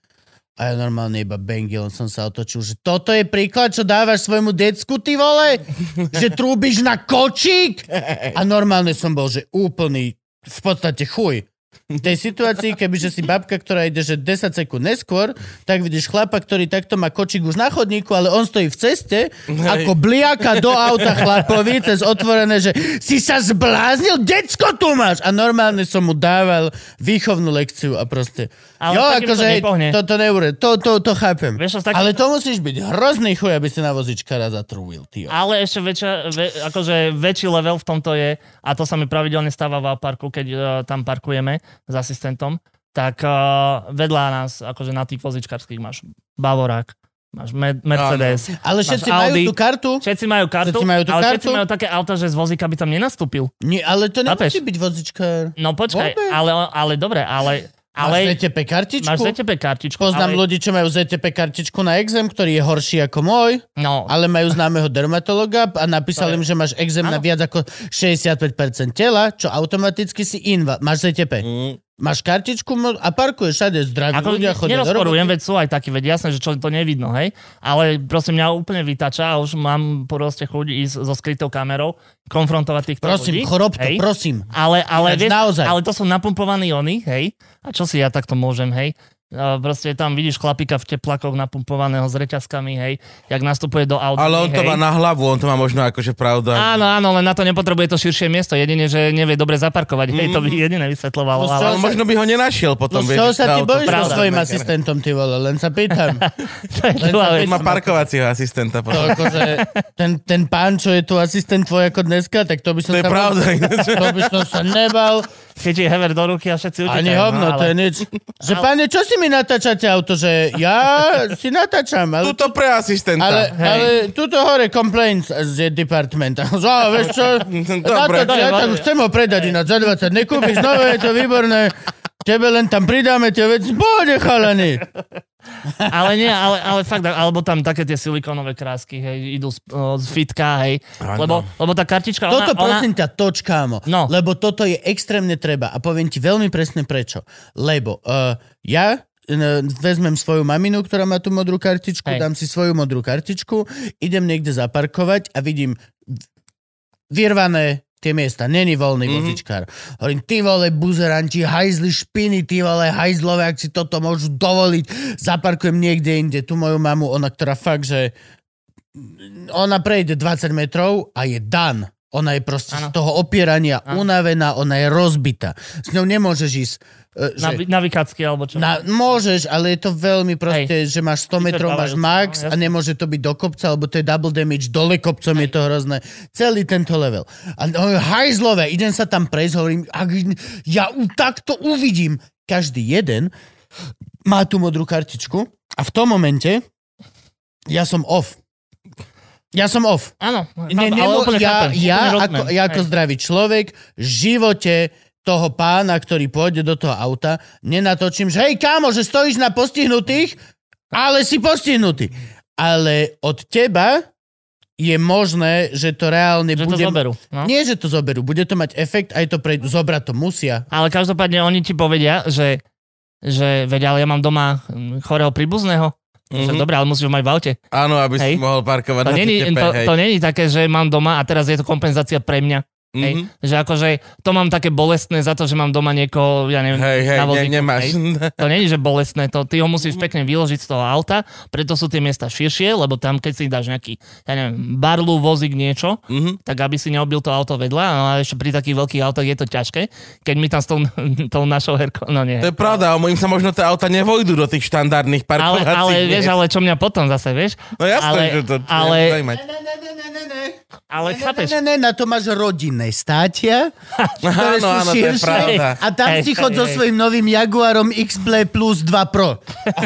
S2: A ja normálne iba bengil, som sa otočil, že toto je príklad, čo dávaš svojmu decku, ty vole? Že trúbiš na kočík? A normálne som bol, že úplný, v podstate chuj. V tej situácii, kebyže si babka, ktorá ide, že 10 sekúnd neskôr, tak vidíš chlapa, ktorý takto má kočík už na chodníku, ale on stojí v ceste, ako bliaka do auta chlapovi, cez otvorené, že si sa zbláznil, decko tu máš! A normálne som mu dával výchovnú lekciu a proste...
S3: Ale
S2: jo,
S3: takým
S2: akože,
S3: to
S2: hej,
S3: nepohne.
S2: toto neure, to, to, to chápem.
S3: Vieš, s takým-
S2: Ale to musíš byť hrozný chuj, aby si na vozičkára zatrúbil, ty.
S3: Ale ešte väčšia, ve, akože väčší level v tomto je, a to sa mi pravidelne stáva v parku, keď uh, tam parkujeme s asistentom, tak uh, vedľa nás, akože na tých vozičkarských máš Bavorák, máš Med- Mercedes.
S2: Ale všetci
S3: Máš
S2: majú
S3: Audi.
S2: tú kartu.
S3: Všetci majú kartu,
S2: Všetci majú tú
S3: ale všetci
S2: kartu?
S3: majú také auta, že z vozíka by tam nenastúpil.
S2: Nie, ale to
S3: Chápeš?
S2: nemusí byť vozičkár.
S3: No počkaj,
S2: Vôbec.
S3: ale, ale dobre, ale...
S2: Ale... Máš
S3: ale
S2: ZTP kartičku?
S3: máš ZTP kartičku.
S2: Poznám
S3: ale,
S2: ľudí, čo majú ZTP kartičku na exem, ktorý je horší ako môj,
S3: No,
S2: ale majú známeho dermatologa a napísal im, že máš exem na
S3: Áno.
S2: viac ako 65% tela, čo automaticky si inva. Máš ZTP. Máš kartičku mo- a parkuješ všade. Zdraví
S3: Mm. Ako,
S2: ľudia chodia do
S3: nerozporujem,
S2: roboty.
S3: veď sú aj takí, veď jasné, že čo to nevidno, hej. Ale proste mňa úplne vytača a už mám proste chuť ísť so skrytou kamerou, konfrontovať týchto ľudí.
S2: Prosím, chorob to,
S3: hej.
S2: prosím.
S3: Ale, ale,
S2: Ináč
S3: vieš,
S2: naozaj.
S3: ale to sú napumpovaní oni, hej. A čo si ja takto môžem, hej. E, Proste tam vidíš chlapika v teplakoch napumpovaného s reťazkami, hej, jak nastupuje do auta.
S5: Ale on
S3: hej.
S5: to má na hlavu, on to má možno akože pravda.
S3: Áno, áno, len na to nepotrebuje to širšie miesto. Jedine, že nevie dobre zaparkovať.
S5: Mm.
S3: Hej, to by jediné vysvetľovalo.
S2: No,
S3: ale...
S5: Ale možno by ho nenašiel potom.
S2: No z
S5: vieš,
S2: čoho
S5: na
S2: sa ty
S5: auto.
S2: bojíš so
S3: Pravda.
S2: svojim asistentom, ty vole? Len sa pýtam.
S3: to je
S2: Len
S3: druhá
S2: sa
S3: vec.
S5: Má parkovacieho asistenta
S2: To
S5: potom.
S2: akože, ten, ten pán, čo je tu asistent tvoj ako dneska, tak to by som
S5: To je
S2: sa...
S5: pravda. ináč.
S2: To by som sa nebal.
S3: Keď je hever do ruky a všetci utekajú.
S2: Ani hovno,
S3: no,
S2: to je nič. Že pane, čo si mi natáčate auto? Že ja si natáčam, ale...
S5: Tuto pre asistenta.
S2: Ale,
S3: Hej.
S2: ale tuto hore complaints z departmenta. Že, á, vieš čo,
S5: Dobre.
S2: Dobre, ja tak
S3: Dobre.
S2: chcem ho predať ináč za 20. Nekúpiš nové, je to výborné. Tebe len tam pridáme tie veci. Bode, chalani.
S3: Ale nie, ale, ale fakt, alebo tam také tie silikónové krásky, hej, idú z, o, z fitka, hej. Lebo, lebo tá kartička,
S2: Toto
S3: ona, ona,
S2: prosím ťa, toč, kámo.
S3: No.
S2: Lebo toto je extrémne treba. A poviem ti veľmi presne prečo. Lebo uh, ja eh, vezmem svoju maminu, ktorá má tú modrú kartičku,
S3: Hej.
S2: dám si svoju modrú kartičku, idem niekde zaparkovať a vidím vyrvané tie miesta, není
S3: Mhm.
S2: voľný mm-hmm. vozičkár. Hovorím, ty vole buzeranti, hajzli špiny, ty vole hajzlové, ak si toto môžu dovoliť, zaparkujem niekde inde. Tu moju mamu, ona, ktorá fakt, že ona prejde 20 metrov a je dan. Ona je proste ano. z
S3: Áno.
S2: toho opierania ano. unavená, ona je rozbitá. S ňou nemôžeš ísť. e,
S3: na,
S2: Že,
S3: na vykácky, alebo čo.
S2: na, môžeš, ale je to veľmi proste, Hej. že máš 100 metrov, máš
S3: Vyčerpávajúce,
S2: max
S3: no,
S2: a
S3: jasne.
S2: nemôže to byť do kopca, lebo to je double damage, dole kopcom je to hrozné. Celý tento level. A no, hajzlové, idem sa tam prejsť, hovorím, ak, ja u, takto uvidím. Každý jeden má tú modrú kartičku a v tom momente ja som off. Ja som off.
S3: Áno,
S2: Ne,
S3: chápem, ale
S2: nemo,
S3: úplne
S2: ja,
S3: chápem,
S2: ja,
S3: úplne
S2: ako,
S3: rozumiem,
S2: ja ako
S3: hej.
S2: zdravý človek v živote toho pána, ktorý pôjde do toho auta, nenatočím, že hej kámo, že stojíš na postihnutých, ale si postihnutý. Ale od teba je možné, že to reálne
S3: Že to
S2: bude...
S3: zoberú. No.
S2: Nie, že to zoberú. Bude to mať efekt, aj to prejdu. Zobrať to musia.
S3: Ale každopádne oni ti povedia, že, že veď, ale ja mám doma hm, chorého príbuzného. Že
S5: Mhm.
S3: Dobre, ale musíš ho mať v aute.
S5: Áno, aby si
S3: Hej.
S5: mohol parkovať
S3: To
S5: na
S3: není,
S5: TTP,
S3: to,
S5: hej.
S3: to není také, že mám doma a teraz je to kompenzácia pre mňa.
S5: Mhm.
S3: Hej, Že akože to mám také bolestné za to, že mám doma niekoho, ja neviem,
S5: Hej, hej,
S3: na
S5: ne,
S3: vozíku,
S5: nemáš.
S3: hej. To není, že bolestné, to, ty ho musíš
S5: Mhm.
S3: pekne vyložiť z toho auta, preto sú tie miesta širšie, lebo tam keď si dáš nejaký, ja neviem, barlu, vozík, niečo,
S5: Mhm.
S3: tak aby si neobil to auto vedľa, no a ešte pri takých veľkých autách je to ťažké, keď my tam s tou, tou našou herkou, no nie.
S5: To je pravda, ale im sa možno tie auta nevojdu do tých štandardných
S3: Ale,
S5: parkovacích
S3: ale vieš,
S5: miest.
S3: ale čo mňa potom zase, vieš?
S5: No jasné,
S3: ale,
S5: že to
S3: ale,
S5: zaujímať.
S2: Ne, ne, ne, ne, ne, ne.
S3: ale chápeš,
S2: Ne, ne, ne, na to máš rodinné státia, ktoré
S5: Áno,
S2: sú
S5: no áno, to je
S2: širšie
S5: pravda.
S2: a tam
S3: Hej,
S2: si chod
S3: hej,
S2: so
S3: hej.
S2: svojím novým Jaguarom X-Play plus 2 Pro.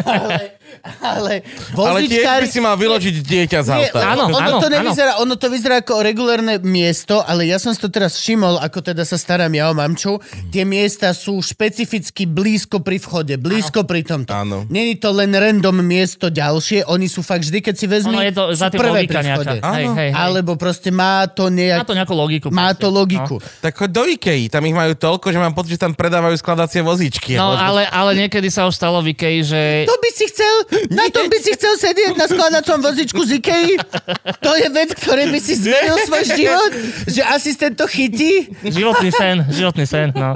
S2: Ale Ale
S5: Ale tiež
S2: vozíčkari...
S5: by si mal vyložiť dieťa z
S2: Nie,
S5: auta.
S3: Áno,
S2: ono,
S3: áno,
S2: to
S3: áno.
S2: nevyzerá, ono to vyzerá ako regulárne miesto, ale ja som si to teraz všimol, ako teda sa starám ja o mamču. Tie miesta sú špecificky blízko pri vchode, blízko pri tomto.
S5: Áno.
S2: Není to len random miesto ďalšie, oni sú fakt vždy, keď si vezmi,
S3: Ono je to
S2: sú
S3: za tým
S2: prvé
S3: logika
S2: pri
S3: nejaká.
S2: vchode.
S3: Hej, hej, hej.
S2: Alebo proste má to
S3: Má
S2: nejak...
S3: to nejakú logiku.
S2: Má
S3: proste.
S2: to logiku. No.
S5: Tak choď do Ikei, tam ich majú toľko, že mám pocit, že tam predávajú skladacie vozíčky.
S3: No, ale, ale niekedy sa už stalo v Ikei, že...
S2: To by si chcel, na tom by si chcel sedieť na skladacom vozičku z Ikei? To je vec, ktoré by si zmenil svoj život? Že asistent to chytí?
S3: Životný sen, životný sen, no.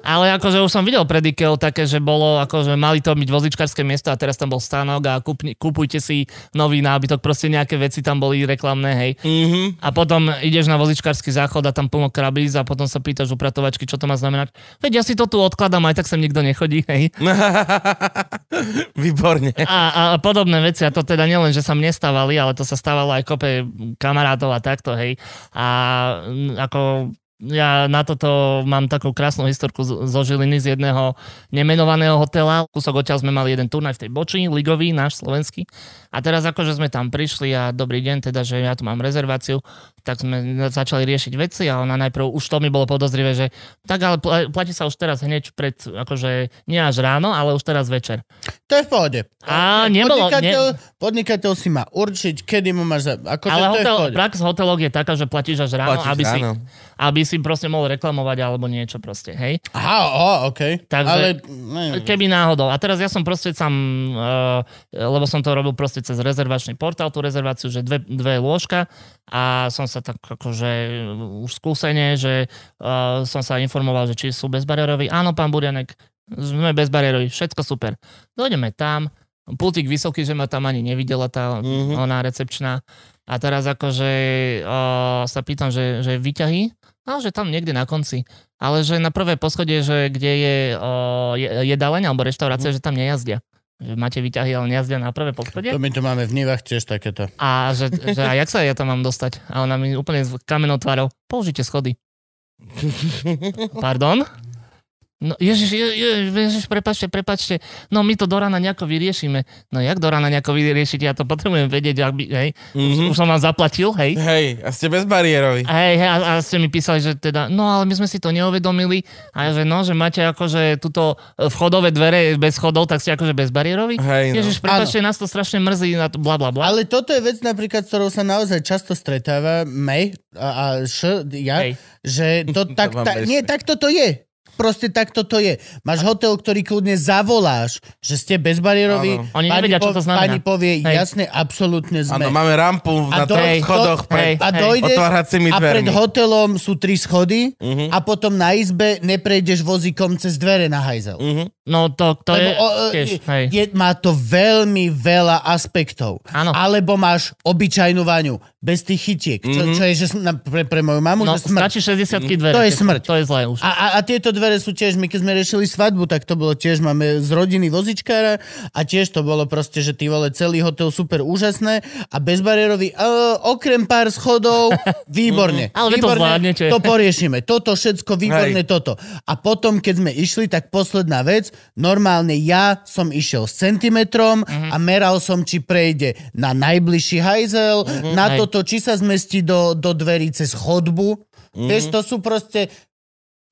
S3: Ale akože už som videl pred Ikeou také, že bolo, akože mali to byť vozičkárske miesto a teraz tam bol stánok a kúpni, kúpujte si nový nábytok, proste nejaké veci tam boli reklamné, hej.
S5: Mm-hmm.
S3: A potom ideš na vozičkársky záchod a tam plno krabíc a potom sa pýtaš upratovačky, čo to má znamenať. Veď ja si to tu odkladám, aj tak sem nikto nechodí, hej.
S5: Výborne.
S3: A, a podobné veci, a to teda nielen, že sa mne stávali, ale to sa stávalo aj kope kamarátov a takto, hej. A mm, ako ja na toto mám takú krásnu historku z- zo Žiliny z jedného nemenovaného hotela. Kúsok odtiaľ sme mali jeden turnaj v tej boči, ligový, náš slovenský. A teraz akože sme tam prišli a dobrý deň, teda, že ja tu mám rezerváciu, tak sme začali riešiť veci a ona najprv, už to mi bolo podozrivé, že tak ale pla- platí sa už teraz hneď pred, akože nie až ráno, ale už teraz večer.
S2: To je v pohode.
S3: A nebolo,
S2: podnikateľ,
S3: ne,
S2: podnikateľ si má určiť, kedy mu máš... Za... Ako to, to je
S3: ale
S2: v
S3: hotel,
S2: pohode.
S3: prax hotelok je taká, že platíš až ráno,
S5: Platíš
S3: aby,
S5: ráno.
S3: Si, aby si proste mohol reklamovať alebo niečo proste, hej?
S2: Aha, o, okej.
S3: Takže-
S2: Ale... Ne,
S3: Keby náhodou. A teraz ja som proste sám, uh, lebo som to robil proste cez rezervačný portál, tú rezerváciu, že dve, dve lôžka a som sa tak akože eh, už skúsene, že uh, som sa informoval, že či sú bezbariéroví. Áno, pán Burianek, sme bezbariéroví, všetko super. Dojdeme tam, pultík vysoký, že ma tam ani nevidela tá
S5: Mhm.
S3: ona recepčná. A teraz akože uh, sa pýtam, že, že výťahy? No, že tam niekde na konci. Ale že na prvé poschodie, že kde je o, je- jedaleň alebo reštaurácia, že tam nejazdia. Že máte výťahy, ale nejazdia na prvé
S2: to
S3: poschodie.
S2: my tu máme v Nivách tiež takéto.
S3: A že, že a jak sa ja tam mám dostať? A ona mi úplne s kamenou tvárou, použite schody. Pardon? No, ježiš, je, je, ježiš, prepačte, prepačte. No my to do rána nejako vyriešime. No jak do rána nejako vyriešite? Ja to potrebujem vedieť, aby, hej.
S5: Mhm.
S3: Už som vám zaplatil, hej.
S5: Hej, a ste bezbariérovi.
S3: Hej, hej, a, a ste mi písali, že teda, no ale my sme si to neuvedomili a ja, že no, že máte akože túto e, vchodové dvere bez chodov, tak ste akože bezbariéroví.
S5: Hej, no.
S3: Ježiš, prepáčte, nás to strašne mrzí na to, bla bla bla.
S2: Ale toto je vec napríklad, s ktorou sa naozaj často stretáva May a, a š, ja,
S3: Hej.
S2: že to tak,
S5: mám
S2: ta,
S5: bez-
S2: nie, takto to je. Proste takto to je. Máš hotel, ktorý kľudne zavoláš, že ste bezbariéroví.
S5: Áno.
S3: Oni nevedia, čo to znamená.
S2: Pani povie,
S3: Hej.
S2: jasne, absolútne sme.
S5: Áno, máme rampu
S2: A
S5: na
S2: do-
S5: troch
S2: hej,
S5: schodoch
S2: do-
S5: pred
S2: a
S3: Hej.
S2: dojdeš
S5: otváracími
S2: a pred
S5: dvermi. Mhm.
S2: hotelom sú tri schody a potom na izbe neprejdeš vozíkom cez dvere na hajzel.
S3: No to, to je
S2: o, e,
S3: tiež, hej.
S2: je, má to veľmi veľa aspektov.
S3: Áno.
S2: Alebo máš obyčajnú vaňu, bez tých chytiek, čo, čo je že, sm- na, pre, pre moju mamu,
S3: No,
S2: že smrť.
S3: stačí 60
S5: Mhm.
S3: dvere.
S2: To je
S3: keď-
S2: smrť.
S3: To je zlé už.
S2: A, a, a tieto dvere sú tiež, my keď sme riešili svadbu, tak to bolo tiež, máme z rodiny vozičkára a tiež to bolo proste, že ty vole, celý hotel super úžasné a bezbariérový, e, okrem pár schodov, výborne.
S3: Mhm. Ale vy to
S2: výborne,
S3: zvládnete.
S2: To poriešime, toto všetko, výborne
S5: Hej.
S2: toto. A potom, keď sme išli, tak posledná vec, normálne ja som išiel s centimetrom
S3: Mhm.
S2: a meral som, či prejde na najbližší hajzel, na
S3: Mhm. Hej.
S2: toto, či sa zmestí do, do dverí cez chodbu.
S4: Mhm.
S5: Mhm.
S2: Vieš, to sú proste e,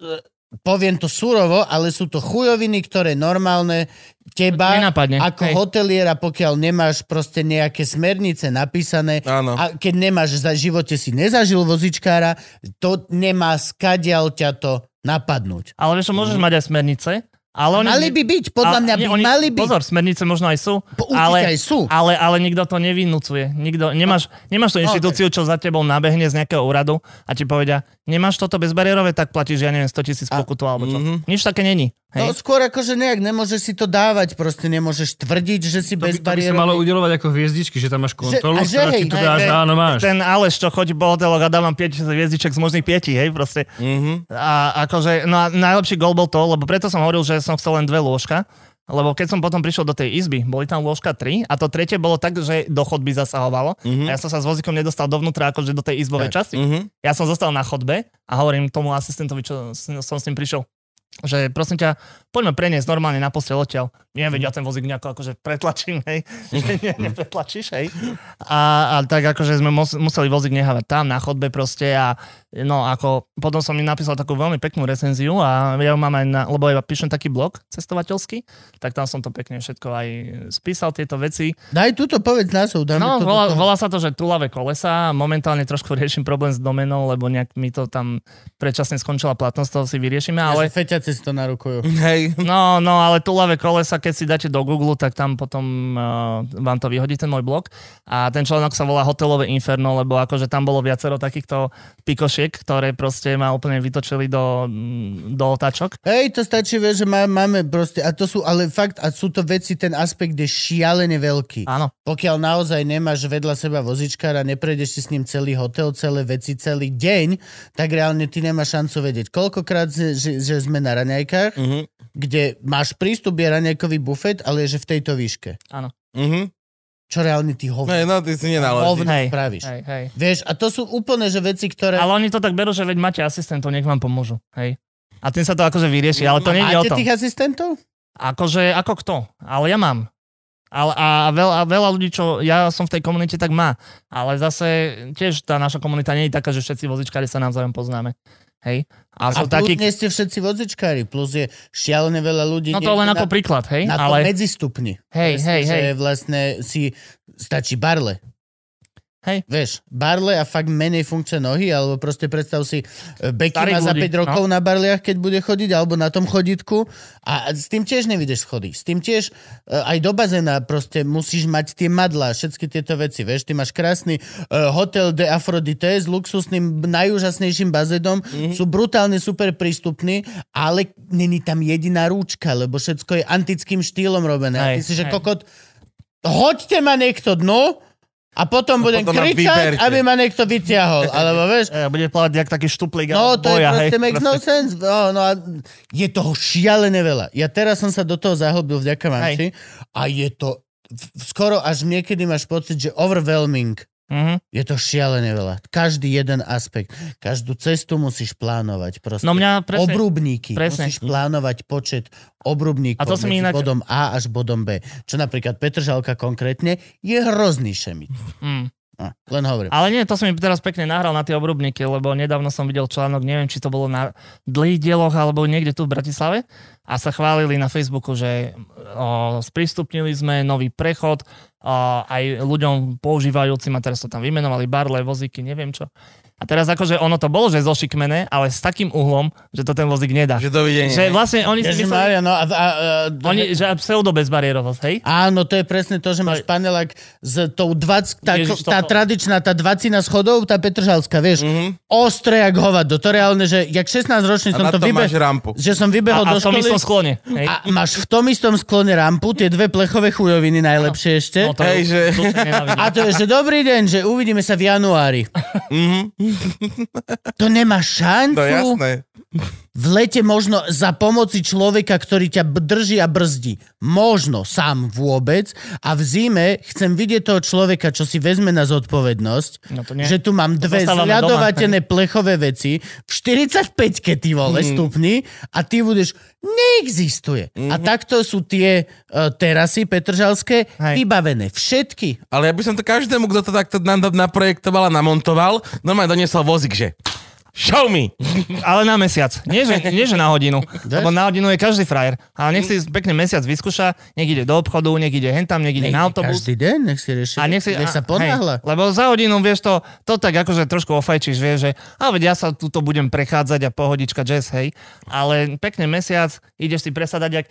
S2: poviem to surovo, ale sú to chujoviny, ktoré normálne teba
S3: Nenapadne,
S2: ako
S3: hej.
S2: hoteliera, pokiaľ nemáš proste nejaké smernice napísané
S4: No.
S5: Áno.
S2: a keď nemáš za živote si nezažil vozičkára, to nemá skadial ťa to napadnúť.
S3: Ale vieš, čo,
S5: Mhm.
S3: môžeš mať aj smernice, ale oni...
S2: Mali by byť, podľa
S3: ale-
S2: mňa by
S3: nie, oni,
S2: mali byť.
S3: Pozor, smernice možno aj sú,
S2: Po- určite
S3: ale,
S2: aj sú. No.
S3: ale, ale nikto to nevynúcuje. Nikto, nemáš, nemáš tú inštitúciu, čo za tebou nabehne z nejakého úradu a ti povedia, nemáš toto bezbariérové, tak platíš, ja neviem, 100 tisíc pokutu alebo čo. Nič také není.
S2: Mhm. No
S3: Hej?
S2: skôr akože nejak nemôžeš si to dávať, proste nemôžeš tvrdiť, že si
S4: To by,
S2: bez
S4: to by sa malo udelovať ako hviezdičky, že tam máš
S2: a
S4: kontrolu,
S2: že
S4: ktorá ti
S2: hej,
S4: to
S2: hej,
S4: dá,
S3: hej.
S4: že áno máš.
S3: Ten Aleš, čo chodí po hoteloch a dávam 5 hviezdiček z možných 5, hej, proste.
S5: Mhm.
S3: A akože, no a najlepší gol bol to, lebo preto som hovoril, že som chcel len dve lôžka, lebo keď som potom prišiel do tej izby, boli tam lôžka 3 a to tretie bolo tak, že do chodby zasahovalo. A ja som sa s vozíkom nedostal dovnútra, akože do tej izbovej časti.
S5: Mhm.
S3: Ja som zostal na chodbe a hovorím tomu asistentovi, čo s- som s ním prišiel. že prosím ťa, poďme preniesť normálne na postel odtiaľ. Nie, veď ja ten vozík nejako akože pretlačím, hej. Že nie, nepretlačíš, hej. A, a tak akože sme mus, museli vozík nehávať tam na chodbe proste a no ako, potom som mi napísal takú veľmi peknú recenziu a ja ju mám aj na, lebo ja píšem taký blog cestovateľský, tak tam som to pekne všetko aj spísal tieto veci.
S2: Daj túto povedz názov. Dáme
S3: No,
S2: to do
S3: volá,
S2: toho.
S3: volá sa to, že tulavé kolesa. Momentálne trošku riešim problém s domenou, lebo nejak mi to tam predčasne skončila platnosť, toho si vyriešime,
S2: Ja,
S3: ale...
S2: že Feťaci si to narukujú.
S5: Hej.
S3: No, no, ale tulavé kolesa, keď si dáte do Google, tak tam potom uh, vám to vyhodí ten môj blog. A ten článok sa volá Hotelové inferno, lebo akože tam bolo viacero takýchto pikošiek, ktoré proste ma úplne vytočili do, mm, do otáčok.
S2: Hej, to stačí, vieš, že má, máme proste, a to sú, ale fakt, a sú to veci, ten aspekt je šialene veľký.
S3: Áno.
S2: Pokiaľ naozaj nemáš vedľa seba vozičkára, neprejdeš si s ním celý hotel, celé veci, celý deň, tak reálne ty nemáš šancu vedieť. Koľkokrát, že, že- že sme na raňajkách,
S5: Mhm.
S3: Mm.
S2: kde máš prístup, je raňajkový bufet, ale je že v tejto výške.
S5: Mhm.
S2: Čo reálne ty
S5: No,
S2: hovno,
S5: no, ty si nenáležíš.
S2: hovno
S3: Hej,
S2: spravíš.
S3: Hej, hej.
S2: Vieš, a to sú úplne, že veci, ktoré...
S3: Ale oni to tak berú, že veď máte asistentov, nech vám pomôžu. Hej. A tým sa to akože vyrieši, ale to nie je o
S2: No, Máte
S3: tom.
S2: tých asistentov?
S3: Akože, ako kto? Ale ja mám. Ale, a, veľa, a veľa ľudí, čo ja som v tej komunite, tak má. Ale zase tiež tá naša komunita nie je taká, že všetci vozičkári sa navzájom poznáme. Hej? A
S2: A
S3: sú
S2: plus
S3: takí...
S2: nie ste všetci vozičkári, plus je šialené veľa ľudí.
S3: No to
S2: niekde
S3: len
S2: na-
S3: ako príklad, hej?
S2: na
S3: Ale
S2: to medzistupni.
S3: hej,
S2: Presne,
S3: hej,
S2: že
S3: hej.
S2: vlastne si stačí barle.
S3: Hej.
S2: Vieš, barle a fakt menej funkčné nohy, alebo proste predstav si, e, Becky má
S3: Starých
S2: za
S3: ľudí,
S2: 5 rokov na barliach, keď bude chodiť, alebo na tom chodítku a s tým tiež nevidíš schody. S tým tiež e, aj do bazéna proste musíš mať tie madlá, všetky tieto veci, vieš, ty máš krásny e, hotel de Afrodite s luxusným najúžasnejším bazénom, mm-hmm. sú brutálne super prístupní, ale není tam jediná rúčka, lebo všetko je antickým štýlom robené. a ty
S3: Hej,
S2: si, že
S3: hej.
S2: kokot, hoďte ma niekto dnu a potom budem
S5: potom ma
S2: kričať,
S5: vyberte.
S2: aby ma niekto vyťahol. Alebo vieš,
S3: E, Bude plávať jak taký štuplík
S2: no
S3: alebo
S2: to
S3: boja,
S2: je proste
S3: hej?
S2: makes no sense. No, no a je toho šialené veľa. Ja teraz som sa do toho zahlbil vďaka mamči a je to v- skoro až niekedy máš pocit, že overwhelming.
S3: Mhm.
S2: Je to šialené veľa. Každý jeden aspekt. Každú cestu musíš plánovať. Proste.
S3: No mňa presne-
S2: Obrubníky.
S3: presne.
S2: Musíš plánovať počet obrubníkov
S3: A to sa mi
S2: medzi
S3: inak-
S2: bodom A až bodom B. Čo napríklad Petržalka konkrétne je hrozný šemit.
S3: Mm.
S2: No, len hovorím.
S3: Ale nie, to som mi teraz pekne nahral na tie obrubníky, lebo nedávno som videl článok, neviem, či to bolo na dlhých dieloch alebo niekde tu v Bratislave a sa chválili na Facebooku, že o, sprístupnili sme nový prechod o, aj ľuďom používajúcim a teraz to tam vymenovali, barle, vozíky, neviem čo. A teraz akože ono to bolo, že zošikmené, ale s takým uhlom, že to ten vozík nedá.
S5: Že dovidenia.
S3: Že vlastne oni si
S2: Ježiš
S3: mysleli,
S2: Mária, no a, a, a,
S3: oni, že pseudo bezbariérovosť, hej?
S2: Áno, to je presne to, že máš panelák s tou 20, tá,
S3: Ježiš,
S2: tá
S3: toto- Mhm.
S2: tradičná, tá 20 schodov, tá Petržalská, vieš, mm-hmm. ostré jak hovado. To reálne, že jak 16 ročný
S5: A
S2: som
S5: na
S2: to
S5: to
S2: vybe-
S5: máš rampu.
S2: že som
S3: A,
S2: vybehol
S3: a
S2: do
S3: v tom
S2: školy
S3: istom sklone. Hej?
S2: a máš v tom istom sklone rampu, tie dve plechové chujoviny najlepšie ešte.
S3: No to,
S5: Hej, že-
S3: to sa nenávidím.
S2: A to je, že dobrý deň, že uvidíme sa v januári.
S3: Mhm.
S2: to nemá šancu.
S5: To
S3: No
S5: je jasné.
S2: V lete možno za pomoci človeka, ktorý ťa b- drží a brzdí. Možno sám vôbec. A v zime chcem vidieť toho človeka, čo si vezme na zodpovednosť.
S3: No to nie.
S2: Že tu mám dve
S3: zostávame
S2: zľadovatené plechové veci v 45-ke, ty vole, mm. stupni a ty budeš... Neexistuje. Mm-hmm.
S3: Mhm.
S2: A takto sú tie uh, terasy petržalské
S3: Hej.
S2: vybavené. Všetky.
S5: Ale ja by som to každému, kto to takto na- na- naprojektoval a namontoval, normálne doniesol vozík, že show me!
S3: Ale na mesiac. Nie, že, nie, že na hodinu. Lebo na hodinu je každý frajer. Ale nech si pekne mesiac vyskúša, nech ide do obchodu, nech ide hentam, nech ide na autobus.
S2: Každý deň nech si rieši.
S3: A nech, si,
S2: nech sa
S3: a-
S2: ponáhla.
S3: Hej, lebo za hodinu, vieš to, to tak akože trošku ofajčíš, vieš, že a veď ja sa tuto budem prechádzať a pohodička jazz, hej. Ale pekne mesiac, ideš si presadať, jak, eh,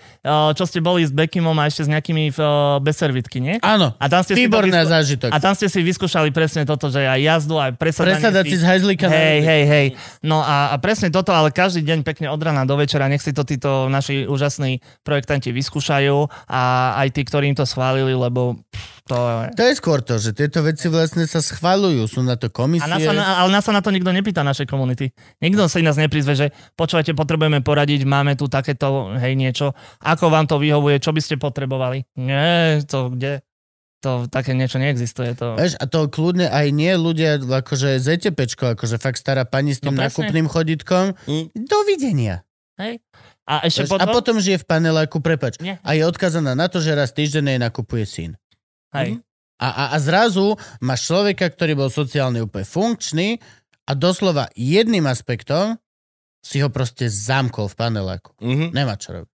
S3: čo ste boli s Beckimom a ešte s nejakými v, eh, bez servitky, nie?
S2: Áno,
S3: A tam ste si to
S2: výborný
S3: vyskú-
S2: zážitok.
S3: A tam ste si vyskúšali presne toto, že aj jazdu, aj presadanie.
S2: Presadať si z hajzlíka na
S3: Hej,
S2: hajzlík.
S3: hej, hej. No a, a presne toto, ale každý deň pekne od rana do večera, nech si to títo naši úžasní projektanti vyskúšajú a aj tí, ktorí im to schválili, lebo pff, to je...
S2: To je skôr to, že tieto veci vlastne sa schvalujú, sú na to komisie.
S3: A nás sa, na- ale nás sa na to nikto nepýta, našej komunity. Nikto sa nás neprizve, že počúvajte, potrebujeme poradiť, máme tu takéto, hej, niečo. Ako vám to vyhovuje, čo by ste potrebovali? Nie, to kde? To také niečo neexistuje. To...
S2: No. Vieš, a to kľudne aj nie ľudia, E akože ZTPčko, akože fakt stará pani s tým
S3: No presne.
S2: nákupným chodítkom.
S5: Mm.
S2: Dovidenia.
S3: Hej? A ešte
S2: Potom? A
S3: potom...
S2: potom žije v paneláku, prepač.
S3: Nie.
S2: A je odkazaná na to, že raz týždenne jej nakupuje syn. Mhm.
S3: Hej.
S2: A, a, a zrazu máš človeka, ktorý bol sociálne úplne funkčný a doslova jedným aspektom si ho proste zamkol v paneláku.
S5: Mhm.
S2: Nemá čo robiť.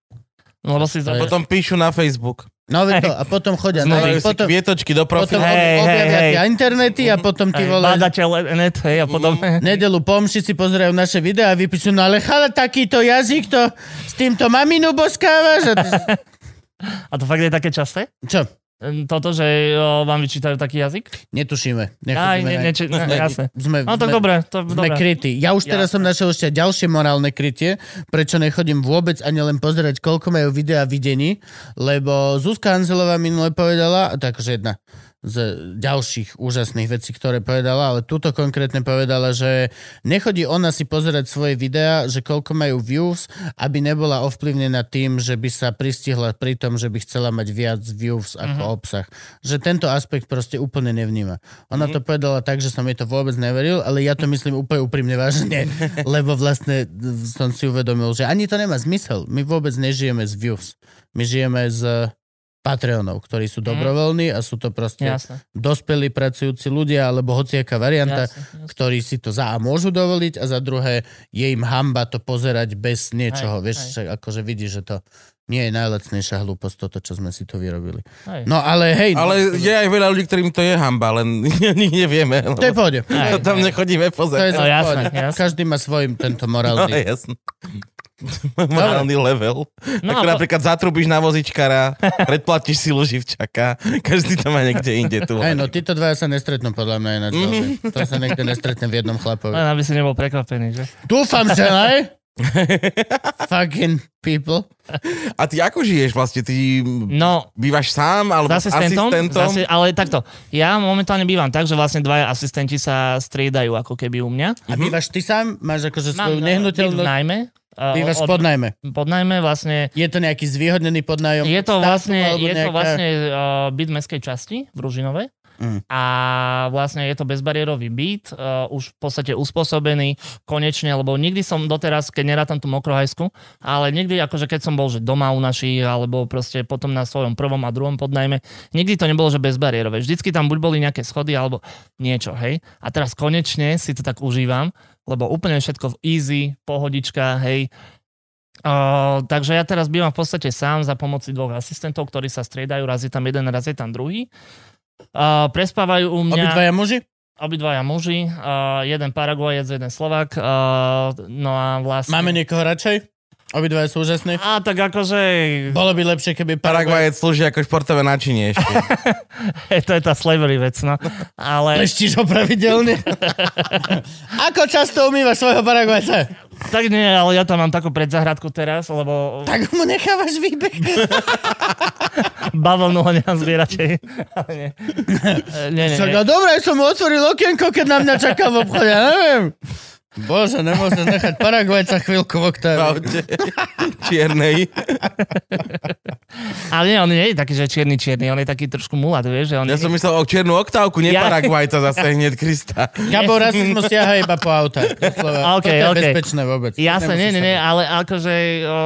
S3: no Lebo si
S2: To je-
S5: Potom píšu na Facebook.
S2: No veď
S3: Hej.
S2: to, a potom chodia na...
S5: Znova si
S2: no, Potom,
S5: kvietočky do profilu.
S2: potom
S3: Hej, hej,
S2: objavia
S3: hej.
S2: tie internety a potom ty
S3: Hej,
S2: vole... Mhm.
S3: Bádateľ net, hej, a potom...
S2: Nedelu pomši si pozerajú naše videá a vypíšu, no ale chala, takýto jazyk, to s týmto maminu boskávaš? A ty,
S3: A to fakt je také časté?
S2: čo?
S3: Ehm, Toto, že o, vám vyčítajú taký jazyk?
S2: Netušíme.
S3: Aj,
S2: Nechodíme
S3: ne,
S2: na-
S3: neči, ne, jasné.
S2: Sme,
S3: No tak
S2: sme-
S3: dobre, to
S2: Sme
S3: dobre.
S2: krytí. Ja už teraz som našiel ešte ďalšie morálne krytie, prečo nechodím vôbec ani len pozerať, koľko majú videa videní, lebo Zuzka Hanzelová minule povedala, takže akože jedna z ďalších úžasných vecí, ktoré povedala, ale túto konkrétne povedala, že nechodí ona si pozerať svoje videá, že koľko majú views, aby nebola ovplyvnená tým, že by sa pristihla pri tom, že by chcela mať viac views ako mm-hmm. obsah. Že tento aspekt proste úplne nevníma. Ona mm-hmm. to povedala tak, že som jej to vôbec neveril, ale ja to myslím úplne úprimne vážne, lebo vlastne som si uvedomil, že ani to nemá zmysel. My vôbec nežijeme z views. My žijeme z Patreonov, ktorí sú dobrovoľní a sú to proste
S3: Jasné,
S2: dospelí pracujúci ľudia alebo hociaká varianta
S3: jasné, jasné.
S2: ktorí si to za a môžu dovoliť a za druhé je im hamba to pozerať bez niečoho. Aj,
S3: Hej,
S2: vieš,
S3: hej.
S2: aj. akože vidíš, že to nie je najlacnejšia hlúposť toto, čo sme si tu vyrobili.
S3: Hej.
S2: No ale hej,
S5: Ale je aj veľa ľudí, ktorým to je hamba, len nikdy nevieme.
S2: to
S5: lebo
S2: je v pohode.
S3: Hej,
S5: Tam
S3: hej.
S5: nechodíme
S2: To je
S5: pozerať.
S2: no,
S3: jasné,
S2: jasné,
S3: jasné.
S2: Každý má svojim tento
S5: No,
S2: morálny.
S5: jasno. Morálny level. No,
S3: No a
S5: Ako
S3: po-
S5: napríklad zatrubíš na vozičkara, predplatíš si luživčaka, každý to má niekde inde tu.
S2: Hej, no títo dvaja sa nestretnú podľa mňa ináč.
S5: Mhm.
S2: veľmi. To sa niekde nestretne v jednom chlapovi.
S3: Len aby si nebol prekvapený, že?
S2: Dúfam, že aj. Fucking people.
S5: A ty ako žiješ vlastne? Ty
S3: No,
S5: bývaš sám alebo s
S3: s asistentom,
S5: asistentom?
S3: Zase, ale takto, ja momentálne bývam tak, že vlastne dvaja asistenti sa striedajú ako keby u
S2: A
S3: mňa.
S5: Mhm.
S2: bývaš ty sám? Máš akože svoju
S3: eh, byt v
S2: nehnuteľnosť?
S3: najmä. eh,
S2: Bývaš
S3: od-
S2: pod najmä.
S3: pod najmä vlastne
S2: Je to nejaký zvýhodnený podnájom?
S3: je to
S2: štátu
S3: vlastne,
S2: alebo
S3: je to
S2: nejaká-
S3: vlastne uh, byt mestskej časti v Ružinove
S2: Mm.
S3: a vlastne je to bezbariérový byt, uh, už v podstate uspôsobený konečne, lebo nikdy som doteraz, keď nerátam tú mokrohajsku, ale nikdy akože keď som bol že doma u našich alebo proste potom na svojom prvom a druhom podnajme, nikdy to nebolo že bezbariérové. Vždycky tam buď boli nejaké schody alebo niečo, hej. A teraz konečne si to tak užívam, lebo úplne všetko v easy, pohodička, hej. Uh, takže ja teraz bývam v podstate sám za pomoci dvoch asistentov, ktorí sa striedajú, raz je tam jeden, raz je tam druhý. Uh, prespávajú u mňa...
S2: Obidvaja muži?
S3: Obidvaja muži, uh, jeden Paraguajec, jeden Slovak, uh, no a vlastne...
S2: Máme niekoho radšej? Obidvaja sú úžasní?
S3: A tak akože...
S2: Bolo by lepšie, keby Paraguaj...
S5: Paraguajec slúži ako športové náčinie ešte.
S3: Hej, to je tá slavery vec, no. Ale
S2: Leštíš ho pravidelne? Ako často umývaš svojho Paraguajca?
S3: tak nie, ale ja tam mám takú predzahradku teraz, lebo tak.
S2: Tak mu nechávaš výbeh.
S3: bavlnu ho nezbier radšej. Ale nie. E, nie, nie,
S2: Čo,
S3: nie.
S2: no dobré, som mu otvoril okienko, keď na mňa čaká v obchode, ja neviem. Bože, nemôžem nechať Paraguajca
S5: v
S2: chvíľku v
S1: No.
S2: oktáve.
S5: aute. Čiernej.
S3: Ale nie, on nie je taký, že čierny, čierny, on je taký trošku mulat, vieš, že on
S5: Ja som myslel o čiernu oktávku, nie
S3: Ja-
S5: Paraguajca zase hneď Krista.
S2: Gabo, rasizmus siaha iba po auta. Doslova. Toto
S3: Okej,
S2: je
S3: okej.
S2: bezpečné vôbec.
S3: Jasné, nie,
S2: Nemusíš
S3: nie, nie,
S2: sa-
S3: ale akože, o,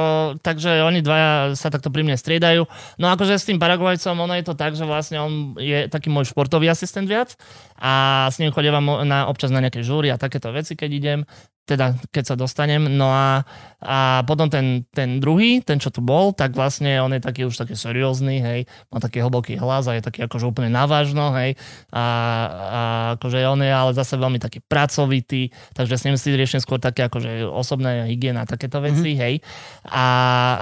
S3: takže oni dvaja sa takto pri mne striedajú. No akože s tým Paraguajcom, ono je to tak, že vlastne on je taký môj športový asistent viac a s ním chodievam na, občas na nejaké žúry a takéto veci, keď idem, teda keď sa dostanem. No a, a potom ten, ten druhý, ten čo tu bol, tak vlastne on je taký už taký seriózny, hej, má taký hlboký hlas a je taký akože úplne navážno, hej. A, a akože on je ale zase veľmi taký pracovitý, takže s ním si riešim skôr také akože osobné hygiena a takéto veci, mm-hmm. hej. A,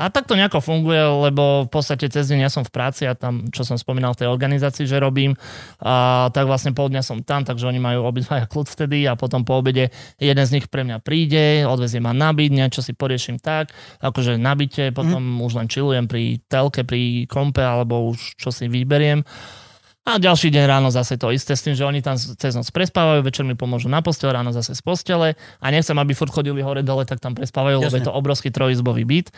S3: a tak to nejako funguje, lebo v podstate cez deň ja som v práci a tam, čo som spomínal v tej organizácii, že robím, a, tak vlastne pol dňa som tam, takže oni majú obidvaja kľud vtedy a potom po obede jeden z nich pre mňa príde, odvezie ma nabiť, niečo si poriešim tak, akože nabite, potom mm-hmm. už len chillujem pri telke, pri kompe alebo už čo si vyberiem. A ďalší deň ráno zase to isté s tým, že oni tam cez noc prespávajú, večer mi pomôžu na postel, ráno zase z postele a nechcem, aby furt chodili hore dole, tak tam prespávajú, lebo je
S2: Jasné.
S3: to obrovský trojizbový byt.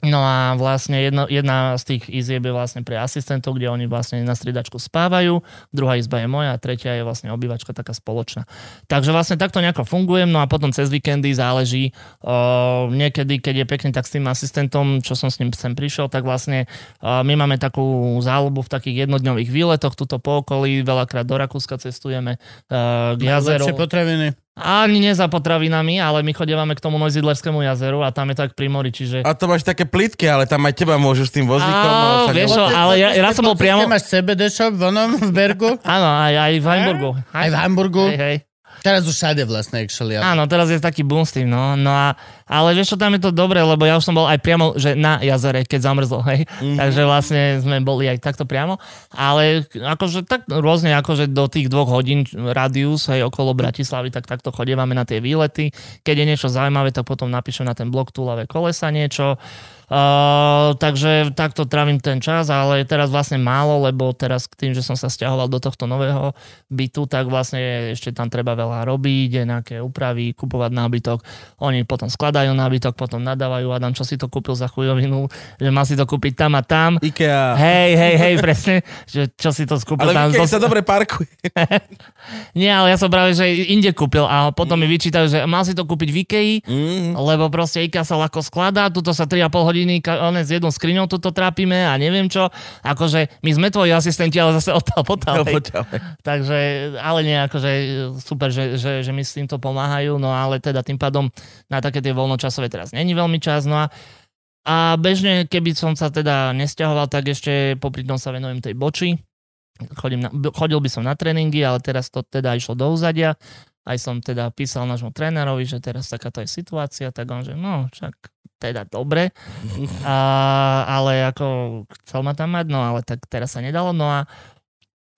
S3: No a vlastne jedno, jedna z tých izieb je vlastne pre asistentov, kde oni vlastne na striedačku spávajú, druhá izba je moja a tretia je vlastne obývačka taká spoločná. Takže vlastne takto nejako fungujem, no a potom cez víkendy záleží, o, niekedy, keď je pekne, tak s tým asistentom, čo som s ním sem prišiel, tak vlastne o, my máme takú záľubu v takých jednodňových výletoch, tuto po okolí, veľakrát do Rakúska cestujeme, o, k jazeru.
S2: Lepšie potraviny.
S3: Ani nie za potravinami, ale my chodívame k tomu Nojzidlerskému jazeru a tam je tak pri mori, čiže...
S1: A to máš také plitky, ale tam aj teba môžu s tým vozíkom.
S3: Á,
S1: no, však-
S3: vieš čo, ale ja, raz som bol priamo...
S2: Máš CBD shop v onom, v Bergu?
S3: Áno, aj, aj v Hamburgu.
S2: Aj v Hamburgu?
S3: Hej, hej.
S2: Teraz už všade vlastne, actually. ale-
S3: Áno, teraz je taký boom s tým, no. no a, ale vieš čo, tam je to dobre, lebo ja už som bol aj priamo, že na jazere, keď zamrzlo,
S2: Mhm.
S3: hej. Mm-hmm. Takže vlastne sme boli aj takto priamo. Ale akože tak rôzne, akože do tých dvoch hodín radius, hej, okolo Bratislavy, tak takto chodievame na tie výlety. Keď je niečo zaujímavé, tak potom napíšem na ten blog Tulavé kolesa niečo. Uh, takže takto trávim ten čas, ale teraz vlastne málo, lebo teraz k tým, že som sa stiahoval do tohto nového bytu, tak vlastne ešte tam treba veľa robiť, nejaké úpravy, kupovať nábytok. Oni potom skladajú nábytok, potom nadávajú, Adam, čo si to kúpil za chujovinu, že má si to kúpiť tam a tam.
S1: IKEA.
S3: Hej, hej, hej, presne, že čo si to skúpil
S1: Ale v
S3: tam.
S1: IKEA
S3: dos-
S1: sa dobre parkuje.
S3: Nie, ale ja som práve, že inde kúpil a potom mi vyčítajú, že mal si to kúpiť v Ikei,
S1: Mm.
S3: lebo proste IKEA sa ľahko skladá, tuto sa 3,5 hodiny ka- one, s jednou skriňou tuto trápime a neviem čo. Akože my sme tvoji asistenti, ale zase odtiaľ
S1: No,
S3: potiaľ. hej. Takže, ale nie, akože super, že, že, že mi s týmto pomáhajú, no ale teda tým pádom na také tie voľnočasové teraz není veľmi čas, no a a bežne, keby som sa teda nesťahoval, tak ešte popri tom sa venujem tej boči. Chodím na, b- chodil by som na tréningy, ale teraz to teda išlo do úzadia. Aj som teda písal nášmu trénerovi, že teraz takáto je situácia, tak on že no, však teda dobre. A, ale ako chcel ma tam mať, no ale tak teraz sa nedalo. No a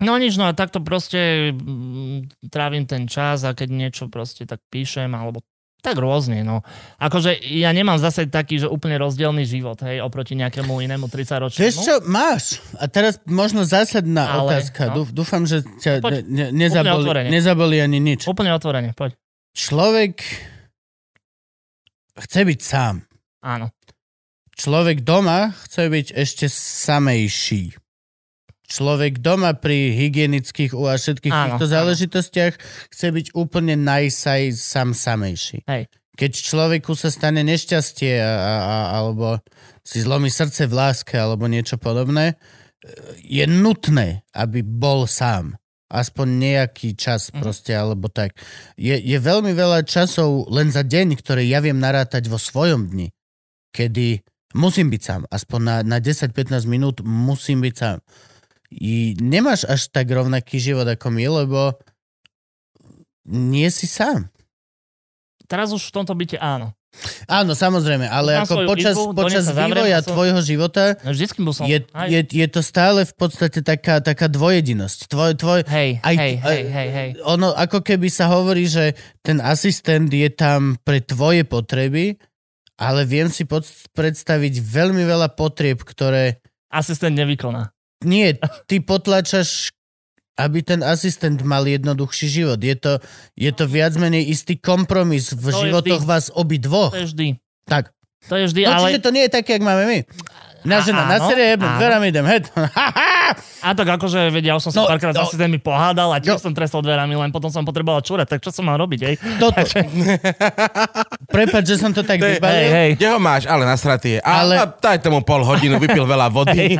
S3: No nič, no a takto proste mm, trávim ten čas a keď niečo proste tak píšem, alebo tak rôzne, no. Akože ja nemám zase taký, že úplne rozdielný život, hej, oproti nejakému inému 30-ročnému.
S2: Vieš čo, máš. A teraz možno zásadná
S3: no. Ale,
S2: otázka.
S3: no.
S2: No. Dúfam, že ťa
S3: Poď,
S2: ne, ne, nezaboli,
S3: otvorene.
S2: nezaboli ani nič.
S3: Úplne otvorene, poď.
S2: Človek chce byť sám.
S3: Áno.
S2: Človek doma chce byť ešte samejší. Človek doma pri hygienických u a všetkých
S3: Áno,
S2: týchto
S3: áno.
S2: záležitostiach chce byť úplne najsaj sam samejší.
S3: Hej.
S2: Keď človeku sa stane nešťastie a, a, a, alebo si zlomí srdce v láske alebo niečo podobné, e, je nutné, aby bol sám. Aspoň nejaký čas
S3: Mhm.
S2: proste, alebo tak. Je, je veľmi veľa časov len za deň, ktoré ja viem narátať vo svojom dni kedy musím byť sám, aspoň na, na 10-15 minút musím byť sám. I nemáš až tak rovnaký život ako my, lebo nie si sám.
S3: Teraz už v tomto byte áno.
S2: Áno, samozrejme, ale
S3: Mám svoju
S2: ako počas,
S3: izbu, do nej
S2: počas
S3: sa zavriem
S2: vývoja
S3: a som-
S2: tvojho života
S3: Vždycky bol som...
S2: je,
S3: aj,
S2: je, je to stále v podstate taká, taká dvojedinosť. Tvoj, tvoj,
S3: hej,
S2: aj,
S3: hej,
S2: aj-
S3: hej, hej, hej.
S2: Ono ako keby sa hovorí, že ten asistent je tam pre tvoje potreby, ale viem si pod, predstaviť veľmi veľa potrieb, ktoré
S3: Asistent nevykoná.
S2: Nie, ty potlačaš, aby ten asistent mal jednoduchší život. Je to, je to viac menej istý kompromis v
S3: To je
S2: životoch
S3: vždy.
S2: vás obi dvoch.
S3: To je vždy.
S2: Tak.
S3: To je vždy,
S2: No
S3: ale...
S2: čiže to nie je také, jak máme my. Na
S3: A-
S2: žena, na
S3: áno,
S2: sere, jebnú,
S3: áno.
S2: dverami idem, het. Ha, ha!
S3: A tak akože, vedia, už som sa
S2: No,
S3: párkrát
S2: no.
S3: no, asistent mi pohádal a
S2: No.
S3: tiež som trestol dverami, len potom som potreboval čúrať, tak čo som mal robiť, hej?
S2: Toto. Prepač, že som to tak
S1: je-
S3: Hej,
S2: vybalil.
S3: hej.
S1: Kde ho máš? Ale nasratý je. A, ale...
S2: Ale-
S5: no,
S1: a daj tomu pol hodinu, vypil veľa vody.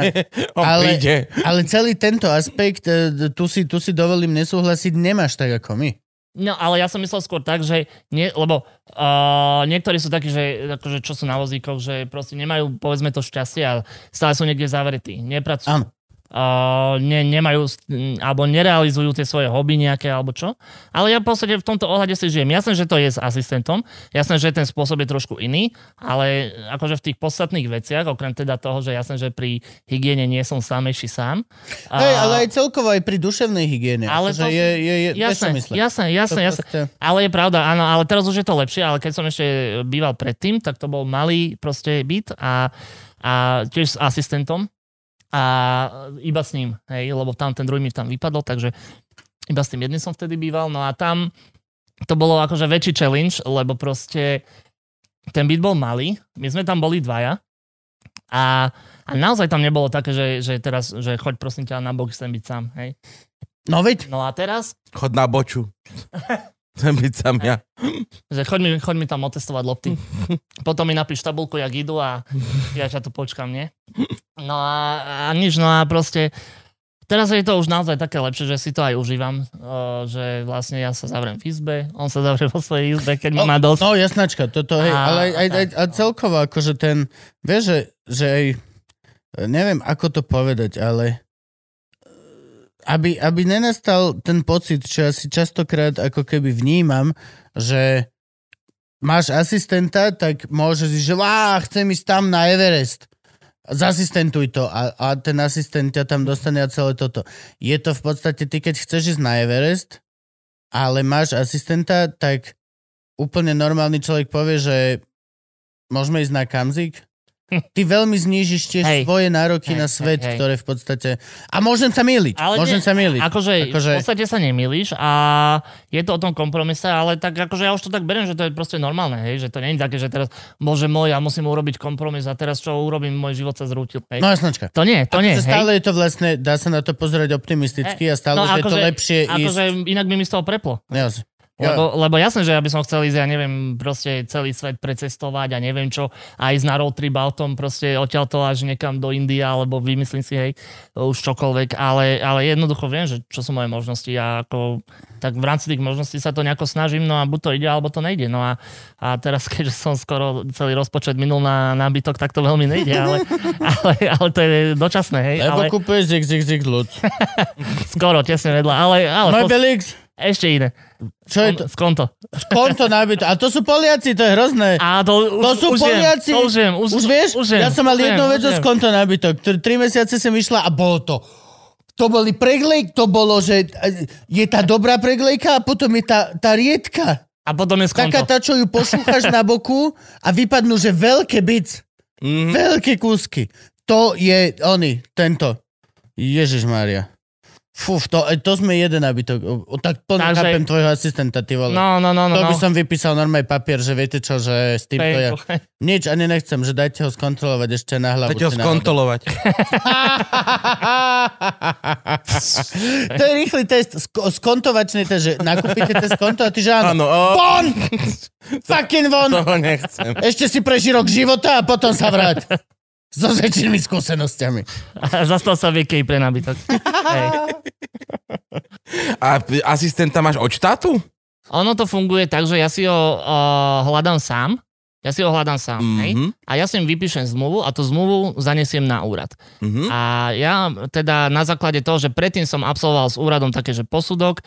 S1: On ale...
S2: Ale,
S1: príde.
S2: ale celý tento aspekt, e, tu si, tu si dovolím nesúhlasiť, nemáš tak ako my.
S3: No, ale ja som myslel skôr tak, že nie, lebo uh, niektorí sú takí, že akože, čo sú na vozíkoch, že proste nemajú, povedzme to, šťastie a stále sú niekde zavretí, nepracujú.
S2: Áno.
S3: Uh, ne, nemajú, s- m, alebo nerealizujú tie svoje hobby nejaké, alebo čo. Ale ja v podstate v tomto ohľade si žijem. Jasné, že to je s asistentom, jasné, že ten spôsob je trošku iný, ale akože v tých podstatných veciach, okrem teda toho, že jasné, že pri hygiene nie som samejší sám.
S2: Hej,
S3: A-
S2: ale aj celkovo aj pri duševnej hygiene.
S3: Ale
S2: akože
S3: to-
S2: je, je, je, vieš, čo
S3: Jasné,
S2: myslím.
S3: jasné,
S2: To
S3: jasné, jasné.
S2: proste-
S3: Ale je pravda, áno, ale teraz už je to lepšie, ale keď som ešte býval predtým, tak to bol malý proste byt a, a tiež s asistentom a iba s ním, hej, lebo tam ten druhý mi tam vypadol, takže iba s tým jedným som vtedy býval, no a tam to bolo akože väčší challenge, lebo proste ten byt bol malý, my sme tam boli dvaja A, a naozaj tam nebolo také, že, že teraz, že choď prosím ťa na bok, chcem byť sám, hej.
S2: No veď,
S3: No a teraz,
S5: Chod na boču. Chcem byť sám ja.
S3: že choď mi, choď mi tam otestovať lopty. Potom mi napíš tabulku, jak idú a ja ťa tu počkam, nie? No a, a nič, no a proste teraz je to už naozaj také lepšie, že si to aj užívam, o, že vlastne ja sa zavriem v izbe, on sa zavrie vo svojej izbe, keď ma má dosť.
S2: no jasnačka, toto hej,
S3: A-
S2: ale aj, aj, aj,
S3: tak,
S2: aj celkovo akože ten, vieš, že, že aj, neviem ako to povedať, ale e, aby, aby nenastal ten pocit, čo asi častokrát ako keby vnímam, že máš asistenta, tak môžeš ísť, že "Á, chcem ísť tam na Everest. Zasistentuj to a, a ten asistent ťa tam dostane a celé toto. Je to v podstate, ty keď chceš ísť na Everest, ale máš asistenta, tak úplne normálny človek povie, že môžeme ísť na Kamzik. Ty veľmi znížiš tiež
S3: Hm. Hej.
S2: svoje nároky
S3: Hej,
S2: na
S3: hej,
S2: svet,
S3: hej.
S2: ktoré v podstate... A môžem sa míliť,
S3: Ale
S2: môžem
S3: nie,
S2: sa míliť.
S3: Akože, akože
S2: Akože-
S3: v podstate sa nemýliš a je to o tom kompromise, ale tak akože ja už to tak beriem, že to je proste normálne, hej, že to nie je také, že teraz, bože môj, ja musím urobiť kompromis a teraz čo urobím, môj život sa zrútil, hej.
S2: No jasnačka.
S3: To nie, to nie,
S2: Akože
S3: hej.
S2: stále je to vlastne, dá sa na to pozerať optimisticky a stále, no, že je to lepšie
S3: akože
S2: ísť... No
S3: inak by mi z toho preplo.
S2: Jas.
S3: Lebo, lebo jasné, že ja by som chcel ísť, ja neviem, proste celý svet precestovať a neviem čo, a ísť na road trip autom, proste odtiaľto až niekam do Indie, alebo vymyslím si, hej, už čokoľvek, ale, ale jednoducho viem, že čo sú moje možnosti a ako, tak v rámci tých možností sa to nejako snažím, no a buď to ide, alebo to nejde, no a, a teraz, keďže som skoro celý rozpočet minul na nábytok, tak to veľmi nejde, ale, ale, ale to je dočasné, hej,
S2: Lebo
S3: ale
S2: kúpuješ XXX ľud.
S3: skoro, tesne vedľa, ale, ale
S2: No
S3: pos-
S2: Belix,
S3: ešte iné,
S2: čo je to?
S3: skonto.
S2: Konto nábyt. A to sú Poliaci, to je hrozné.
S3: A to, už,
S2: To sú
S3: už
S2: Poliaci.
S3: Viem, to už viem, už,
S2: Už vieš,
S3: už viem,
S2: ja som mal
S3: už viem,
S2: jednu
S3: už
S2: vec z
S3: viem.
S2: konto nábytok. Tr- Tri mesiace som išla a bolo to. To boli preglejk, to bolo, že e, je tá dobrá preglejka a potom je tá, tá riedka.
S3: A potom je skonto.
S2: Taká tá, čo ju pošúchaš na boku a vypadnú, že veľké bic.
S5: Mhm.
S2: Mm. Veľké kúsky. To je oni, tento. Ježiš Maria. Fuf, to, e, to sme jeden nabytok. O, o, tak plne
S3: Takže-
S2: Takže... chápem tvojho asistenta, ty vole.
S3: No, no, no, no.
S2: to
S3: no.
S2: by som vypísal normálny papier, že viete čo, že s týmto ja... Nič ani nechcem, že dajte ho skontrolovať ešte na hlavu.
S5: Chcete ho
S2: či na hlavu.
S5: skontrolovať.
S2: to je rýchly test, sk- skontovačný test, že nakúpite test konto a ty že áno.
S5: Áno, o,
S2: Von! Fucking von!
S5: to nechcem.
S2: Ešte si preži rok života a potom sa vráť. So väčšími skúsenostiami.
S3: A Zastal sa viekej pre nábytok. Hej.
S5: A p- asistenta máš od štátu?
S3: Ono to funguje tak, že ja si ho o, hľadám sám. Ja si ho hľadám sám. Hej.
S5: Mhm.
S3: A ja si im vypíšem zmluvu a tú zmluvu zanesiem na úrad.
S5: Mhm.
S2: Hm?
S3: A ja teda na základe toho, že predtým som absolvoval s úradom také, že posudok e,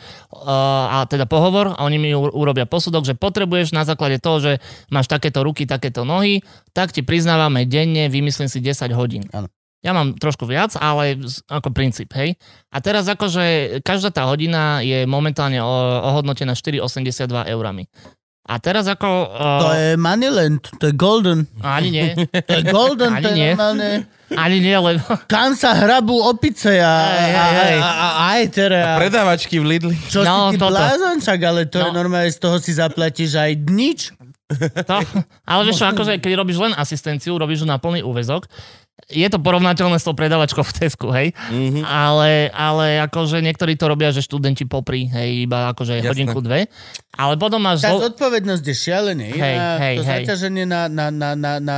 S3: a teda pohovor a oni mi u- urobia posudok, že potrebuješ na základe toho, že máš takéto ruky, takéto nohy, tak ti priznávame denne, vymyslím si 10 hodín.
S2: Áno.
S3: Ja mám trošku viac, ale z- ako princíp, hej. A teraz akože každá tá hodina je momentálne o- ohodnotená 4,82 eurami. A teraz ako... e,
S2: To je Moneyland, to je Golden.
S3: Ani nie,
S2: To je Golden,
S3: Ani
S2: to je
S3: nie.
S2: normálne.
S3: ani nie, lebo...
S2: Kam sa hrabú opice a,
S3: Hej,
S2: a, a,
S3: hej.
S2: a, a aj teda.
S5: Predávačky v Lidli.
S2: Čo
S3: No,
S2: si ty
S3: toto.
S2: blázon, však, ale to je
S3: No.
S2: normálne, z toho si zaplatíš aj nič.
S3: To, ale vieš čo, akože keď robíš len asistenciu, robíš ju na plný úvezok, je to porovnateľné s tou predavačkou v Tesku, hej?
S5: Mhm.
S3: Ale, ale akože niektorí to robia, že študenti popri, hej, iba akože
S5: Jasné.
S3: hodinku, dve. Ale potom máš...
S2: Tá
S3: Zo...
S2: zodpovednosť je šialená.
S3: Hej,
S2: iná,
S3: hej,
S2: to
S3: hej.
S2: zaťaženie na, na, na, na, na,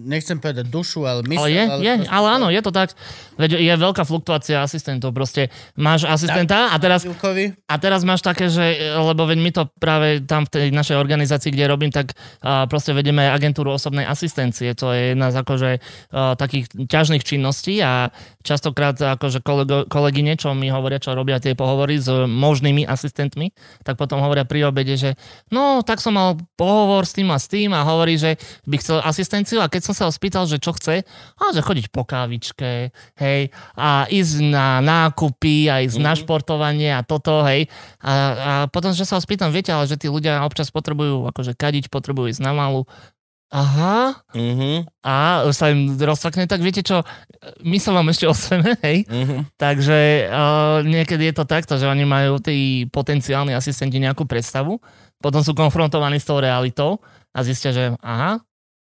S2: nechcem povedať dušu, ale mysl.
S3: Ale je, je,
S2: proste-
S3: ale áno, je to tak. Veď je veľká fluktuácia asistentov, proste máš asistenta a teraz
S2: Jukovi.
S3: A teraz máš také, že, e, lebo veď my to práve tam v tej našej organizácii, kde robím, tak a proste vedeme aj agentúru osobnej asistencie. To je jedna z akože a, takých ťažných činností a častokrát akože kolego, kolegyne, čo mi hovoria, čo robia tie pohovory s možnými asistentmi, tak potom hovoria pri obede, že no, tak som mal pohovor s tým a s tým a hovorí, že by chcel asistenciu a keď som sa ho spýtal, že čo chce, a že chodiť po kávičke, hej, a ísť na nákupy, a ísť mm-hmm. na športovanie a toto, hej. A, a potom, že sa ho spýtam, viete, ale že tí ľudia občas potrebujú akože kadiť, potrebujú ísť na malú. Aha,
S5: Mhm.
S3: a už sa im rozsvakne, tak viete čo, my sa vám ešte osveme, hej.
S5: Mhm.
S3: Takže uh, niekedy je to takto, že oni majú tí potenciálni asistenti nejakú predstavu, potom sú konfrontovaní s tou realitou a zistia, že aha,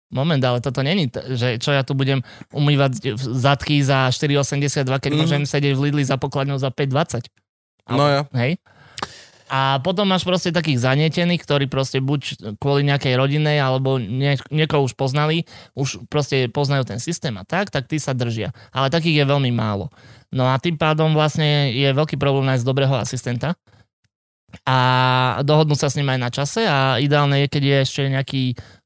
S3: Moment, ale toto není, t- že čo ja tu budem umývať v- zadky za 4,82, keď
S5: Mhm.
S3: môžem sedieť v Lidli za pokladňou za 5,20.
S5: No ja.
S3: Hej? A potom máš proste takých zanietených, ktorí proste buď kvôli nejakej rodine, alebo nie, niekoho už poznali, už proste poznajú ten systém a tak, tak tí sa držia. Ale takých je veľmi málo. No a tým pádom vlastne je veľký problém nájsť dobrého asistenta a dohodnúť sa s ním aj na čase a ideálne je, keď je ešte nejaký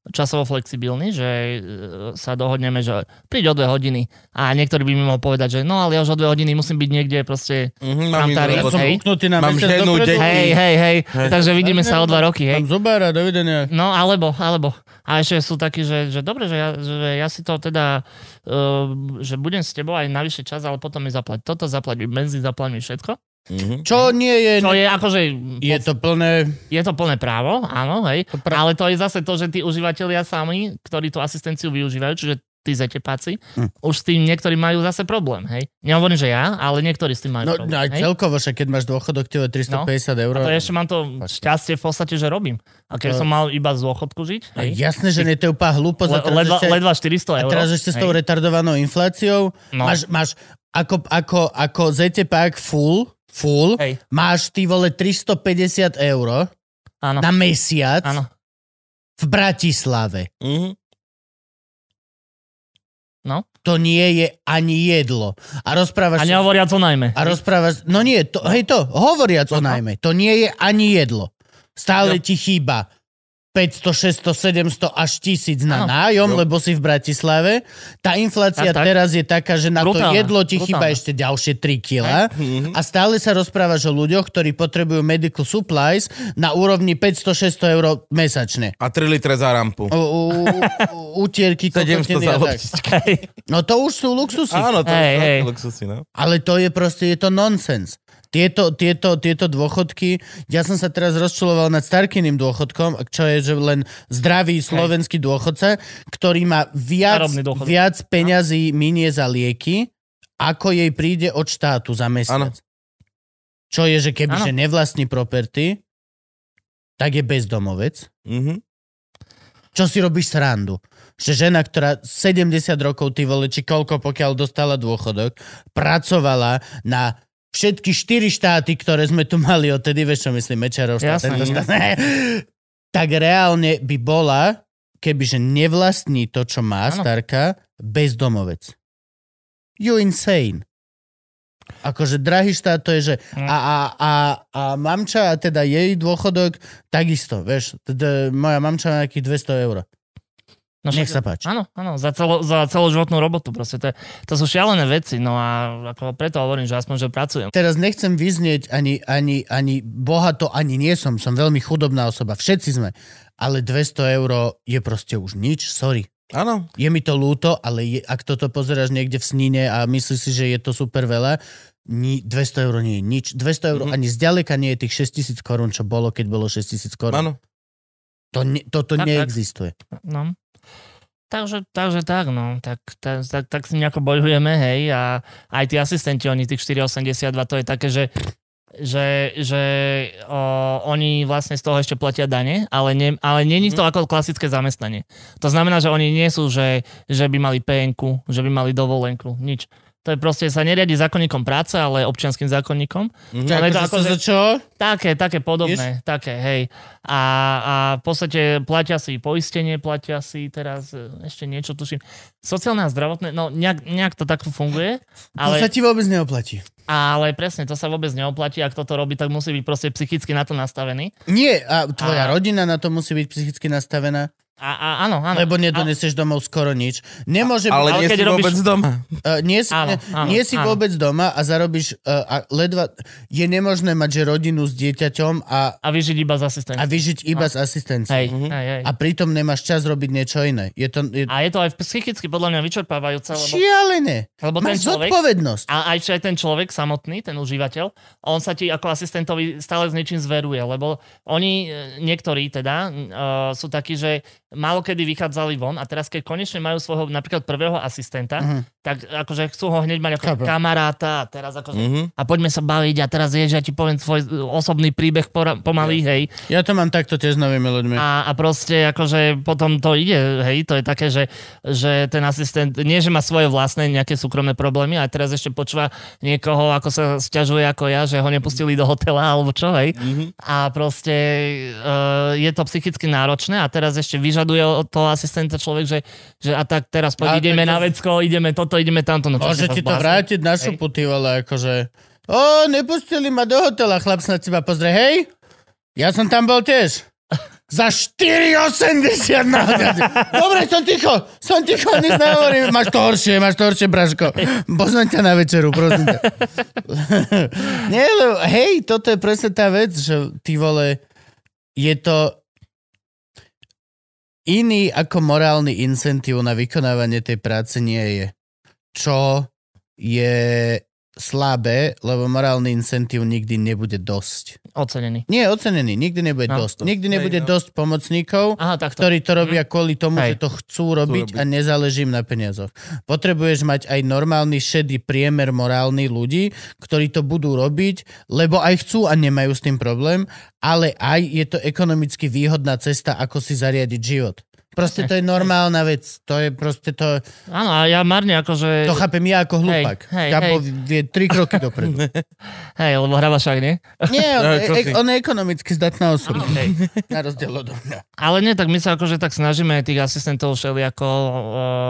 S3: časovo flexibilný, že e, sa dohodneme, že príď o dve hodiny a niektorý by mi mohol povedať, že no ale ja už o dve hodiny musím byť niekde proste
S5: Mhm, mám
S3: Tam tá
S5: inú
S2: Ja
S5: robotu.
S2: som
S3: Hej.
S2: uknutý na
S5: Mám
S2: mesiac
S5: ženu,
S2: dopredu.
S5: deti.
S3: Hej, hej, hej,
S5: Hej.
S3: takže vidíme sa o dva roky, hej.
S2: Mám zobára, dovidenia.
S3: No alebo, alebo. A ešte sú takí, že, že dobre, že ja, že ja si to teda, uh, že budem s tebou aj na vyššie čas, ale potom mi zaplať toto, zaplať mi benzín, zaplať mi všetko.
S5: Mhm.
S2: Čo nie je...
S3: Čo je akože,
S2: Je to plné...
S3: je to plné právo, áno, hej.
S2: pra-
S3: Ale to je zase to, že tí užívateľia sami, ktorí tú asistenciu využívajú, čiže tí zetepáci,
S2: Hm.
S3: už s tým niektorí majú zase problém, hej. Nehovorím, že ja, ale niektorí s tým majú
S2: No,
S3: problém.
S2: no aj
S3: hej. No.
S2: celkovo, však keď máš dôchodok, tebe 350 eur.
S3: A to ešte mám to šťastie v podstate, že robím. A keď
S2: To-
S3: som mal iba z dôchodku žiť,
S2: A
S3: hej,
S2: jasné, že nie, to je úplná hlúposť. a
S3: le,
S2: teraz
S3: ledva,
S2: ešte-
S3: ledva 400
S2: A
S3: eur.
S2: teraz ešte s tou
S3: hej.
S2: retardovanou infláciou
S3: No.
S2: máš, máš ako, ako, ako ZTPák full, full,
S3: Hej,
S2: máš ty vole 350 eur
S3: áno,
S2: na mesiac
S3: áno.
S2: v Bratislave.
S5: Mhm.
S2: To nie je ani jedlo. A rozprávaš
S3: A
S2: sa-
S3: nehovoria to najmä.
S2: a rozprávaš, no nie, to, hej to, hovoriac o najmä, to nie je ani jedlo. Stále ti chýba 500, 600, 700 až 1000 na
S3: Áno.
S2: nájom,
S5: Jo.
S2: lebo si v Bratislave. Tá inflácia
S3: Tak, tak.
S2: teraz je taká, že na to
S3: Brutálna,
S2: jedlo ti
S3: brutálna.
S2: chýba ešte ďalšie 3 kila.
S5: Mhm.
S2: A stále sa rozprávaš o ľuďoch, ktorí potrebujú medical supplies na úrovni 500-600 eur mesačne.
S5: A 3 litre za rampu.
S2: U, u, u, utierky,
S5: 700
S2: kokotiny
S5: za
S2: a tak.
S5: loptičky.
S3: Hej,
S2: No to už sú luxusy.
S5: Áno, to
S3: Hej, hej.
S5: je luxusy, no.
S2: Ale to je proste, je to nonsens. Tieto, tieto, tieto dôchodky, ja som sa teraz rozčuloval nad Starkyným dôchodkom, čo je že len zdravý slovenský dôchodca, ktorý má viac,
S3: Starobný dôchodok.
S2: viac peňazí minie za lieky, ako jej príde od štátu za mesiac. Čo je, že keby
S3: Áno.
S2: že nevlastní property, tak je bezdomovec.
S5: Mhm.
S2: Čo si robíš srandu? Že žena, ktorá 70 rokov, ty vole, či koľko, pokiaľ dostala dôchodok, pracovala na všetky štyri štáty, ktoré sme tu mali odtedy, vieš čo myslím, Mečarov štát,
S3: Jasné,
S2: tento štát, tak reálne by bola, kebyže nevlastní to, čo má
S3: Áno.
S2: starka, bezdomovec. You insane. Akože drahý štát to je, že
S3: Mm.
S2: a, a, a, a mamča, a teda jej dôchodok, takisto, vieš, teda moja mamča má nejakých 200 eur.
S3: no
S2: Nech
S3: však-
S2: sa páči.
S3: Áno, áno, za, celo, za celoživotnú robotu proste. To, je, to sú šialené veci, no a ako preto hovorím, že aspoň, že pracujem.
S2: Teraz nechcem vyznieť ani, ani, ani bohato, ani nie som, som veľmi chudobná osoba, všetci sme, ale 200 eur je proste už nič, sorry.
S5: Áno.
S2: Je mi to ľúto, ale je, ak toto pozeráš niekde v snine a myslíš si, že je to super veľa, ni, 200 eur nie je nič. 200 eur
S5: Mhm.
S2: ani zďaleka nie je tých 6000 korún, čo bolo, keď bolo 6000 korún.
S5: Áno.
S2: To ne, toto
S3: Tak, tak.
S2: neexistuje.
S3: No. Takže, takže tak, no. Tak, tak, tak, tak si nejako bojujeme, hej. A aj tí asistenti, oni tých 4,82, to je také, že že, že o, oni vlastne z toho ešte platia dane, ale, ne, ale není to ako klasické zamestnanie. To znamená, že oni nie sú, že, že by mali pn že by mali dovolenku, nič. To je proste, sa neriadi zákonníkom práce, ale občianským zákonníkom.
S2: Čo,
S3: Ale
S2: akože
S3: to akože-
S2: sa- čo?
S3: Také, také podobné, Ješ? také, hej. A, a v podstate platia si poistenie, platia si teraz e, ešte niečo, tuším. Sociálne a zdravotné, no nejak, nejak to takto funguje,
S2: To sa
S3: ale,
S2: ti vôbec neoplatí.
S3: ale presne, to sa vôbec neoplatí, ak toto robí, tak musí byť proste psychicky na to nastavený.
S2: Nie, a tvoja
S3: A-
S2: rodina na to musí byť psychicky nastavená,
S3: A, a áno, áno.
S2: lebo
S3: a,
S2: nedonesieš domov skoro nič. Nemôže byť...
S5: Ale
S3: Ale
S5: nie
S3: keď
S5: si
S3: robíš-
S5: vôbec doma.
S2: Uh, nie si, áno,
S3: Áno,
S2: áno,
S3: áno,
S2: nie si
S3: áno.
S2: vôbec doma a zarobíš uh, a ledva... Je nemožné mať že rodinu s dieťaťom a,
S3: a vyžiť iba z
S2: a
S3: asistenta.
S2: vyžiť iba z asistencie.
S3: Hej, hej, hej.
S2: A pritom nemáš čas robiť niečo iné. Je to je
S3: A je to aj psychicky podľa mňa vyčerpávajúce, lebo,
S2: šialené.
S3: lebo ten
S2: Máš
S3: človek...
S2: zodpovednosť.
S3: A aj čo aj ten človek samotný, ten užívateľ, on sa ti ako asistentovi stále s niečím zveruje, lebo oni, e, niektorí teda, uh, sú takí, že málo kedy vychádzali von a teraz keď konečne majú svojho napríklad prvého
S2: Mhm.
S3: asistenta, uh-huh. tak akože chcú ho hneď mať ako
S2: Chápem.
S3: kamaráta a teraz akože
S5: Mhm.
S3: a poďme sa baviť a teraz je, že ja ti poviem svoj uh, osobný príbeh pora- pomaly, hej.
S2: Ja to mám takto tiež s novými ľuďmi.
S3: A, a proste akože potom to ide, hej, to je také, že, že ten asistent, nie že má svoje vlastné nejaké súkromné problémy, ale teraz ešte počúva niekoho, ako sa sťažuje ako ja, že ho nepustili do hotela alebo čo, hej.
S2: Mhm.
S3: A proste uh, je to psychicky náročné a teraz ešte vyžaduje od toho asistenta človek, že, že a tak teraz
S2: A
S3: poď, ideme
S2: tak to-
S3: na vecko, ideme toto, ideme tamto. No, to
S2: Môže
S3: si sa
S2: ti to
S3: zblázni.
S2: vrátiť na šupu, ty vole, akože... O, nepustili ma do hotela, chlap sa na teba pozrie, hej? Ja som tam bol tiež. Za 4,80 na hodinu. Dobre, som ticho, som ticho, nič nehovorím. Máš to horšie, máš to horšie, Braško. Poznám ťa na večeru, prosím ťa. Nie, lebo, hej, toto je presne tá vec, že ty vole, je to iný ako morálny incentív na vykonávanie tej práce nie je. Čo je slabé, lebo morálny incentív nikdy nebude dosť.
S3: Ocenený.
S2: Nie, ocenený, nikdy nebude
S3: No.
S2: dosť. Nikdy nebude dosť pomocníkov,
S3: Aha, takto.
S2: ktorí to robia kvôli tomu,
S3: Hej.
S2: že to chcú robiť a nezáleží im na peniazoch. Potrebuješ mať aj normálny šedý priemer morálny ľudí, ktorí to budú robiť, lebo aj chcú a nemajú s tým problém, ale aj je to ekonomicky výhodná cesta, ako si zariadiť život. Proste to je normálna vec. To je proste to...
S3: Áno, a ja marne akože...
S2: To chápem ja ako hlupak.
S3: Hej, hej,
S2: Gabo
S3: hej.
S2: vie tri kroky dopredu.
S3: Hej, lebo hráva však, nie?
S2: Nie, on,
S5: Ja, čo
S2: e-
S5: si?
S2: on je ekonomicky zdatná osoba.
S3: Hej.
S2: Na rozdiel od mňa.
S3: Ale nie, tak my sa akože tak snažíme tých asistentov všelijako e,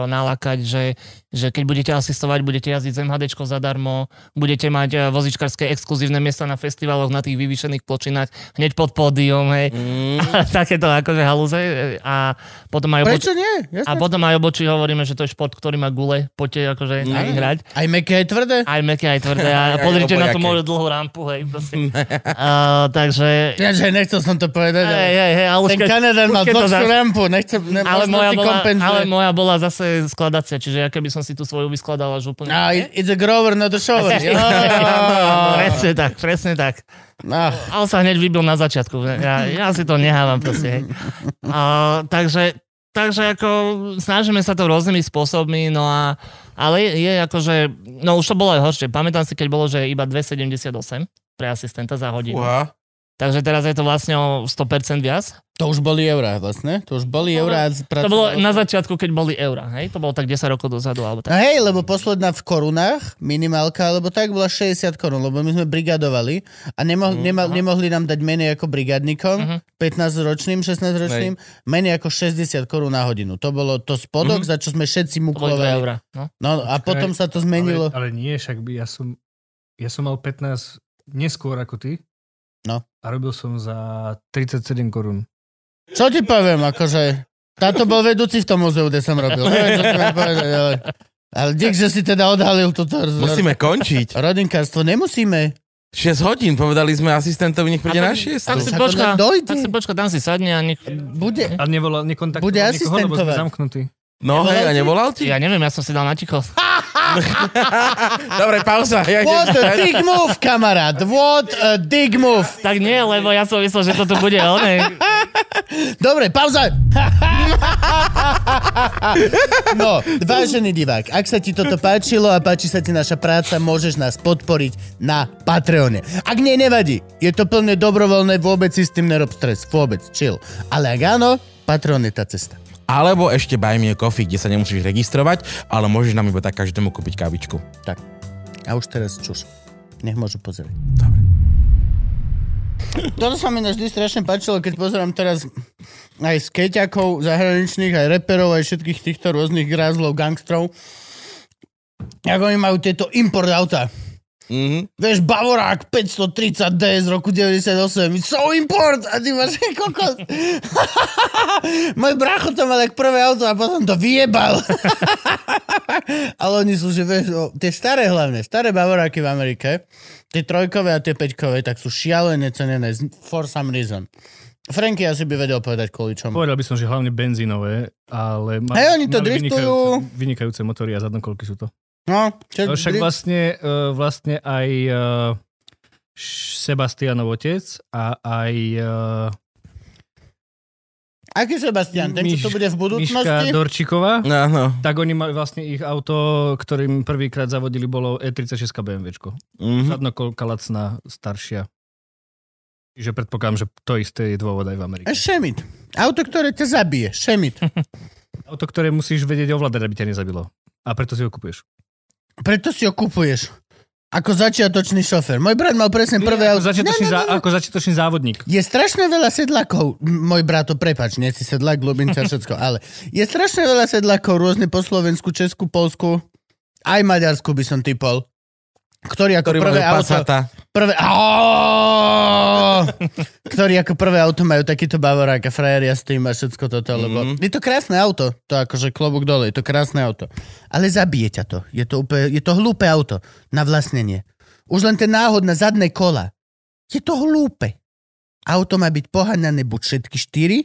S3: nalakať, že, že keď budete asistovať, budete jazdiť z MHD zadarmo, budete mať e, vozičkarské exkluzívne miesta na festivaloch, na tých vyvýšených pločinách, hneď pod pódium, hej. Mm. A takéto akože halúze. e, A potom aj obočí,
S2: Prečo nie?
S3: a
S2: Jasne.
S3: potom aj obočí hovoríme, že to je šport, ktorý má gule, poďte akože na nich hrať.
S2: Aj meké, aj tvrdé?
S3: Aj meké, aj tvrdé. A
S5: Mm. Aj
S3: pozrite na tú
S5: obojaké.
S3: moju dlhú rampu, hej. Proste. A, takže...
S2: Ja, že nechcel som to povedať, ale
S3: Hej, hej, hej, ale už
S2: ten
S3: keď-
S2: Kanadán
S3: už
S2: mal
S3: keď to
S2: dlhšiu
S3: zas-
S2: rampu, nechcem, ne,
S3: ale moja,
S2: si
S3: bola,
S2: kompenzuje.
S3: ale moja bola zase skladacia, čiže ja keby som si tú svoju vyskladal až úplne...
S2: No, it- it's a grower, not a shower. No, Jo.
S3: presne tak, presne tak.
S2: Ach,
S3: A on sa hneď vybil na začiatku. Ja, ja si to nehávam proste. hej. A, takže, takže ako snažíme sa to rôznymi spôsobmi, no a ale je, je akože, no už to bolo aj horšie. Pamätám si, keď bolo, že iba 2,78 pre asistenta za hodinu.
S5: Uha.
S3: Takže teraz je to vlastne o 100% viac.
S2: To už boli eurá vlastne, to už boli
S3: No,
S2: eurá.
S3: To bolo na začiatku, keď boli eurá, hej? To bolo tak 10 rokov dozadu, alebo tak.
S2: No hej, lebo posledná v korunách, minimálka, alebo tak bola 60 korun, lebo my sme brigadovali a nemoh- nema- nemohli nám dať menej ako
S3: Mhm.
S2: brigadníkom, 15-ročným, 16-ročným, menej ako 60 korun na hodinu. To bolo to spodok, za čo sme všetci
S3: To boli 2
S2: muklovali.
S3: eurá. No.
S2: No a potom sa to zmenilo.
S4: Ale, ale nie, však by ja som, ja som mal 15 neskôr ako ty.
S2: No.
S4: A robil som za 37 korún.
S2: Čo ti poviem, akože... Táto bol vedúci v tom muzeu, kde som robil. Neviem, čo ti mám povedať, ale... Ale dík, že si teda odhalil túto...
S5: Musíme končiť.
S2: Rodinkárstvo nemusíme.
S5: 6 hodín, povedali sme asistentovi, nech príde na
S3: A tak-
S5: 6.
S3: tak si
S2: Však
S3: počka,
S2: ona dojde.
S3: tak si počka, tam si sadne a nech...
S2: Bude...
S4: A nevolal, nekontaktoval
S2: Bude
S4: nikoho, lebo sme
S2: asistentovať.
S4: zamknutí.
S5: No hej, a nevolal ti?
S3: Ja neviem, ja som si dal na ticho.
S5: Dobre, pauza. Ja idem
S2: What a big move, kamarát! What a big move!
S3: Tak nie, lebo ja som myslel, že toto bude oné.
S2: Dobre, pauza! No, vážený divák, ak sa ti toto páčilo a páči sa ti naša práca, môžeš nás podporiť na Patreone. Ak nie, nevadí. Je to plne dobrovoľné, vôbec si s tým nerob stres. Vôbec, chill. Ale ak áno, Patreon je tá cesta.
S5: Alebo ešte Buy Me a Coffee, kde sa nemusíš registrovať, ale môžeš nám iba tak každému kúpiť kávičku.
S2: Tak. A už teraz čuš. Nech môžu pozrieť. Dobre. Toto sa mi na vždy strašne páčilo, keď pozerám teraz aj skeťakov zahraničných, aj reperov, aj všetkých týchto rôznych grázlov, gangstrov. Ako oni majú tieto import auta.
S5: Mhm.
S2: Vieš, Bavorák 530D z roku 98, it's so import! A ty máš kokos. Môj bracho to mal jak prvé auto a potom to vyjebal. Ale oni sú, že vieš, o, tie staré hlavne, staré Bavoráky v Amerike, tie trojkové a tie peťkové, tak sú šialené cenené z- for some reason. Franky asi by vedel povedať kvôli čomu.
S4: Povedal by som, že hlavne benzínové, ale ma,
S2: Hej, oni to
S4: mali
S2: driftujú.
S4: Vynikajúce, vynikajúce motory a zadnokolky sú to.
S2: No, čo,
S4: No, však vlastne, eh, vlastne aj eh, e, Š- Sebastianov otec a aj eh,
S2: Aký Sebastian? Ten, čo to bude v budúcnosti?
S4: Miška Dorčíková.
S5: Áno.
S4: Tak oni mali vlastne ich auto, ktorým prvýkrát zavodili, bolo E E36 BMWčko.
S5: Mhm.
S4: Zadnokolka lacná, staršia. Čiže predpokladám, že to isté je dôvod aj v Amerike.
S2: A šemit. Auto, ktoré ťa zabije. Šemit.
S4: Auto, ktoré musíš vedieť ovládať, aby ťa nezabilo. A preto si ho kupuješ.
S2: Preto si ho kupuješ. Ako začiatočný šofer. Môj brat mal presne prvé
S4: ako,
S2: auto.
S4: začiatočný,
S2: Ne, ne, ne, ne.
S4: Zá, ako začiatočný závodník.
S2: Je strašne veľa sedlákov, M- môj brato, prepač, nie si sedlák, ľubím ťa všetko, ale je strašne veľa sedlákov rôzne po Slovensku, Česku, Polsku, aj Maďarsku by som typol, ktorí ako
S5: Ktorý
S2: prvé
S5: majú
S2: auto...
S5: Passata.
S2: Prvé... Aaaaaaah! ktorí ako prvé auto majú takýto Bavorák a frajeria s tým a všetko toto, lebo
S5: Mhm.
S2: je to krásne auto, to akože klobúk dole, je to krásne auto. Ale zabije ťa to. Je to, úplne, je to hlúpe auto na vlastnenie. Už len ten náhod na zadné kola. Je to hlúpe. Auto má byť poháňané buď všetky štyri,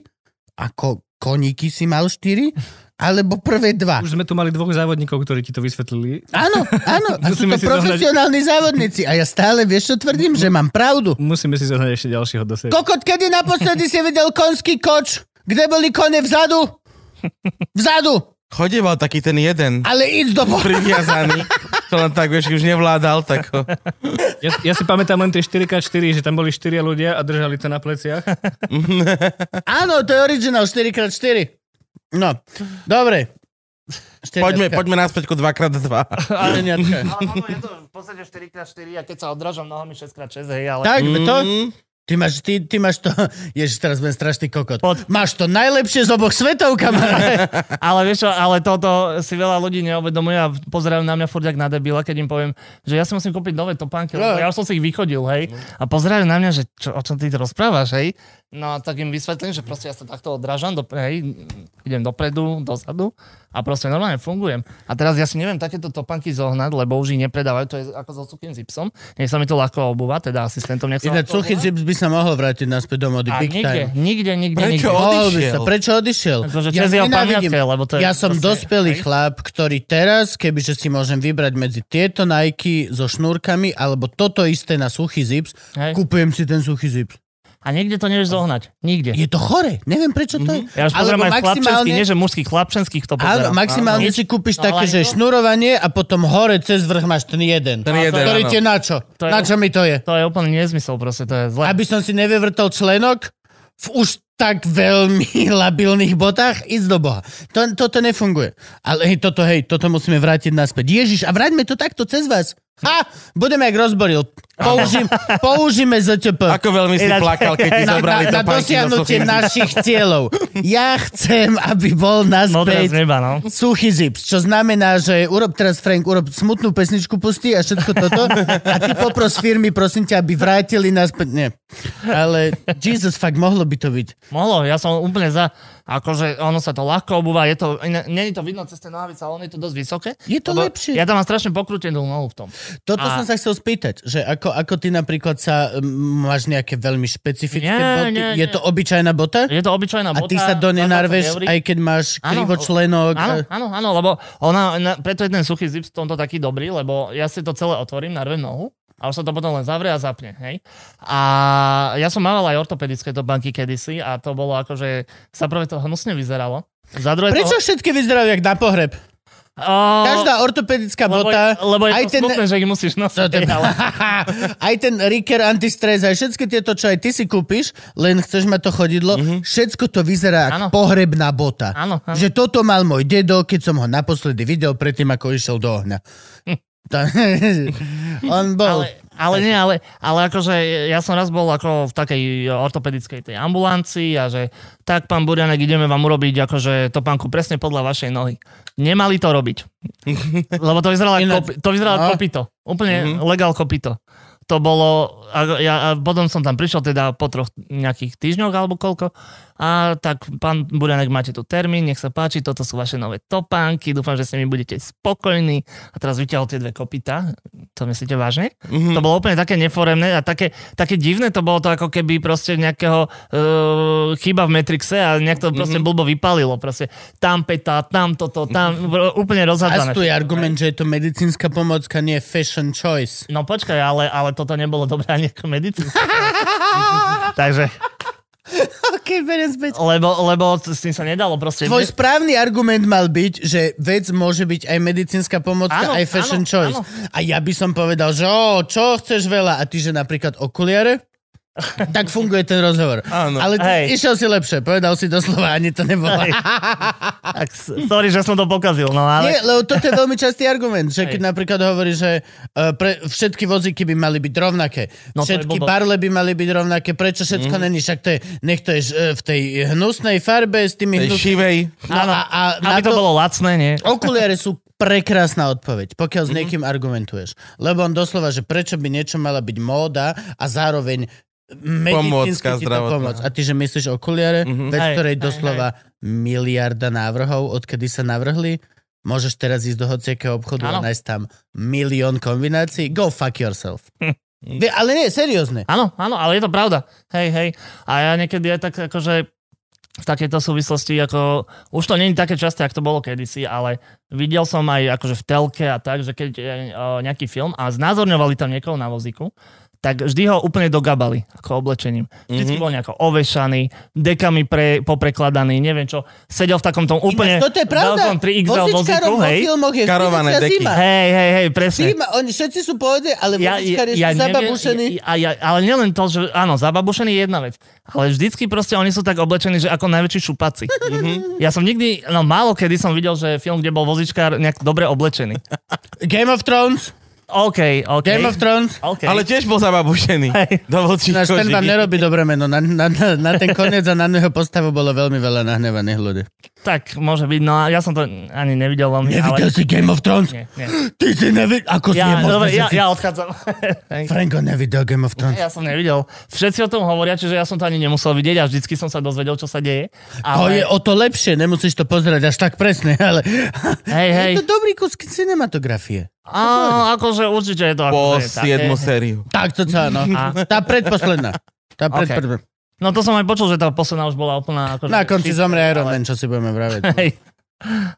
S2: ako koníky si mal štyri, alebo prvé dva.
S4: Už sme tu mali dvoch závodníkov, ktorí ti to vysvetlili.
S2: Áno, áno. A sú to
S4: Musíme si zohrať-
S2: profesionálni závodníci. A ja stále, vieš čo tvrdím? Že mám pravdu.
S4: Musíme si zohnať ešte ďalšieho do série.
S2: Kokot, kedy naposledy si videl konský koč? Kde boli kone vzadu? Vzadu!
S5: Chodieval taký ten jeden
S2: Ale ísť do po...
S5: priviazaný, čo len tak, vieš, keď už nevládal, tak ho...
S4: Ja, ja si pamätám len tie 4x4, že tam boli 4 ľudia a držali to na pleciach.
S2: Áno, to je originál 4x4. No, dobre.
S5: Poďme, poďme naspäť ku 2x2.
S2: poďme.
S3: Ale áno, je to v podstate 4x4 a keď sa odrážam nohami 6x6, hej, ale...
S2: Tak, to?
S5: Mm.
S2: Ty máš, ty, ty máš to... Ježiš, teraz budem strašný kokot.
S3: Pod-
S2: Máš to najlepšie z oboch svetov, kamarát.
S3: Ale vieš čo, ale toto si veľa ľudí neuvedomuje a pozerajú na mňa furt jak na debila, keď im poviem, že ja si musím kúpiť nové topánky,
S2: No.
S3: lebo ja už som si ich vychodil, hej. A pozerajú na mňa, že čo, o čom ty tu rozprávaš, hej. No a tak im vysvetlím, že proste ja sa takto odrážam, do, hej, idem dopredu, dozadu a proste normálne fungujem. A teraz ja si neviem takéto topánky zohnať, lebo už ich nepredávajú, to je ako so suchým zipsom. Nech sa mi to ľahko obúva, teda asistentom nech sa
S2: Ináč,
S3: ľahko
S2: suchý
S3: obúva.
S2: zips by sa mohol vrátiť naspäť domov.
S3: A
S2: Big
S3: nikde,
S2: time.
S3: nikde, nikde,
S5: Prečo?
S3: nikde.
S2: Mohol by
S5: Odišiel.
S2: sa. Prečo odišiel?
S3: Akože čest jeho
S2: nenávidím-
S3: pamiatke, lebo to je
S2: ja som
S3: proste-
S2: dospelý
S3: hej.
S2: chlap, ktorý teraz, kebyže si môžem vybrať medzi tieto Nike so šnúrkami, alebo toto isté na suchý zips,
S3: Hej.
S2: kupujem si ten suchý zips.
S3: A niekde to nevieš zohnať. Nikde.
S2: Je to chore, neviem prečo to je.
S3: Mhm. Ja už pozerám aj chlapčenský, nie že mužský, chlapčenský to
S2: Áno,
S3: pozerám.
S2: maximálne si kúpiš
S3: No,
S2: také,
S3: ale
S2: že
S3: to-
S2: šnurovanie a potom hore cez vrch máš ten jeden.
S5: Ten jeden,
S2: ktorý
S5: áno.
S2: ti je na čo?
S3: To je-
S2: Na čo mi to je?
S3: To je úplne nezmysel, proste to je zle.
S2: Aby som si nevyvrtol členok v už tak veľmi labilných botách, ísť do Boha. To, toto nefunguje. Ale hej, toto, hej, toto musíme vrátiť naspäť. Ježiš, a vráťme to takto cez vás. Ha, budeme jak rozboril. Použím, použíme ZTP.
S5: Ako veľmi si
S3: Ináč-
S5: plakal, keď ti
S2: Na,
S5: zobrali
S2: na, na
S5: to panky do
S2: dosiahnutie
S5: suchých
S2: našich cieľov. Ja chcem, aby bol
S3: Modré
S2: naspäť
S3: z neba, no.
S2: suchý zips, čo znamená, že urob teraz, Frank, urob smutnú pesničku, pustí a všetko toto a ty popros firmy, prosím ťa, aby vrátili naspäť. Nie. Ale Jesus, fakt, mohlo by to byť.
S3: Mohlo, ja som úplne za, akože ono sa to ľahko obúva, je to, iné- není to vidno cez tie nohavice, ale ono je to dosť vysoké.
S2: Je to
S3: Lebo
S2: lepšie.
S3: Ja tam mám strašne pokrutenú nohu v tom.
S2: Toto
S3: A-
S2: som sa chcel spýtať, že ako, ako ty napríklad sa um, máš nejaké veľmi špecifické
S3: Nie,
S2: boty.
S3: nie,
S2: Je
S3: nie.
S2: to obyčajná bota?
S3: Je to obyčajná
S2: A
S3: bota.
S2: ty sa do
S3: za 20
S2: nenarveš,
S3: eur.
S2: aj keď máš
S3: Áno,
S2: krivočlenok.
S3: Áno,
S2: a-
S3: áno, áno, lebo ona, na, preto je ten suchý zips v tomto taký dobrý, lebo ja si to celé otvorím, narvem nohu a už sa to potom len zavrie a zapne, hej. A ja som mal aj ortopedické to banky kedysi a to bolo akože, sa prvé to hnusne vyzeralo. Za druhé
S2: Prečo
S3: To,
S2: všetky vyzerajú jak na pohreb?
S3: o,
S2: Každá ortopedická
S3: No. lebo,
S2: bota,
S3: je- lebo je
S2: aj
S3: to
S2: ten... No,
S3: smutné, že ich musíš nosiť.
S2: To je-
S3: hej, ale,
S2: aj ten Riker antistres, aj všetky tieto, čo aj ty si kúpiš, len chceš mať to chodidlo, mm-hmm. všetko to vyzerá
S3: Mhm. Áno.
S2: ako pohrebná bota.
S3: Áno, áno.
S2: Že toto mal môj dedo, keď som ho naposledy videl predtým, ako išiel do ohňa. To- On bol...
S3: Hm. ale, ale nie, ale, ale akože ja som raz bol ako v takej e, ortopedickej tej ambulancii a že tak, pán Burianek, ideme vám urobiť akože topánku presne podľa vašej nohy. Nemali to robiť. Lebo to vyzeralo,
S2: Ináč-
S3: Inak, kopi, to vyzeralo
S2: no.
S3: no. kopito. Úplne mm-hmm. legal kopito. To bolo, a, ja, a potom som tam prišiel teda po troch nejakých týždňoch alebo koľko a tak pán Burianek, máte tu termín, nech sa páči, toto sú vaše nové topánky, dúfam, že s nimi budete spokojní a teraz vyťahol tie dve kopita, to myslíte vážne? Mm-hmm. To bolo úplne také neforemné a také, také divné to bolo to ako keby proste nejakého uh, chyba v Matrixe a nejak to proste mm-hmm. blbo vypalilo, proste tam peta, tam toto, tam úplne
S2: A
S3: rozhádzané.
S2: tu je argument, že je to medicínska pomocka, nie fashion choice.
S3: No počkaj, ale, ale toto nebolo dobré ani ako medicínska. Takže
S2: Keď beriem späť.
S3: Lebo, lebo s tým sa nedalo proste.
S2: Tvoj správny argument mal byť, že vec môže byť aj medicínska pomocka,
S3: Áno,
S2: aj fashion
S3: áno,
S2: choice.
S3: áno.
S2: A ja by som povedal, že o, čo chceš veľa, a ty, že napríklad okuliare, tak funguje ten rozhovor.
S1: Áno.
S2: Ale ty
S3: Hej.
S2: išiel si lepšie, povedal si doslova, ani to nebolo.
S3: Hej. Tak, s- sorry, že som to pokazil, no ale...
S2: Nie, lebo toto je veľmi častý argument, že keď
S3: Hej.
S2: napríklad hovorí, že uh, pre, všetky vozíky by mali byť rovnaké,
S3: No to je
S2: všetky
S3: blbosť. Mhm.
S2: barle by mali byť rovnaké, prečo všetko mm. není, však to je, nech to je uh, v tej hnusnej farbe s tými
S1: Tej
S2: hnusnými...
S1: šivej.
S2: No, a, a na
S3: Aby to bolo lacné, nie?
S2: Okuliare sú prekrásna odpoveď, pokiaľ
S1: Mhm.
S2: s niekým argumentuješ. Lebo on doslova, že prečo by niečo mala byť móda a zároveň medicínsky
S1: Pomôcka
S2: ti to
S1: zdravotná. Mhm.
S2: pomoc. A ty, že myslíš okuliare, mm-hmm. vec,
S3: Hej,
S2: ktorej
S3: hej,
S2: doslova miliarda návrhov, odkedy sa navrhli, môžeš teraz ísť do hociakého obchodu a
S3: Áno.
S2: nájsť tam milión kombinácií. Go fuck yourself.
S3: Hm.
S2: Vie, ale nie, seriózne.
S3: Áno, áno, ale je to pravda. Hej, hej. A ja niekedy aj tak akože v takejto súvislosti, ako už to nie je také časté, ako to bolo kedysi, ale videl som aj akože v telke a tak, že keď je o, nejaký film a znázorňovali tam niekoho na vozíku, tak vždy ho úplne dogabali ako oblečením.
S2: Mhm.
S3: Vždycky mm-hmm. bol nejako ovešaný, dekami pre, poprekladaný, neviem čo. Sedel v takom tom úplne
S2: Ináč, toto je pravda.
S3: veľkom 3XL vozíku,
S2: Vozičkárom vo
S3: hej.
S2: filmoch je
S1: Karované
S2: vždy
S1: deky.
S2: zima.
S3: Hej, hej, hej, presne.
S2: Zima, oni všetci sú pohode, ale ja, vozičkár je ja, zababušený.
S3: Ja, ja, ale nielen to, že áno, zababušený je jedna vec, ale vždycky proste oni sú tak oblečení, že ako najväčší šupaci. ja som nikdy, no málo kedy som videl, že film, kde bol vozičkár nejak dobre oblečený.
S2: Game of Thrones.
S3: OK, OK.
S2: Game of Thrones.
S3: OK.
S1: Ale tiež bol zababušený.
S3: Hej.
S1: Do vlčích
S2: Náš ten
S1: koží.
S2: vám nerobí dobré meno. Na, na, na, na ten koniec a na jeho postavu bolo veľmi veľa nahnevaných ľudí.
S3: Tak, môže byť, no a ja som to ani nevidel veľmi,
S2: Nevidel
S3: ale...
S2: si Game of Thrones?
S3: Nie, nie.
S2: Ty si nevidel... Ako si
S3: Ja,
S2: je možné,
S3: dobre,
S2: že
S3: ja,
S2: si...
S3: ja odchádzam. Thank you.
S2: Franko nevidel Game of Thrones.
S3: ja som nevidel. Všetci o tom hovoria, čiže ja som to ani nemusel vidieť a vždycky som sa dozvedel, čo sa deje. Ale...
S2: To je o to lepšie, nemusíš to pozerať až tak presne, ale...
S3: Hej, hej.
S2: Je to dobrý kus cinematografie.
S3: Á, akože určite je to...
S1: Po
S3: akože, také-
S1: siedmu sériu.
S2: Tak to sa, no.
S3: A-
S2: Tá predposledná. Tá
S3: Ok.
S2: predposledná.
S3: No to som aj počul, že tá posledná už bola úplná... Akože
S2: Na konci
S3: shit,
S2: zomrie Iron Man,
S3: ale-
S2: čo si budeme vraviť.
S3: Hej.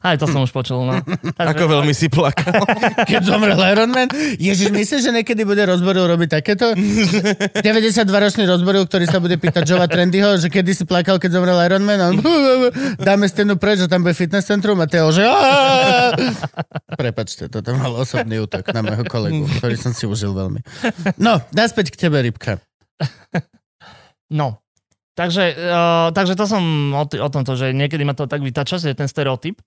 S3: Aj to som už počul, no. Takže,
S1: Ako veľmi si plakal.
S2: Keď zomrel Iron Man. Ježiš, myslíš, že niekedy bude rozborov robiť takéto? 92-ročný rozborov, ktorý sa bude pýtať Jova Trendyho, že kedy si plakal, keď zomrel Iron Man. A on, dáme stenu preč, že tam bude fitness centrum a Teo, že... "Aaah!" Prepačte, toto mal osobný útok na môjho kolegu, ktorý som si užil veľmi. No, naspäť k tebe, Rybka.
S3: No. Takže, uh, takže to som o, t- o tomto, že niekedy ma to tak vytača, že je ten stereotyp.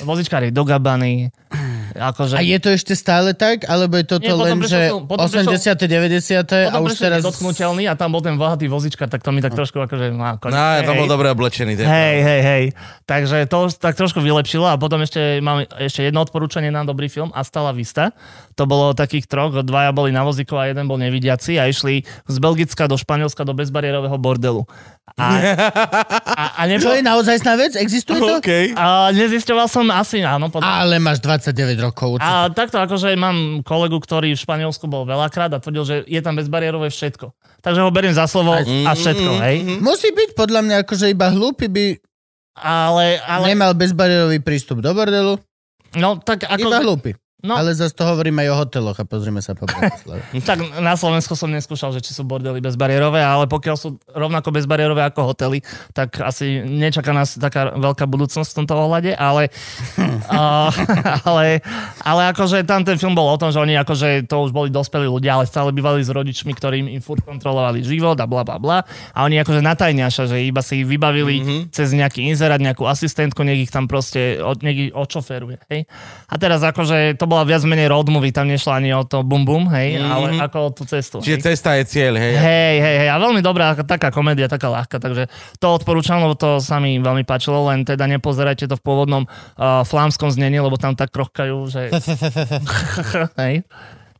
S3: Vozičkár je dogabaný. Akože,
S2: A je to ešte stále tak, alebo je toto
S3: Nie, potom
S2: len,
S3: prišiel
S2: že
S3: film, potom prišiel-
S2: 80 90 a
S3: potom
S2: už
S3: prišiel
S2: teraz...
S3: dotknutelný a tam bol ten bohatý vozičkár, tak to mi tak trošku akože... No, ako,
S1: No, ja tam bol dobre oblečený. to je
S3: Hej, hej, hej. Takže to už tak trošku vylepšilo a potom ešte mám ešte jedno odporúčanie na dobrý film Astala Vista. To bolo takých troch, dvaja boli na vozíku a jeden bol nevidiaci a išli z Belgicka do Španielska do bezbariérového bordelu. A, a, a,
S2: Čo je
S3: nebo,
S2: naozaj vec? Existuje to?
S1: OK.
S3: a nezisťoval som asi, áno, podľa
S2: Ale máš 29 rokov. určite.
S3: a takto akože mám kolegu, ktorý v Španielsku bol veľakrát a tvrdil, že je tam bezbariérové všetko. Takže ho beriem za slovo a všetko, hej.
S2: Musí byť podľa mňa akože iba hlúpy by
S3: Ale, ale,
S2: ale... nemal bezbariérový prístup do bordelu.
S3: no tak ako...
S2: Iba hlúpy.
S3: No.
S2: No. Ale zase to hovoríme aj o hoteloch a pozrime sa po Bratislave.
S3: Tak na Slovensku som neskúšal, že či sú bordely bezbariérové, ale pokiaľ sú rovnako bezbariérové ako hotely, tak asi nečaká nás taká veľká budúcnosť v tomto ohľade, ale, uh, ale, ale akože tam ten film bol o tom, že oni akože to už boli dospelí ľudia, ale stále bývali s rodičmi, ktorým im furt kontrolovali život a bla bla bla. A oni akože natajňaša, že iba si ich vybavili mm-hmm. cez nejaký inzerát, nejakú asistentku, nech ich tam proste od, nech ich očoferuje. Hej? A teraz akože to bola viac menej road movie, tam nešla ani o to bum bum, hej, mm-hmm. ale ako o tú cestu.
S1: Čiže
S3: hej?
S1: cesta je cieľ, hej.
S3: Hej, hej, hej, a veľmi dobrá ako- taká komédia, taká ľahká, takže to odporúčam, lebo to sa mi veľmi páčilo, len teda nepozerajte to v pôvodnom uh, flámskom znení, lebo tam tak krochkajú, že... hej,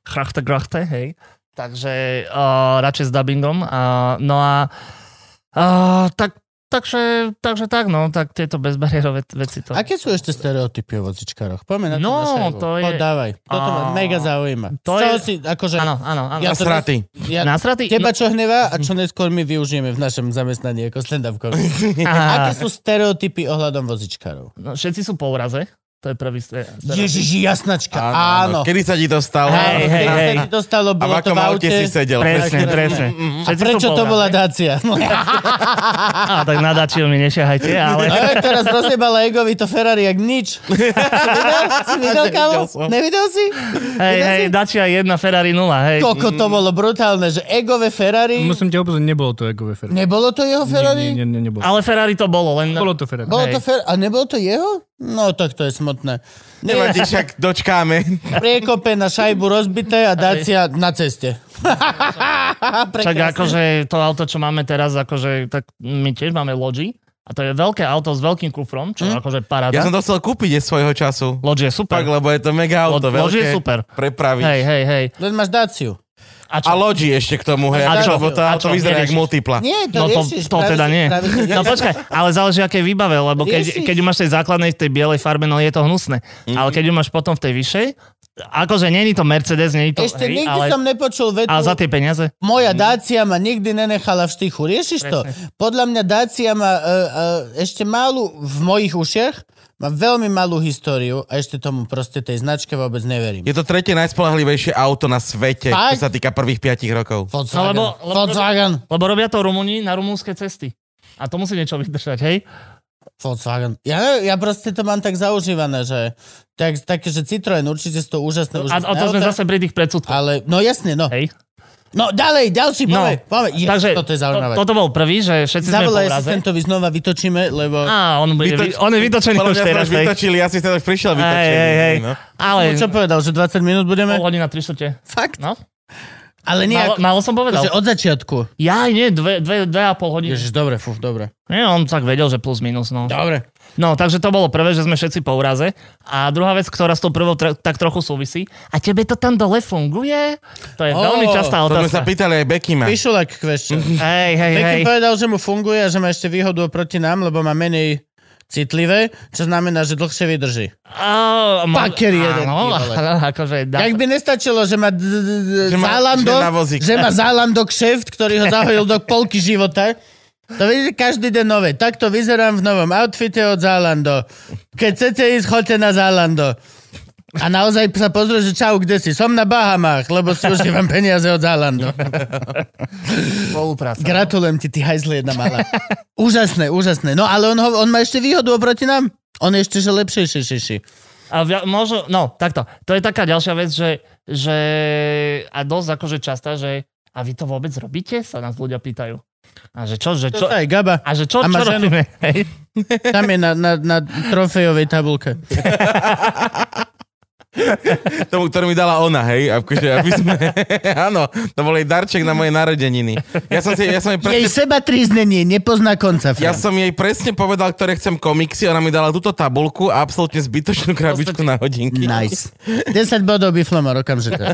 S3: chrachte, grachte, hej. Takže uh, radšej s dubbingom. Uh, no a uh, tak, takže, takže tak, no, tak tieto bezbariérové veci to...
S2: Aké sú ešte stereotypy o vozičkároch? Poďme na to
S3: No,
S2: na šajbu.
S3: to je-
S2: Podávaj. Toto ma
S3: A-
S2: mega zaujíma.
S3: to
S2: Z čoho
S3: je-
S2: si, akože...
S3: Áno, no. áno, áno.
S2: Ja
S1: A
S2: to-
S1: straty.
S2: Ja,
S3: Nasratý?
S2: teba čo hnevá a čo neskôr my využijeme v našom zamestnaní ako stand-up comedy. Aké
S3: Á,
S2: sú stereotypy ohľadom vozičkárov?
S3: no, všetci sú po úraze. To je prvý stre- stereotyp.
S2: Ježiši, jasnačka, áno.
S1: Kedy sa ti to stalo?
S3: Hej,
S2: Áno,
S3: hej,
S2: keď
S3: hej.
S2: sa ti to stalo,
S1: A v
S2: bolo to
S1: akom
S2: v
S1: aute
S2: aute.
S1: si sedel?
S3: Presne,
S2: Presne.
S3: presne.
S2: Mm, A
S3: Všetci sú
S2: prečo to
S3: Polgári.
S2: bola Dacia? No,
S3: Á, tak na dačil mi nešahajte, ale...
S2: Ale teraz rozjebala Egovi to Ferrari jak nič. Si videl? Si videl, kámo? Nevidel si?
S3: Hej, hej, dačia 1, Ferrari 0, hej.
S2: Koľko to bolo brutálne, že Egové Ferrari...
S4: Musím ťa obzor, nebolo to Egové Ferrari.
S2: Mm. Nebolo to jeho Ferrari?
S4: Nie, nie, nie, nebolo.
S3: Ale Ferrari to bolo, len...
S4: Bolo to Ferrari.
S2: Bolo
S3: Hej.
S2: to fer- a nebolo to jeho? No tak to je smutné.
S1: Nevadí, však dočkáme.
S2: Priekope na šajbu rozbité a Dacia na ceste.
S3: Však
S2: Prekrásne.
S3: akože to auto, čo máme teraz, akože tak my tiež máme Logi. A to je veľké auto s veľkým kufrom, čo je akože paráda.
S1: Ja som to chcel kúpiť je svojho času.
S3: Logi je super.
S1: Tak, lebo je to mega auto,
S3: Lo- Loži je
S1: veľké.
S3: super.
S1: Prepravíš.
S3: Hej, hej, hej.
S2: Len máš Daciu.
S1: A
S3: A čo?
S1: loďi ešte k tomu, hej.
S3: A
S1: A
S3: čo?
S1: čo? Lebo to
S3: A
S1: auto
S3: čo?
S1: vyzerá jak
S3: Neriešiš.
S1: multipla.
S2: Nie, to
S3: No to,
S2: riešiš.
S3: to
S2: práve
S3: teda
S2: si-
S3: nie.
S2: práve si-
S3: No počkaj, ale záleží, aké výbave, lebo keď,
S2: Riešiš.
S3: keď ju máš v tej základnej, v tej bielej farbe, no je to hnusné. Ale keď ju máš potom v tej vyššej, akože není to Mercedes, není to,
S2: Ešte
S3: hej,
S2: nikdy
S3: ale,
S2: som nepočul vetu,
S3: ale za tie peniaze.
S2: moja Dacia ma nikdy nenechala v štychu. Riešiš to? Podľa mňa Dacia má e, e, ešte málu v mojich ušiach, má veľmi malú históriu a ešte tomu proste tej značke vôbec neverím.
S1: Je to tretie najspolahlivejšie auto na svete,
S2: Fakt?
S1: čo sa týka prvých 5 rokov.
S2: Volkswagen.
S3: No, lebo- lebo-
S2: Volkswagen.
S3: Lebo robia to Rumúni na rumúnske cesty. A to musí niečo vydržať, hej?
S2: Volkswagen. Ja, ja proste to mám tak zaužívané, že tak, také, že Citroen určite sú to úžasné, úžasné
S3: A, a to sme
S2: autá,
S3: zase pri tých predsudkoch.
S2: Ale, no jasne, no.
S3: Hej.
S2: No ďalej, ďalší,
S3: No,
S2: povej, povej. Je,
S3: Takže
S2: toto je zaujímavé.
S3: To, toto bol prvý, že všetci sme po
S2: Zavolaj
S3: úraze.
S2: asistentovi, znova vytočíme, lebo...
S3: Á, on, bude,
S1: Vytoč-
S3: vy- on je vytočený
S1: Podľa
S3: už
S1: mňa sme
S3: teraz.
S1: už
S3: hej.
S1: vytočili, ja si teda už prišiel
S3: Hej,
S1: vytočený.
S3: hej, hej.
S1: no.
S3: Ale
S2: No, čo povedal, že 20 minút budeme?
S3: pol hodina, tri štvrte.
S2: Fakt?
S3: No,
S2: Ale nie,
S3: málo,
S2: ako,
S3: málo som povedal.
S2: že od začiatku.
S3: Ja nie, dve, dve, dve a pol hodiny.
S2: Ježiš, dobre, fú, dobre.
S3: Nie, on tak vedel, že plus minus, no.
S2: Dobre.
S3: No, takže to bolo prvé, že sme všetci po úraze. A druhá vec, ktorá s tou prvou tr- tak trochu súvisí. A tebe to tam dole funguje? To
S2: Ó,
S3: je veľmi častá
S1: To sme sa
S3: otázka.
S1: pýtali aj Bekima.
S2: Pišulak question.
S3: Hej, hej, hej.
S2: Pekin povedal, že mu funguje a že má ešte výhodu proti nám, lebo má menej citlivé, čo znamená, že dlhšie vydrží.
S3: Á, mo-
S2: Paker jeden, ty
S3: Áno,
S2: vole.
S3: áno, akože dá
S2: Jak
S3: sa-
S2: by nestačilo, že má, d- d- d-
S1: Že má-
S2: Zálando,
S1: že na vozík.
S2: že má Zálando kšeft, ktorý ho zahojil do polky života. To vidíte každý deň nové. Takto vyzerám v novom outfite od Zálando. Keď chcete ísť, choďte na Zálando. A naozaj sa pozrie, že čau, kde si? Som na Bahamách, lebo si užívam peniaze od Zálando.
S3: spolupráca.
S2: Gratulujem ti, ty hajzli jedna malá. úžasné, úžasné. No ale on, ho, on má ešte výhodu oproti nám. On je ešte že lepšie, ši, ši, ši.
S3: A via, možno, no, takto. To je taká ďalšia vec, že, že a dosť akože častá, že a vy to vôbec robíte? Sa nás ľudia pýtajú. A že čo, že
S2: To
S3: čo?
S2: sa aj Gaba.
S3: A že čo,
S2: A
S3: čo
S2: má ženu.
S3: robíme? Hej.
S2: Tam je na, na, na trofejovej tabulke.
S1: Tomu, ktorú mi dala ona, hej. Akože, aby sme... Áno, to bol jej darček na moje narodeniny. Ja som, si, ja som jej presne
S2: Jej seba tríznenie nepozná konca.
S1: Ja
S2: Fran.
S1: som jej presne povedal, ktoré chcem komiksy, ona mi dala túto tabulku a absolútne zbytočnú krabičku na hodinky.
S2: Nice. 10 bodov by flomor okamžite.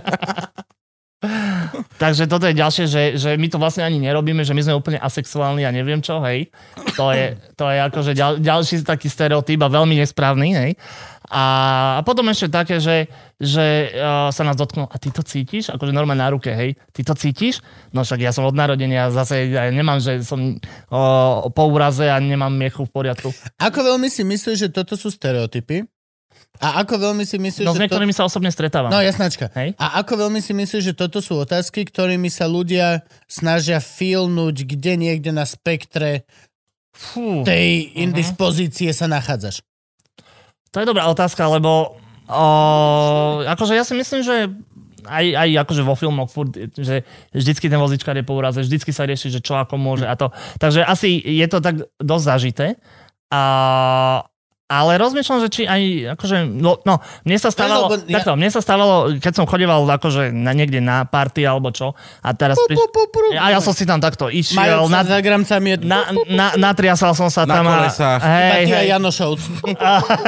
S3: Takže toto je ďalšie, že, že my to vlastne ani nerobíme, že my sme úplne asexuálni a neviem čo, hej. To je, to je akože ďal, ďalší taký stereotyp a veľmi nesprávny, hej. A, a potom ešte také, že, že uh, sa nás dotknú, a ty to cítiš? Akože normálne na ruke, hej. Ty to cítiš? No však ja som od narodenia zase, ja nemám, že som uh, po úraze a nemám miechu v poriadku.
S2: Ako veľmi si myslíš, že toto sú stereotypy? A ako veľmi si myslíš,
S3: No
S2: že
S3: s
S2: to...
S3: niektorými sa osobne stretávam.
S2: No jasnačka.
S3: Hej.
S2: A ako veľmi si myslíš, že toto sú otázky, ktorými sa ľudia snažia filnúť, kde niekde na spektre
S3: Fú.
S2: tej indispozície sa nachádzaš?
S3: To je dobrá otázka, lebo o, akože ja si myslím, že aj, aj akože vo filmoch furt, že vždycky ten vozičkár je po úraze, vždycky sa rieši, že čo ako môže a to. Takže asi je to tak dosť zažité. A, ale rozmýšľam, že či aj, akože, no, no mne sa stávalo,
S2: lebo ja-
S3: takto, mne sa stávalo, keď som chodeval akože na, niekde na party alebo čo, a teraz
S2: Pu,
S3: pri...
S2: pu, pu, pu.
S3: A ja som si tam takto
S2: Majúc
S3: išiel,
S2: sa
S3: na,
S2: za gramcami je...
S3: na, na, natriasal som sa
S1: Na
S3: tam. a-
S1: kolesách.
S2: Iba
S3: Hej,
S2: ty a
S3: hej,
S2: Jano Šouc.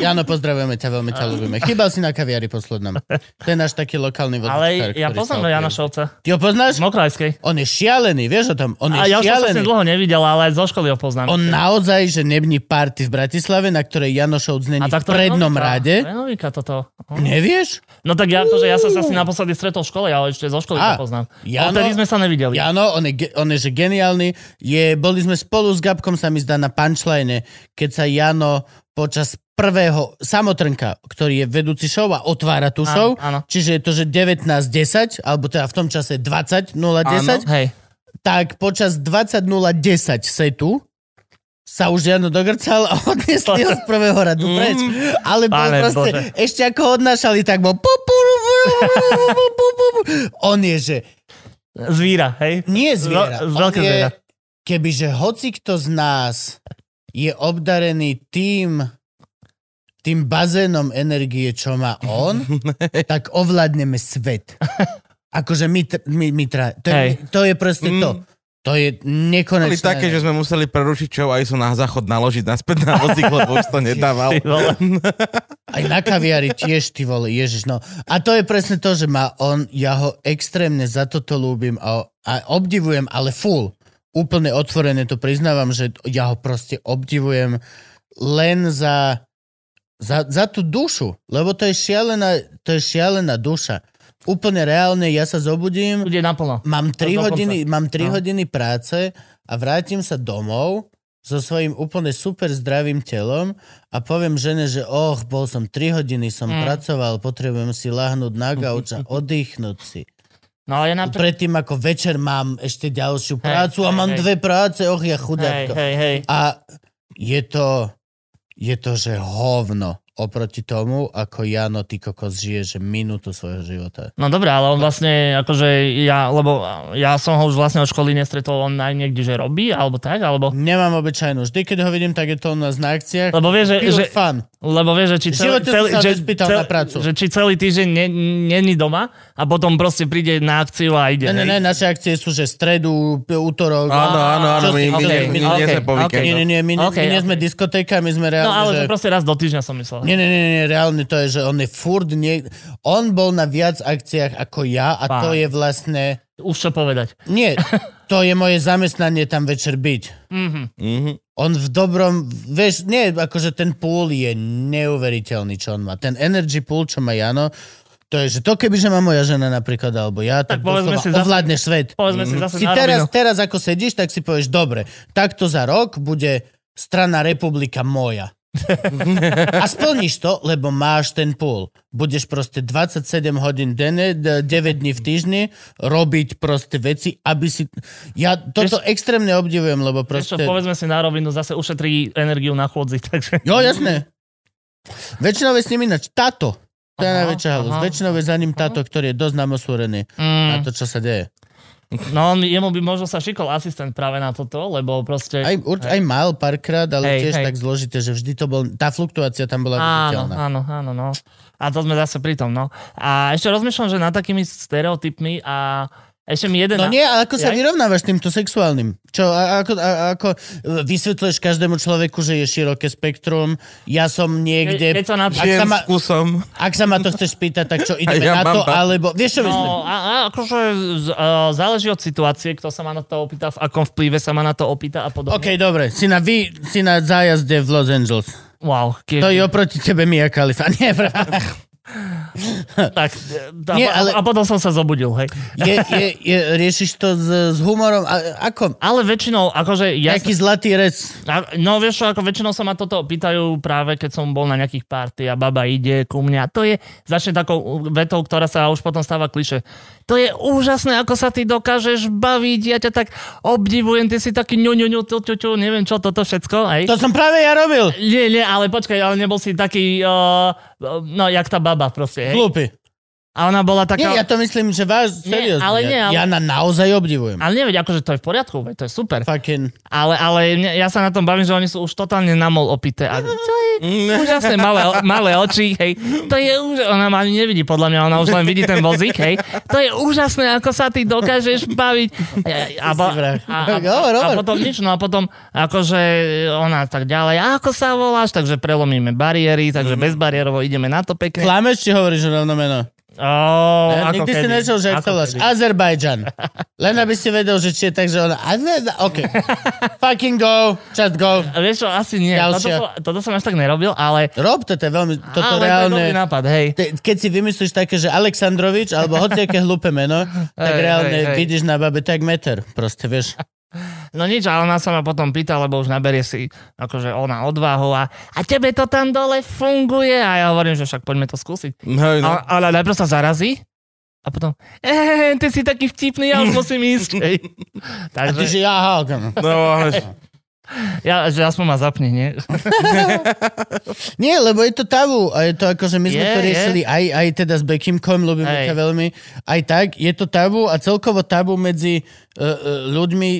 S2: Jano, pozdravujeme ťa, veľmi ťa ľúbime. Chýbal si na kaviari poslednom. To je náš taký lokálny vodník.
S3: ale ja poznám Jana Šolca.
S2: Ty ho poznáš?
S3: Z Mokrajskej.
S2: On je šialený, vieš o tom? On je
S3: A ja už som sa s
S2: šialený.
S3: ním dlho nevidel, ale aj zo školy ho poznám.
S2: On naozaj, že nební party v Bratislave, na ktorej Janošov není v
S3: to je
S2: prednom
S3: novinka.
S2: rade.
S3: To je novinka toto.
S2: Nevieš?
S3: No tak ja, akože ja som sa asi naposledy stretol v škole, ale ešte zo školy
S2: A,
S3: to poznám.
S2: Jano-
S3: Jano, Odtedy sme sa nevideli.
S2: Jano, no, on je, ge- on je že geniálny. Je, boli sme spolu s Gabkom, sa mi zdá, na punchline, keď sa Jano počas prvého samotrnka, ktorý je vedúci show a otvára tú
S3: Áno,
S2: show.
S3: áno.
S2: Čiže je to, že 19.10, alebo teda v tom čase 20.010,
S3: Hej.
S2: tak počas 20.010 setu sa už Jano dogrcal a odniesli ho z prvého radu preč. Ale bol
S3: Mm. Pane
S2: proste,
S3: Bože.
S2: ešte ako ho odnášali, tak bol... pu, pu, ru, ru, ru, ru, ru, ru, ru, ru, ru. On je, že
S3: Zvíra, hej.
S2: nie je zviera.
S3: Veľ-
S2: On
S3: veľké
S2: je,
S3: zviera.
S2: Kebyže hoci kto z nás je obdarený tým tým bazénom energie, čo má on, tak ovládneme svet. Akože my, tr- my, my tra... to, je,
S3: Hej. Mm.
S2: to je proste to. To je
S1: Boli
S2: nekonečné.
S1: také, že sme museli prerušiť show a ísť na záchod naložiť naspäť na vozík, lebo už to nedával.
S3: Ty vole.
S2: Aj na kaviari tiež, ty vole, ježiš, no. A to je presne to, že má on, ja ho extrémne za toto ľúbim a, a obdivujem, ale full. Úplne otvorene to priznávam, že ja ho proste obdivujem len za, za, za tú dušu, lebo to je šialená, to je šialená duša. Úplne reálne, ja sa zobudím
S3: Bude naplno.
S2: Mám 3
S3: dokonca.
S2: hodiny, mám 3
S3: No.
S2: hodiny práce a vrátim sa domov so svojím úplne super zdravým telom a poviem žene, že oh, bol som 3 hodiny, som
S3: Mm.
S2: pracoval, potrebujem si lahnúť na gauč a oddychnúť si.
S3: No ale napríklad...
S2: Predtým ako večer mám ešte ďalšiu prácu a
S3: hej,
S2: mám
S3: hej.
S2: dve práce, och ja
S3: Hej,
S2: chudáko.
S3: hej, hej.
S2: A je to, je to, že hovno oproti tomu, ako Jano ty kokos žije, že minútu svojho života.
S3: No dobre, ale on vlastne, akože ja, lebo ja som ho už vlastne od školy nestretol, on aj niekde, že robí, alebo tak, alebo...
S2: Nemám obyčajnú. Vždy, keď ho vidím, tak je to u nás na akciách.
S3: Lebo vie, že,
S2: Pilot
S3: že,
S2: fan.
S3: lebo vie, že či
S2: V
S3: celý,
S2: živote som
S3: celý,
S2: sa
S3: že,
S2: nespýtal na prácu.
S3: že či celý týždeň ne- není doma a potom proste príde na akciu a ide.
S2: Ne, ne,
S3: hej.
S2: ne, naše akcie sú, že stredu, p- útorok.
S1: Áno, áno, áno,
S2: Čo
S1: my,
S2: si-
S1: my,
S2: okay,
S1: my, my, my
S2: okay,
S1: nie sme po
S3: okay.
S1: víkendu.
S2: Nie, nie, nie, my, ne-
S3: Okay,
S2: my nie
S3: okay.
S2: sme diskotéka, my sme reálne,
S3: No ale že
S2: že...
S3: proste raz do týždňa som myslel.
S2: Nie, nie, nie, nie, reálne to je, že on je furt nie... On bol na viac akciách ako ja a
S3: Pán.
S2: to je vlastne...
S3: Už čo povedať.
S2: Nie, to je moje zamestnanie tam večer byť.
S3: Mhm.
S1: Mhm.
S2: On v dobrom... Vieš, nie, akože ten pool je neuveriteľný, čo on má. Ten energy pool, čo má Jano, to je, že to keby, že má moja žena napríklad, alebo ja, tak,
S3: Tak
S2: doslova
S3: povedzme si zase-
S2: ovládneš svet.
S3: Povedzme Mm. si zase
S2: si
S3: na
S2: teraz,
S3: rovinu.
S2: teraz ako sedíš, tak si povieš, dobre, takto za rok bude strana republika moja. A splníš to, lebo máš ten pool. Budeš proste 27 hodín denne, d- 9 dní v týždni robiť proste veci, aby si... Ja toto extrémne obdivujem, lebo
S3: Vieš čo,
S2: proste...
S3: povedzme si na rovinu, zase ušetrí energiu na chôdzi, takže...
S2: Jo, jasné. Väčšinou je s ním ináč táto. To je
S3: Aha,
S2: najväčšia halus.
S3: aha.
S2: Väčšinou je za ním táto, ktorý je dosť namosúrený na
S3: Mm,
S2: to, čo sa deje.
S3: no on, jemu by možno sa šikol asistent práve na toto, lebo proste...
S2: Aj, urč, aj mal párkrát, ale hej,
S3: Hej,
S2: tiež hej.
S3: hej.
S2: tak zložité, že vždy to bol, tá fluktuácia tam bola
S3: Áno,
S2: viditeľná.
S3: áno, áno, no. A to sme zase pri tom, no. A ešte rozmýšľam, že nad takými stereotypmi a ešte mi jeden...
S2: No nie, ale ako sa
S3: Ja-
S2: vyrovnávaš týmto sexuálnym? Čo, a, a ako, a, a ako e, vysvetľuješ každému človeku, že je široké spektrum, ja som
S3: Ke,
S2: niekde...
S3: keď sa na...
S2: Ak
S1: Žijem
S2: sa ma-
S1: vkusom.
S2: Ak sa ma to chceš spýtať, tak čo, ideme ja na
S1: ja mám
S2: to,
S1: pa-
S2: alebo... Vieš, čo myslím?
S3: No, a, a akože z- a, záleží od situácie, kto sa ma na to opýta, v akom vplyve sa ma na to opýta a podobne.
S2: OK, dobre, si na, vy, si na zájazde v Los Angeles.
S3: Wow,
S2: To
S3: keď...
S2: je oproti tebe Mia Khalifa. Nie, pravda.
S3: Tak, e, a,
S2: Nie,
S3: Nie,
S2: ale-
S3: ale... a potom som sa zobudil, hej.
S2: je, je, je, riešiš to s, s humorom? A, ako?
S3: Ale väčšinou, akože ja...
S2: Nejaký zlatý rec.
S3: A- No vieš čo, ako väčšinou sa ma toto pýtajú práve keď som bol na nejakých party a baba ide ku mne. A to je, začne takou vetou, ktorá sa už potom stáva kliše. To je úžasné, ako sa ty dokážeš baviť, ja ťa tak obdivujem, ty si taký ňu, ňu, ňu, tu, tu, tu, neviem čo, toto všetko, hej.
S2: To som práve ja robil.
S3: Nie, nie, ale počkaj, ale nebol si taký, uh, no, jak tá baba proste, hej.
S2: Hlúpy.
S3: A ona bola taká...
S2: Nie, ja to myslím, že váš, seriózne.
S3: Nie, ale nie, ale-
S2: Ja na naozaj obdivujem.
S3: Ale nevieď, akože to je v poriadku, veď to je super.
S2: Fucking...
S3: Ale, ale mne- ja sa na tom bavím, že oni sú už totálne namol opité. A to je úžasné, malé, o- malé oči, hej. To je už... Ona ma ani nevidí, podľa mňa, ona už len vidí ten vozík, hej. To je úžasné, ako sa ty dokážeš baviť. A, a,
S2: si vrah.
S3: a, a,
S2: Hovor,
S3: a
S2: hovor.
S3: potom nič, no a potom akože ona tak ďalej, a ako sa voláš, takže prelomíme bariéry, takže
S2: Mhm.
S3: bezbariérovo ideme na to pekne.
S2: Klameš, či hovoríš rovno meno?
S3: Oh,
S2: Ja,
S3: ako
S2: nikdy si
S3: kedy.
S2: nešiel, že ak
S3: Ako
S2: sa voláš.
S3: kedy.
S2: Azerbajdžan. Len aby si vedel, že či je tak, že ona... OK. Fucking go. Just go.
S3: Vieš čo, asi nie. Toto,
S2: Ďalšia.
S3: som- toto som až tak nerobil, ale...
S2: Rob to, to je veľmi... Toto
S3: ale to je
S2: reálne...
S3: dobrý nápad, hej.
S2: Te- Keď si vymyslíš také, že Aleksandrovič, alebo hociaké hlúpe meno, tak
S3: Hej,
S2: reálne
S3: hej, hej.
S2: vidíš na babe tak meter. Proste, vieš.
S3: No nič, ale ona sa ma potom pýta, lebo už naberie si akože ona odvahu a, a tebe to tam dole funguje a ja hovorím, že však poďme to skúsiť.
S5: Hej, no.
S3: A, ale najprv sa zarazí a potom, eh, ty si taký vtipný, ja už musím ísť. Hej.
S2: A ty
S3: Takže
S2: si ja Halkan.
S5: no až-
S3: ja, že aspoň ma zapni, nie?
S2: Nie, lebo je to tabu a je to ako, že my sme
S3: Je,
S2: to
S3: je.
S2: riešili aj, aj teda s Bekimkom, ľúbim
S3: Hej.
S2: Beka veľmi, aj tak, je to tabu a celkovo tabu medzi uh, uh, ľuďmi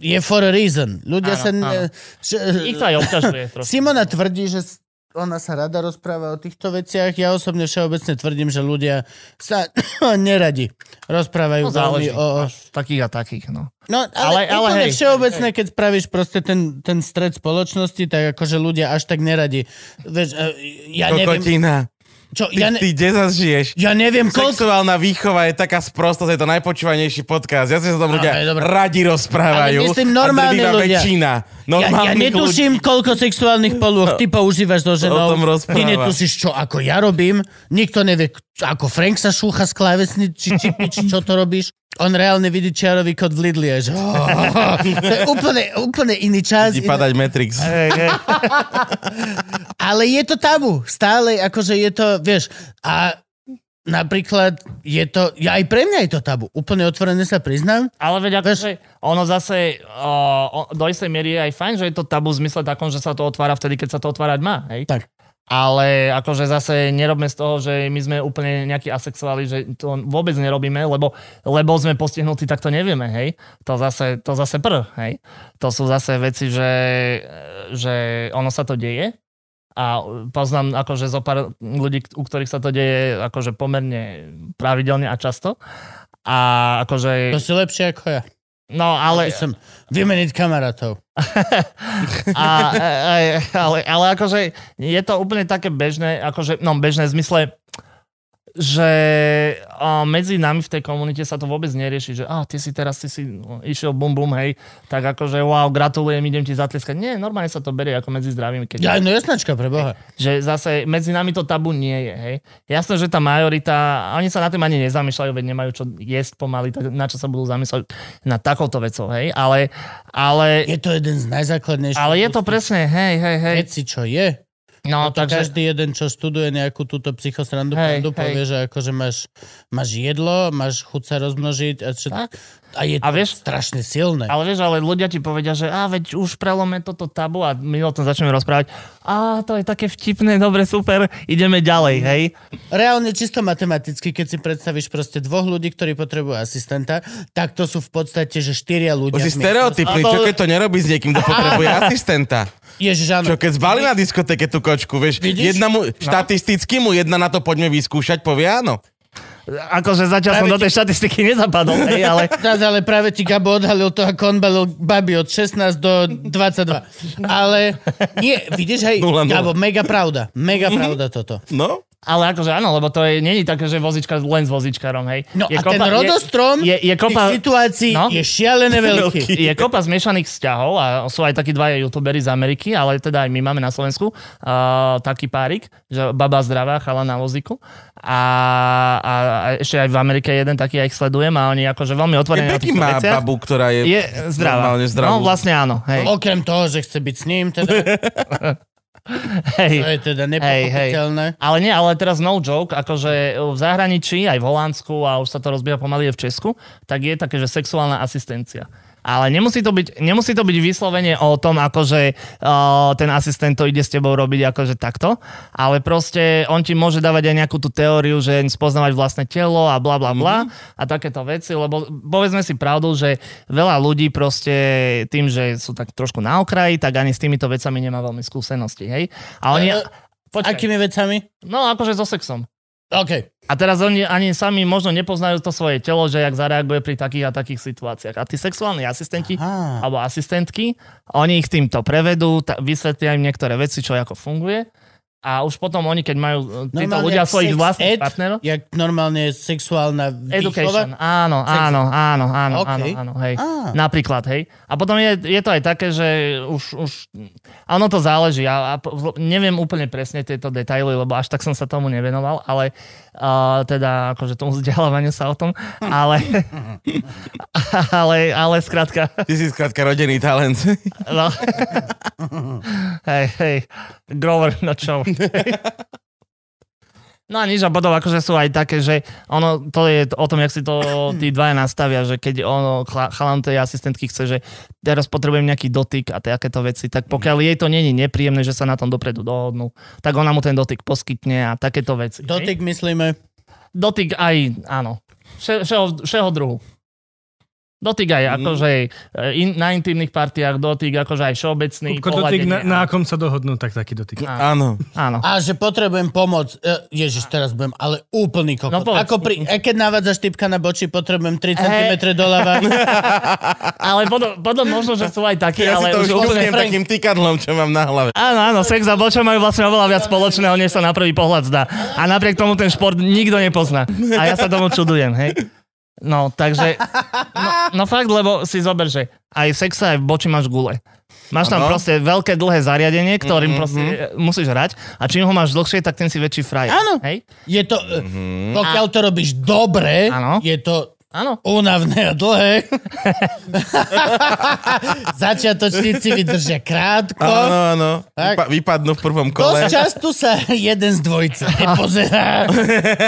S2: je for a reason. Ľudia
S3: Áno,
S2: sa... n-
S3: áno.
S2: Že, e,
S3: Ich to aj obťažuje trošku.
S2: Simona tvrdí, že s- ona sa rada rozpráva o týchto veciach. Ja osobne všeobecne tvrdím, že ľudia sa neradi rozprávajú
S3: No,
S2: veľmi
S3: záleží.
S2: o...
S3: Máš takých a takých, no.
S2: No, ale, ale,
S3: Ale- ale
S2: ale
S3: hej.
S2: všeobecne, keď spravíš proste ten, ten stred spoločnosti, tak akože ľudia až tak neradi. Vieš, e, ja neviem,
S5: Kokotina.
S2: čo,
S5: Ty,
S2: ja,
S5: ty
S2: ne,
S5: kde zas žiješ?
S2: ja neviem, koľko...
S5: Sexuálna výchova je taká sprostosť, je to najpočúvanejší podcast. Ja si sa tam ľudia
S2: Áno, je dobré.
S5: radi rozprávajú.
S2: Ale myslím
S5: a
S2: normálni
S5: drvivá
S2: ľudia.
S5: väčšina.
S2: Ja, ja
S5: normálnych
S2: netuším, koľko sexuálnych polôch ty používaš so ženou.
S5: tom rozpráva.
S2: Ty netušíš, čo ako ja robím. Nikto nevie, k- ako Frank sa šúcha z klávesnic, či, či, či čo to robíš. On reálne vidí čiarový kód v Lidli a je, že... to je úplne, úplne iný čas.
S5: Ti
S2: iné-
S5: padať Matrix.
S3: Hej, hej.
S2: Ale je to tabu. Stále, akože je to, vieš, a napríklad je to, ja aj pre mňa je to tabu. Úplne otvorene sa priznám.
S3: Ale veď akože ono zase o, o, do istej miery je aj fajn, že je to tabu v zmysle takom, že sa to otvára vtedy, keď sa to otvárať má. Hej?
S2: Tak.
S3: Ale akože zase nerobme z toho, že my sme úplne nejakí asexuáli, že to vôbec nerobíme, lebo, lebo sme postihnutí, tak to nevieme, hej. To zase, to zase pr, hej. To sú zase veci, že, že ono sa to deje a poznám akože zo pár ľudí, u ktorých sa to deje akože pomerne pravidelne a často. A akože...
S2: To si lepšie ako ja.
S3: No, ale,
S2: Ja som vymeniť kamarátov.
S3: a, a, a- ale, ale akože je to úplne také bežné, akože, no bežné v zmysle, že a medzi nami v tej komunite sa to vôbec nerieši, že a ty si teraz, ty si no, išiel bum bum, hej, tak akože wow, gratulujem, idem ti zatlieskať. Nie, normálne sa to berie ako medzi zdravými. Keď
S2: Ja, no jasnačka, pre Boha.
S3: že zase medzi nami to tabu nie je, hej. Jasné, že tá majorita, oni sa na tým ani nezamýšľajú, veď nemajú čo jesť pomaly, tak na čo sa budú zamýšľať na takouto vecou, hej. Ale, ale,
S2: Je to jeden z najzákladnejších
S3: ale je to presne, hej, hej, hej.
S2: veci, čo je. No,
S3: No,
S2: to
S3: takže,
S2: každý jeden, čo študuje nejakú túto psychosrandu,
S3: Hej,
S2: pravdu
S3: hej.
S2: povie, že akože máš, máš jedlo, máš chuť sa rozmnožiť a, všetko.
S3: Tak.
S2: a je
S3: A
S2: to
S3: vieš-
S2: strašne silné.
S3: ale vieš, ale ľudia ti povedia, že a veď už prelome toto tabu a my o tom začneme rozprávať. A to je také vtipné, dobre, super, ideme ďalej, hej.
S2: Reálne čisto matematicky, keď si predstavíš proste dvoch ľudí, ktorí potrebujú asistenta, tak to sú v podstate, že štyria ľudia.
S5: To si
S2: v miestnosti.
S5: stereotypný, čo keď to nerobí s niekým, kto potrebuje asistenta.
S2: Ježiš,
S5: Čo
S2: áno.
S5: keď zbali na diskotéke tú kočku, vieš,
S2: Vidíš? No.
S5: jedna mu, štatisticky mu jedna na to poďme vyskúšať, povie áno.
S3: Akože zatiaľ som do tej štatistiky nezapadol, hej, ale
S2: Zás, ale práve ti Gabo odhalil to, ako on balil babi od 16 do 22. Ale nie, vidíš, hej,
S5: Nula, Mhm. nula.
S2: Gabo, mega pravda. Mega pravda toto.
S5: No,
S3: Ale akože áno, lebo to je, není také, že vozička len s vozičkarom, hej.
S2: No a
S3: je
S2: ten rodostrom
S3: je, je, je, kopa,
S2: tých situácií
S3: No.
S2: je šialené veľký.
S3: je kopa zmiešaných vzťahov a sú aj takí dvaja youtuberi z Ameriky, ale teda aj my máme na Slovensku uh, taký párik, že baba zdravá, chala na vozíku. A, a, a ešte aj v Amerike jeden taký, ja ich sledujem a oni akože veľmi
S5: je
S3: otvorení na
S5: pekný
S3: týchto
S5: má
S3: veciach.
S5: babu, ktorá je,
S3: je zdravá.
S5: normálne
S3: No
S5: zdravú.
S3: vlastne áno, hej.
S2: Okrem toho, že chce byť s ním, teda,
S3: hej.
S2: to je teda nepochopiteľné.
S3: Ale nie, ale teraz no joke, akože v zahraničí, aj v Holandsku a už sa to rozbieha pomaly aj v Česku, tak je také, že sexuálna asistencia. Ale nemusí to, byť, nemusí to byť vyslovene o tom, akože uh, ten asistent to ide s tebou robiť akože takto, ale proste on ti môže dávať aj nejakú tú teóriu, že spoznávať vlastné telo a bla bla bla
S2: Mhm.
S3: mm-hmm. a takéto veci, lebo povedzme si pravdu, že veľa ľudí proste tým, že sú tak trošku na okraji, tak ani s týmito vecami nemá veľmi skúsenosti, hej? A
S2: E,
S3: oni... Počkaj.
S2: Akými vecami?
S3: No, akože so sexom.
S2: OK.
S3: A teraz oni ani sami možno nepoznajú to svoje telo, že jak zareaguje pri takých a takých situáciách. A tí sexuálni asistenti
S2: Aha.
S3: alebo asistentky, oni ich týmto prevedú, ta, vysvetlia im niektoré veci, čo ako funguje A už potom oni, keď majú e, títo
S2: Normálne
S3: ľudia svojich
S2: sex
S3: vlastných
S2: ed,
S3: partnerov,
S2: Jak normálne sexuálna výchova.
S3: Education, áno, áno, áno, áno,
S2: OK.
S3: áno, áno, hej.
S2: Á.
S3: Napríklad, hej. A potom je, je to aj také, že už, už a ono to záleží. A, a po- neviem úplne presne tieto detaily, lebo až tak som sa tomu nevenoval, ale uh, teda akože tomu vzdelávaniu sa o tom, ale ale, ale skrátka,
S1: Ty si skrátka rodený talent.
S3: no. hej, hej, Grover na čo. No a nič, a potom akože sú aj také, že ono, to je o tom, jak si to tí dvaja nastavia, že keď ono, chla- chalan tej asistentky chce, že teraz potrebujem nejaký dotyk a takéto veci, tak pokiaľ jej to není nepríjemné, že sa na tom dopredu dohodnú, tak ona mu ten dotyk poskytne a takéto veci. hej?
S2: Dotyk myslíme.
S3: Dotyk aj, áno, Vše, všeho, všeho druhu. Dotyk
S1: Mm.
S3: aj akože e, in, na intimných partiách, dotyk akože aj všeobecný.
S4: Kupko, dotyk, na,
S3: pohľadenie,
S4: na
S3: áno.
S4: akom sa dohodnú, tak taký dotyk.
S1: Áno.
S3: Áno.
S2: A že potrebujem pomoc. E, Ježiš, teraz budem ale úplný kokot.
S3: No povedz.
S2: Ako pri, a keď navádzaš typka na boči, potrebujem 3
S3: Hej.
S2: cm doľava.
S3: Ale potom, potom možno, že sú aj takí,
S1: Ja si
S3: ale
S1: to už
S3: už
S1: úplne
S3: úplne...
S1: takým tykadlom, čo mám na hlave.
S3: Áno, áno, sex a bočo majú vlastne oveľa viac spoločného, než sa na prvý pohľad zdá. A napriek tomu ten šport nikto nepozná. A ja sa tomu čudujem, hej. No, takže... No, no fakt, lebo si zober, že aj sexa, aj v boči máš gule. Máš tam
S1: Áno. Mm-hmm.
S3: proste veľké, dlhé zariadenie, ktorým proste e, musíš hrať a čím ho máš dlhšie, tak tým si väčší frajer.
S2: Áno.
S3: Hej?
S2: Je to, e, pokiaľ to robíš dobre,
S3: Áno.
S2: je to
S3: Áno.
S2: únavné a dlhé. Začiatočníci vydržia krátko.
S1: Áno, áno.
S2: Tak.
S1: Vypa- vypadnú v prvom
S2: Dosť
S1: kole.
S2: často sa jeden z dvojice nepozerá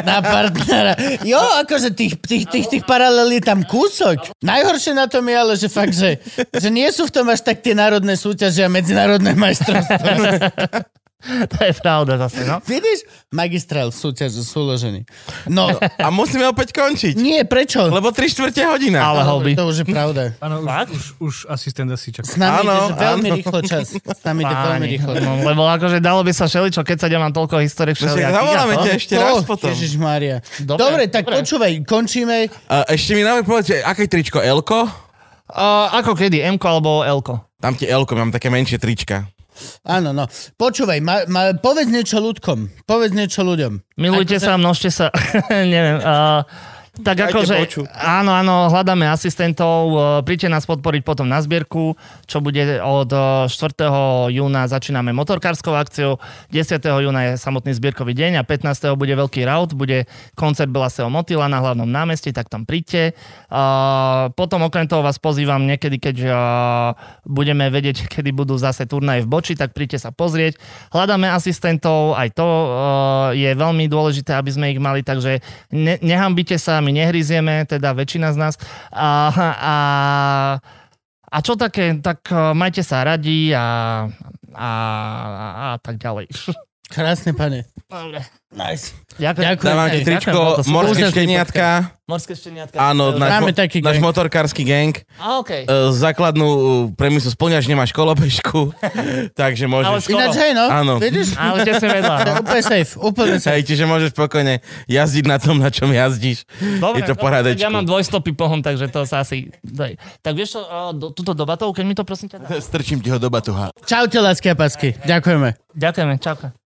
S2: na partnera. Jo, akože tých, tých, tých, tých paralel je tam kúsok. Najhoršie na tom je ale, že fakt, že, že nie sú v tom až tak tie národné súťaže a medzinárodné majstrovstvá.
S3: To je pravda zase, no.
S2: Vidíš? Magistrál súťaže súložený. No,
S1: A musíme opäť končiť.
S2: nie, prečo?
S1: Lebo 3 štvrte hodina.
S3: Ale holby.
S2: To už je pravda.
S4: Áno,
S3: Fakt?
S4: už, už, už asistent asi čaká.
S2: S nami
S1: Áno,
S2: ide že veľmi
S1: áno.
S2: rýchlo čas. S nami ide veľmi
S3: Páni.
S2: rýchlo.
S3: No, lebo akože dalo by sa šeličo, keď sa ja mám toľko historiek
S1: No Však
S3: všelijakých.
S1: Zavoláme
S3: ako?
S1: ťa ešte raz
S2: Oh,
S1: potom.
S2: Ježišmária. Dobre,
S3: Dobre,
S2: dobre, tak
S3: dobre.
S2: počúvaj, končíme.
S1: A Ešte mi najmä povedz, že aké tričko? Elko?
S3: Uh, ako kedy, M-ko alebo L-ko?
S1: Tam ti Elko, mám také menšie trička.
S2: Áno, no. Počúvaj, ma, ma, povedz niečo ľudkom. Povedz niečo ľuďom.
S3: Milujte sa, množte sa, neviem. Uh, tak
S1: Dajte
S3: akože,
S1: boču.
S3: áno, áno, hľadáme asistentov, eh, príďte nás podporiť potom na zbierku, čo bude od eh, 4. júna začíname motorkárskou akciou, 10. júna je samotný zbierkový deň a 15. bude veľký raut, bude koncert Belaseo Motila na hlavnom námestí, tak tam príďte. Eh, potom okrem toho vás pozývam niekedy, keď eh, budeme vedieť, kedy budú zase turnaje v Boči, tak príďte sa pozrieť. Hľadáme asistentov, aj to eh, je veľmi dôležité, aby sme ich mali, takže ne, nehambite sa, my nehryzieme, teda väčšina z nás. A, a, a čo také, tak eh, majte sa radi a, a, a, a tak ďalej.
S2: Krásne, pane.
S3: Dobre.
S2: Nice.
S3: Ďakujem.
S2: Ďakujem.
S1: Dávam ti
S3: Ej, ďakujem, bol
S1: tričko,
S3: to super.
S1: morské
S2: Úžasný
S1: šteniatka.
S3: Morské šteniatka.
S1: Áno,
S3: na...
S1: náš,
S2: Máme
S1: mo-
S2: taký
S1: náš
S2: gang.
S1: motorkársky gang.
S3: A, okay.
S1: E, Základnú e, premisu splňaš, nemáš kolobežku, takže môžeš...
S3: Ale-
S2: Ináč, hej, no.
S1: Áno.
S2: Vidíš?
S3: Ale kde si vedľa.
S2: To
S3: no.
S2: je úplne safe, úplne safe.
S1: Hej, čiže môžeš pokojne jazdiť na tom, na čom jazdíš.
S3: Dobre,
S1: je to
S3: dobre, tak
S1: poradečku.
S3: Ja mám dvojstopy pohon, takže to sa asi... Daj. Tak vieš čo, o, do, túto dobatou, keď mi to prosím ťa dá.
S1: Strčím ti ho do batuha.
S2: Čaute, lásky a pasky. Ďakujeme.
S3: Ďakujeme, čauka.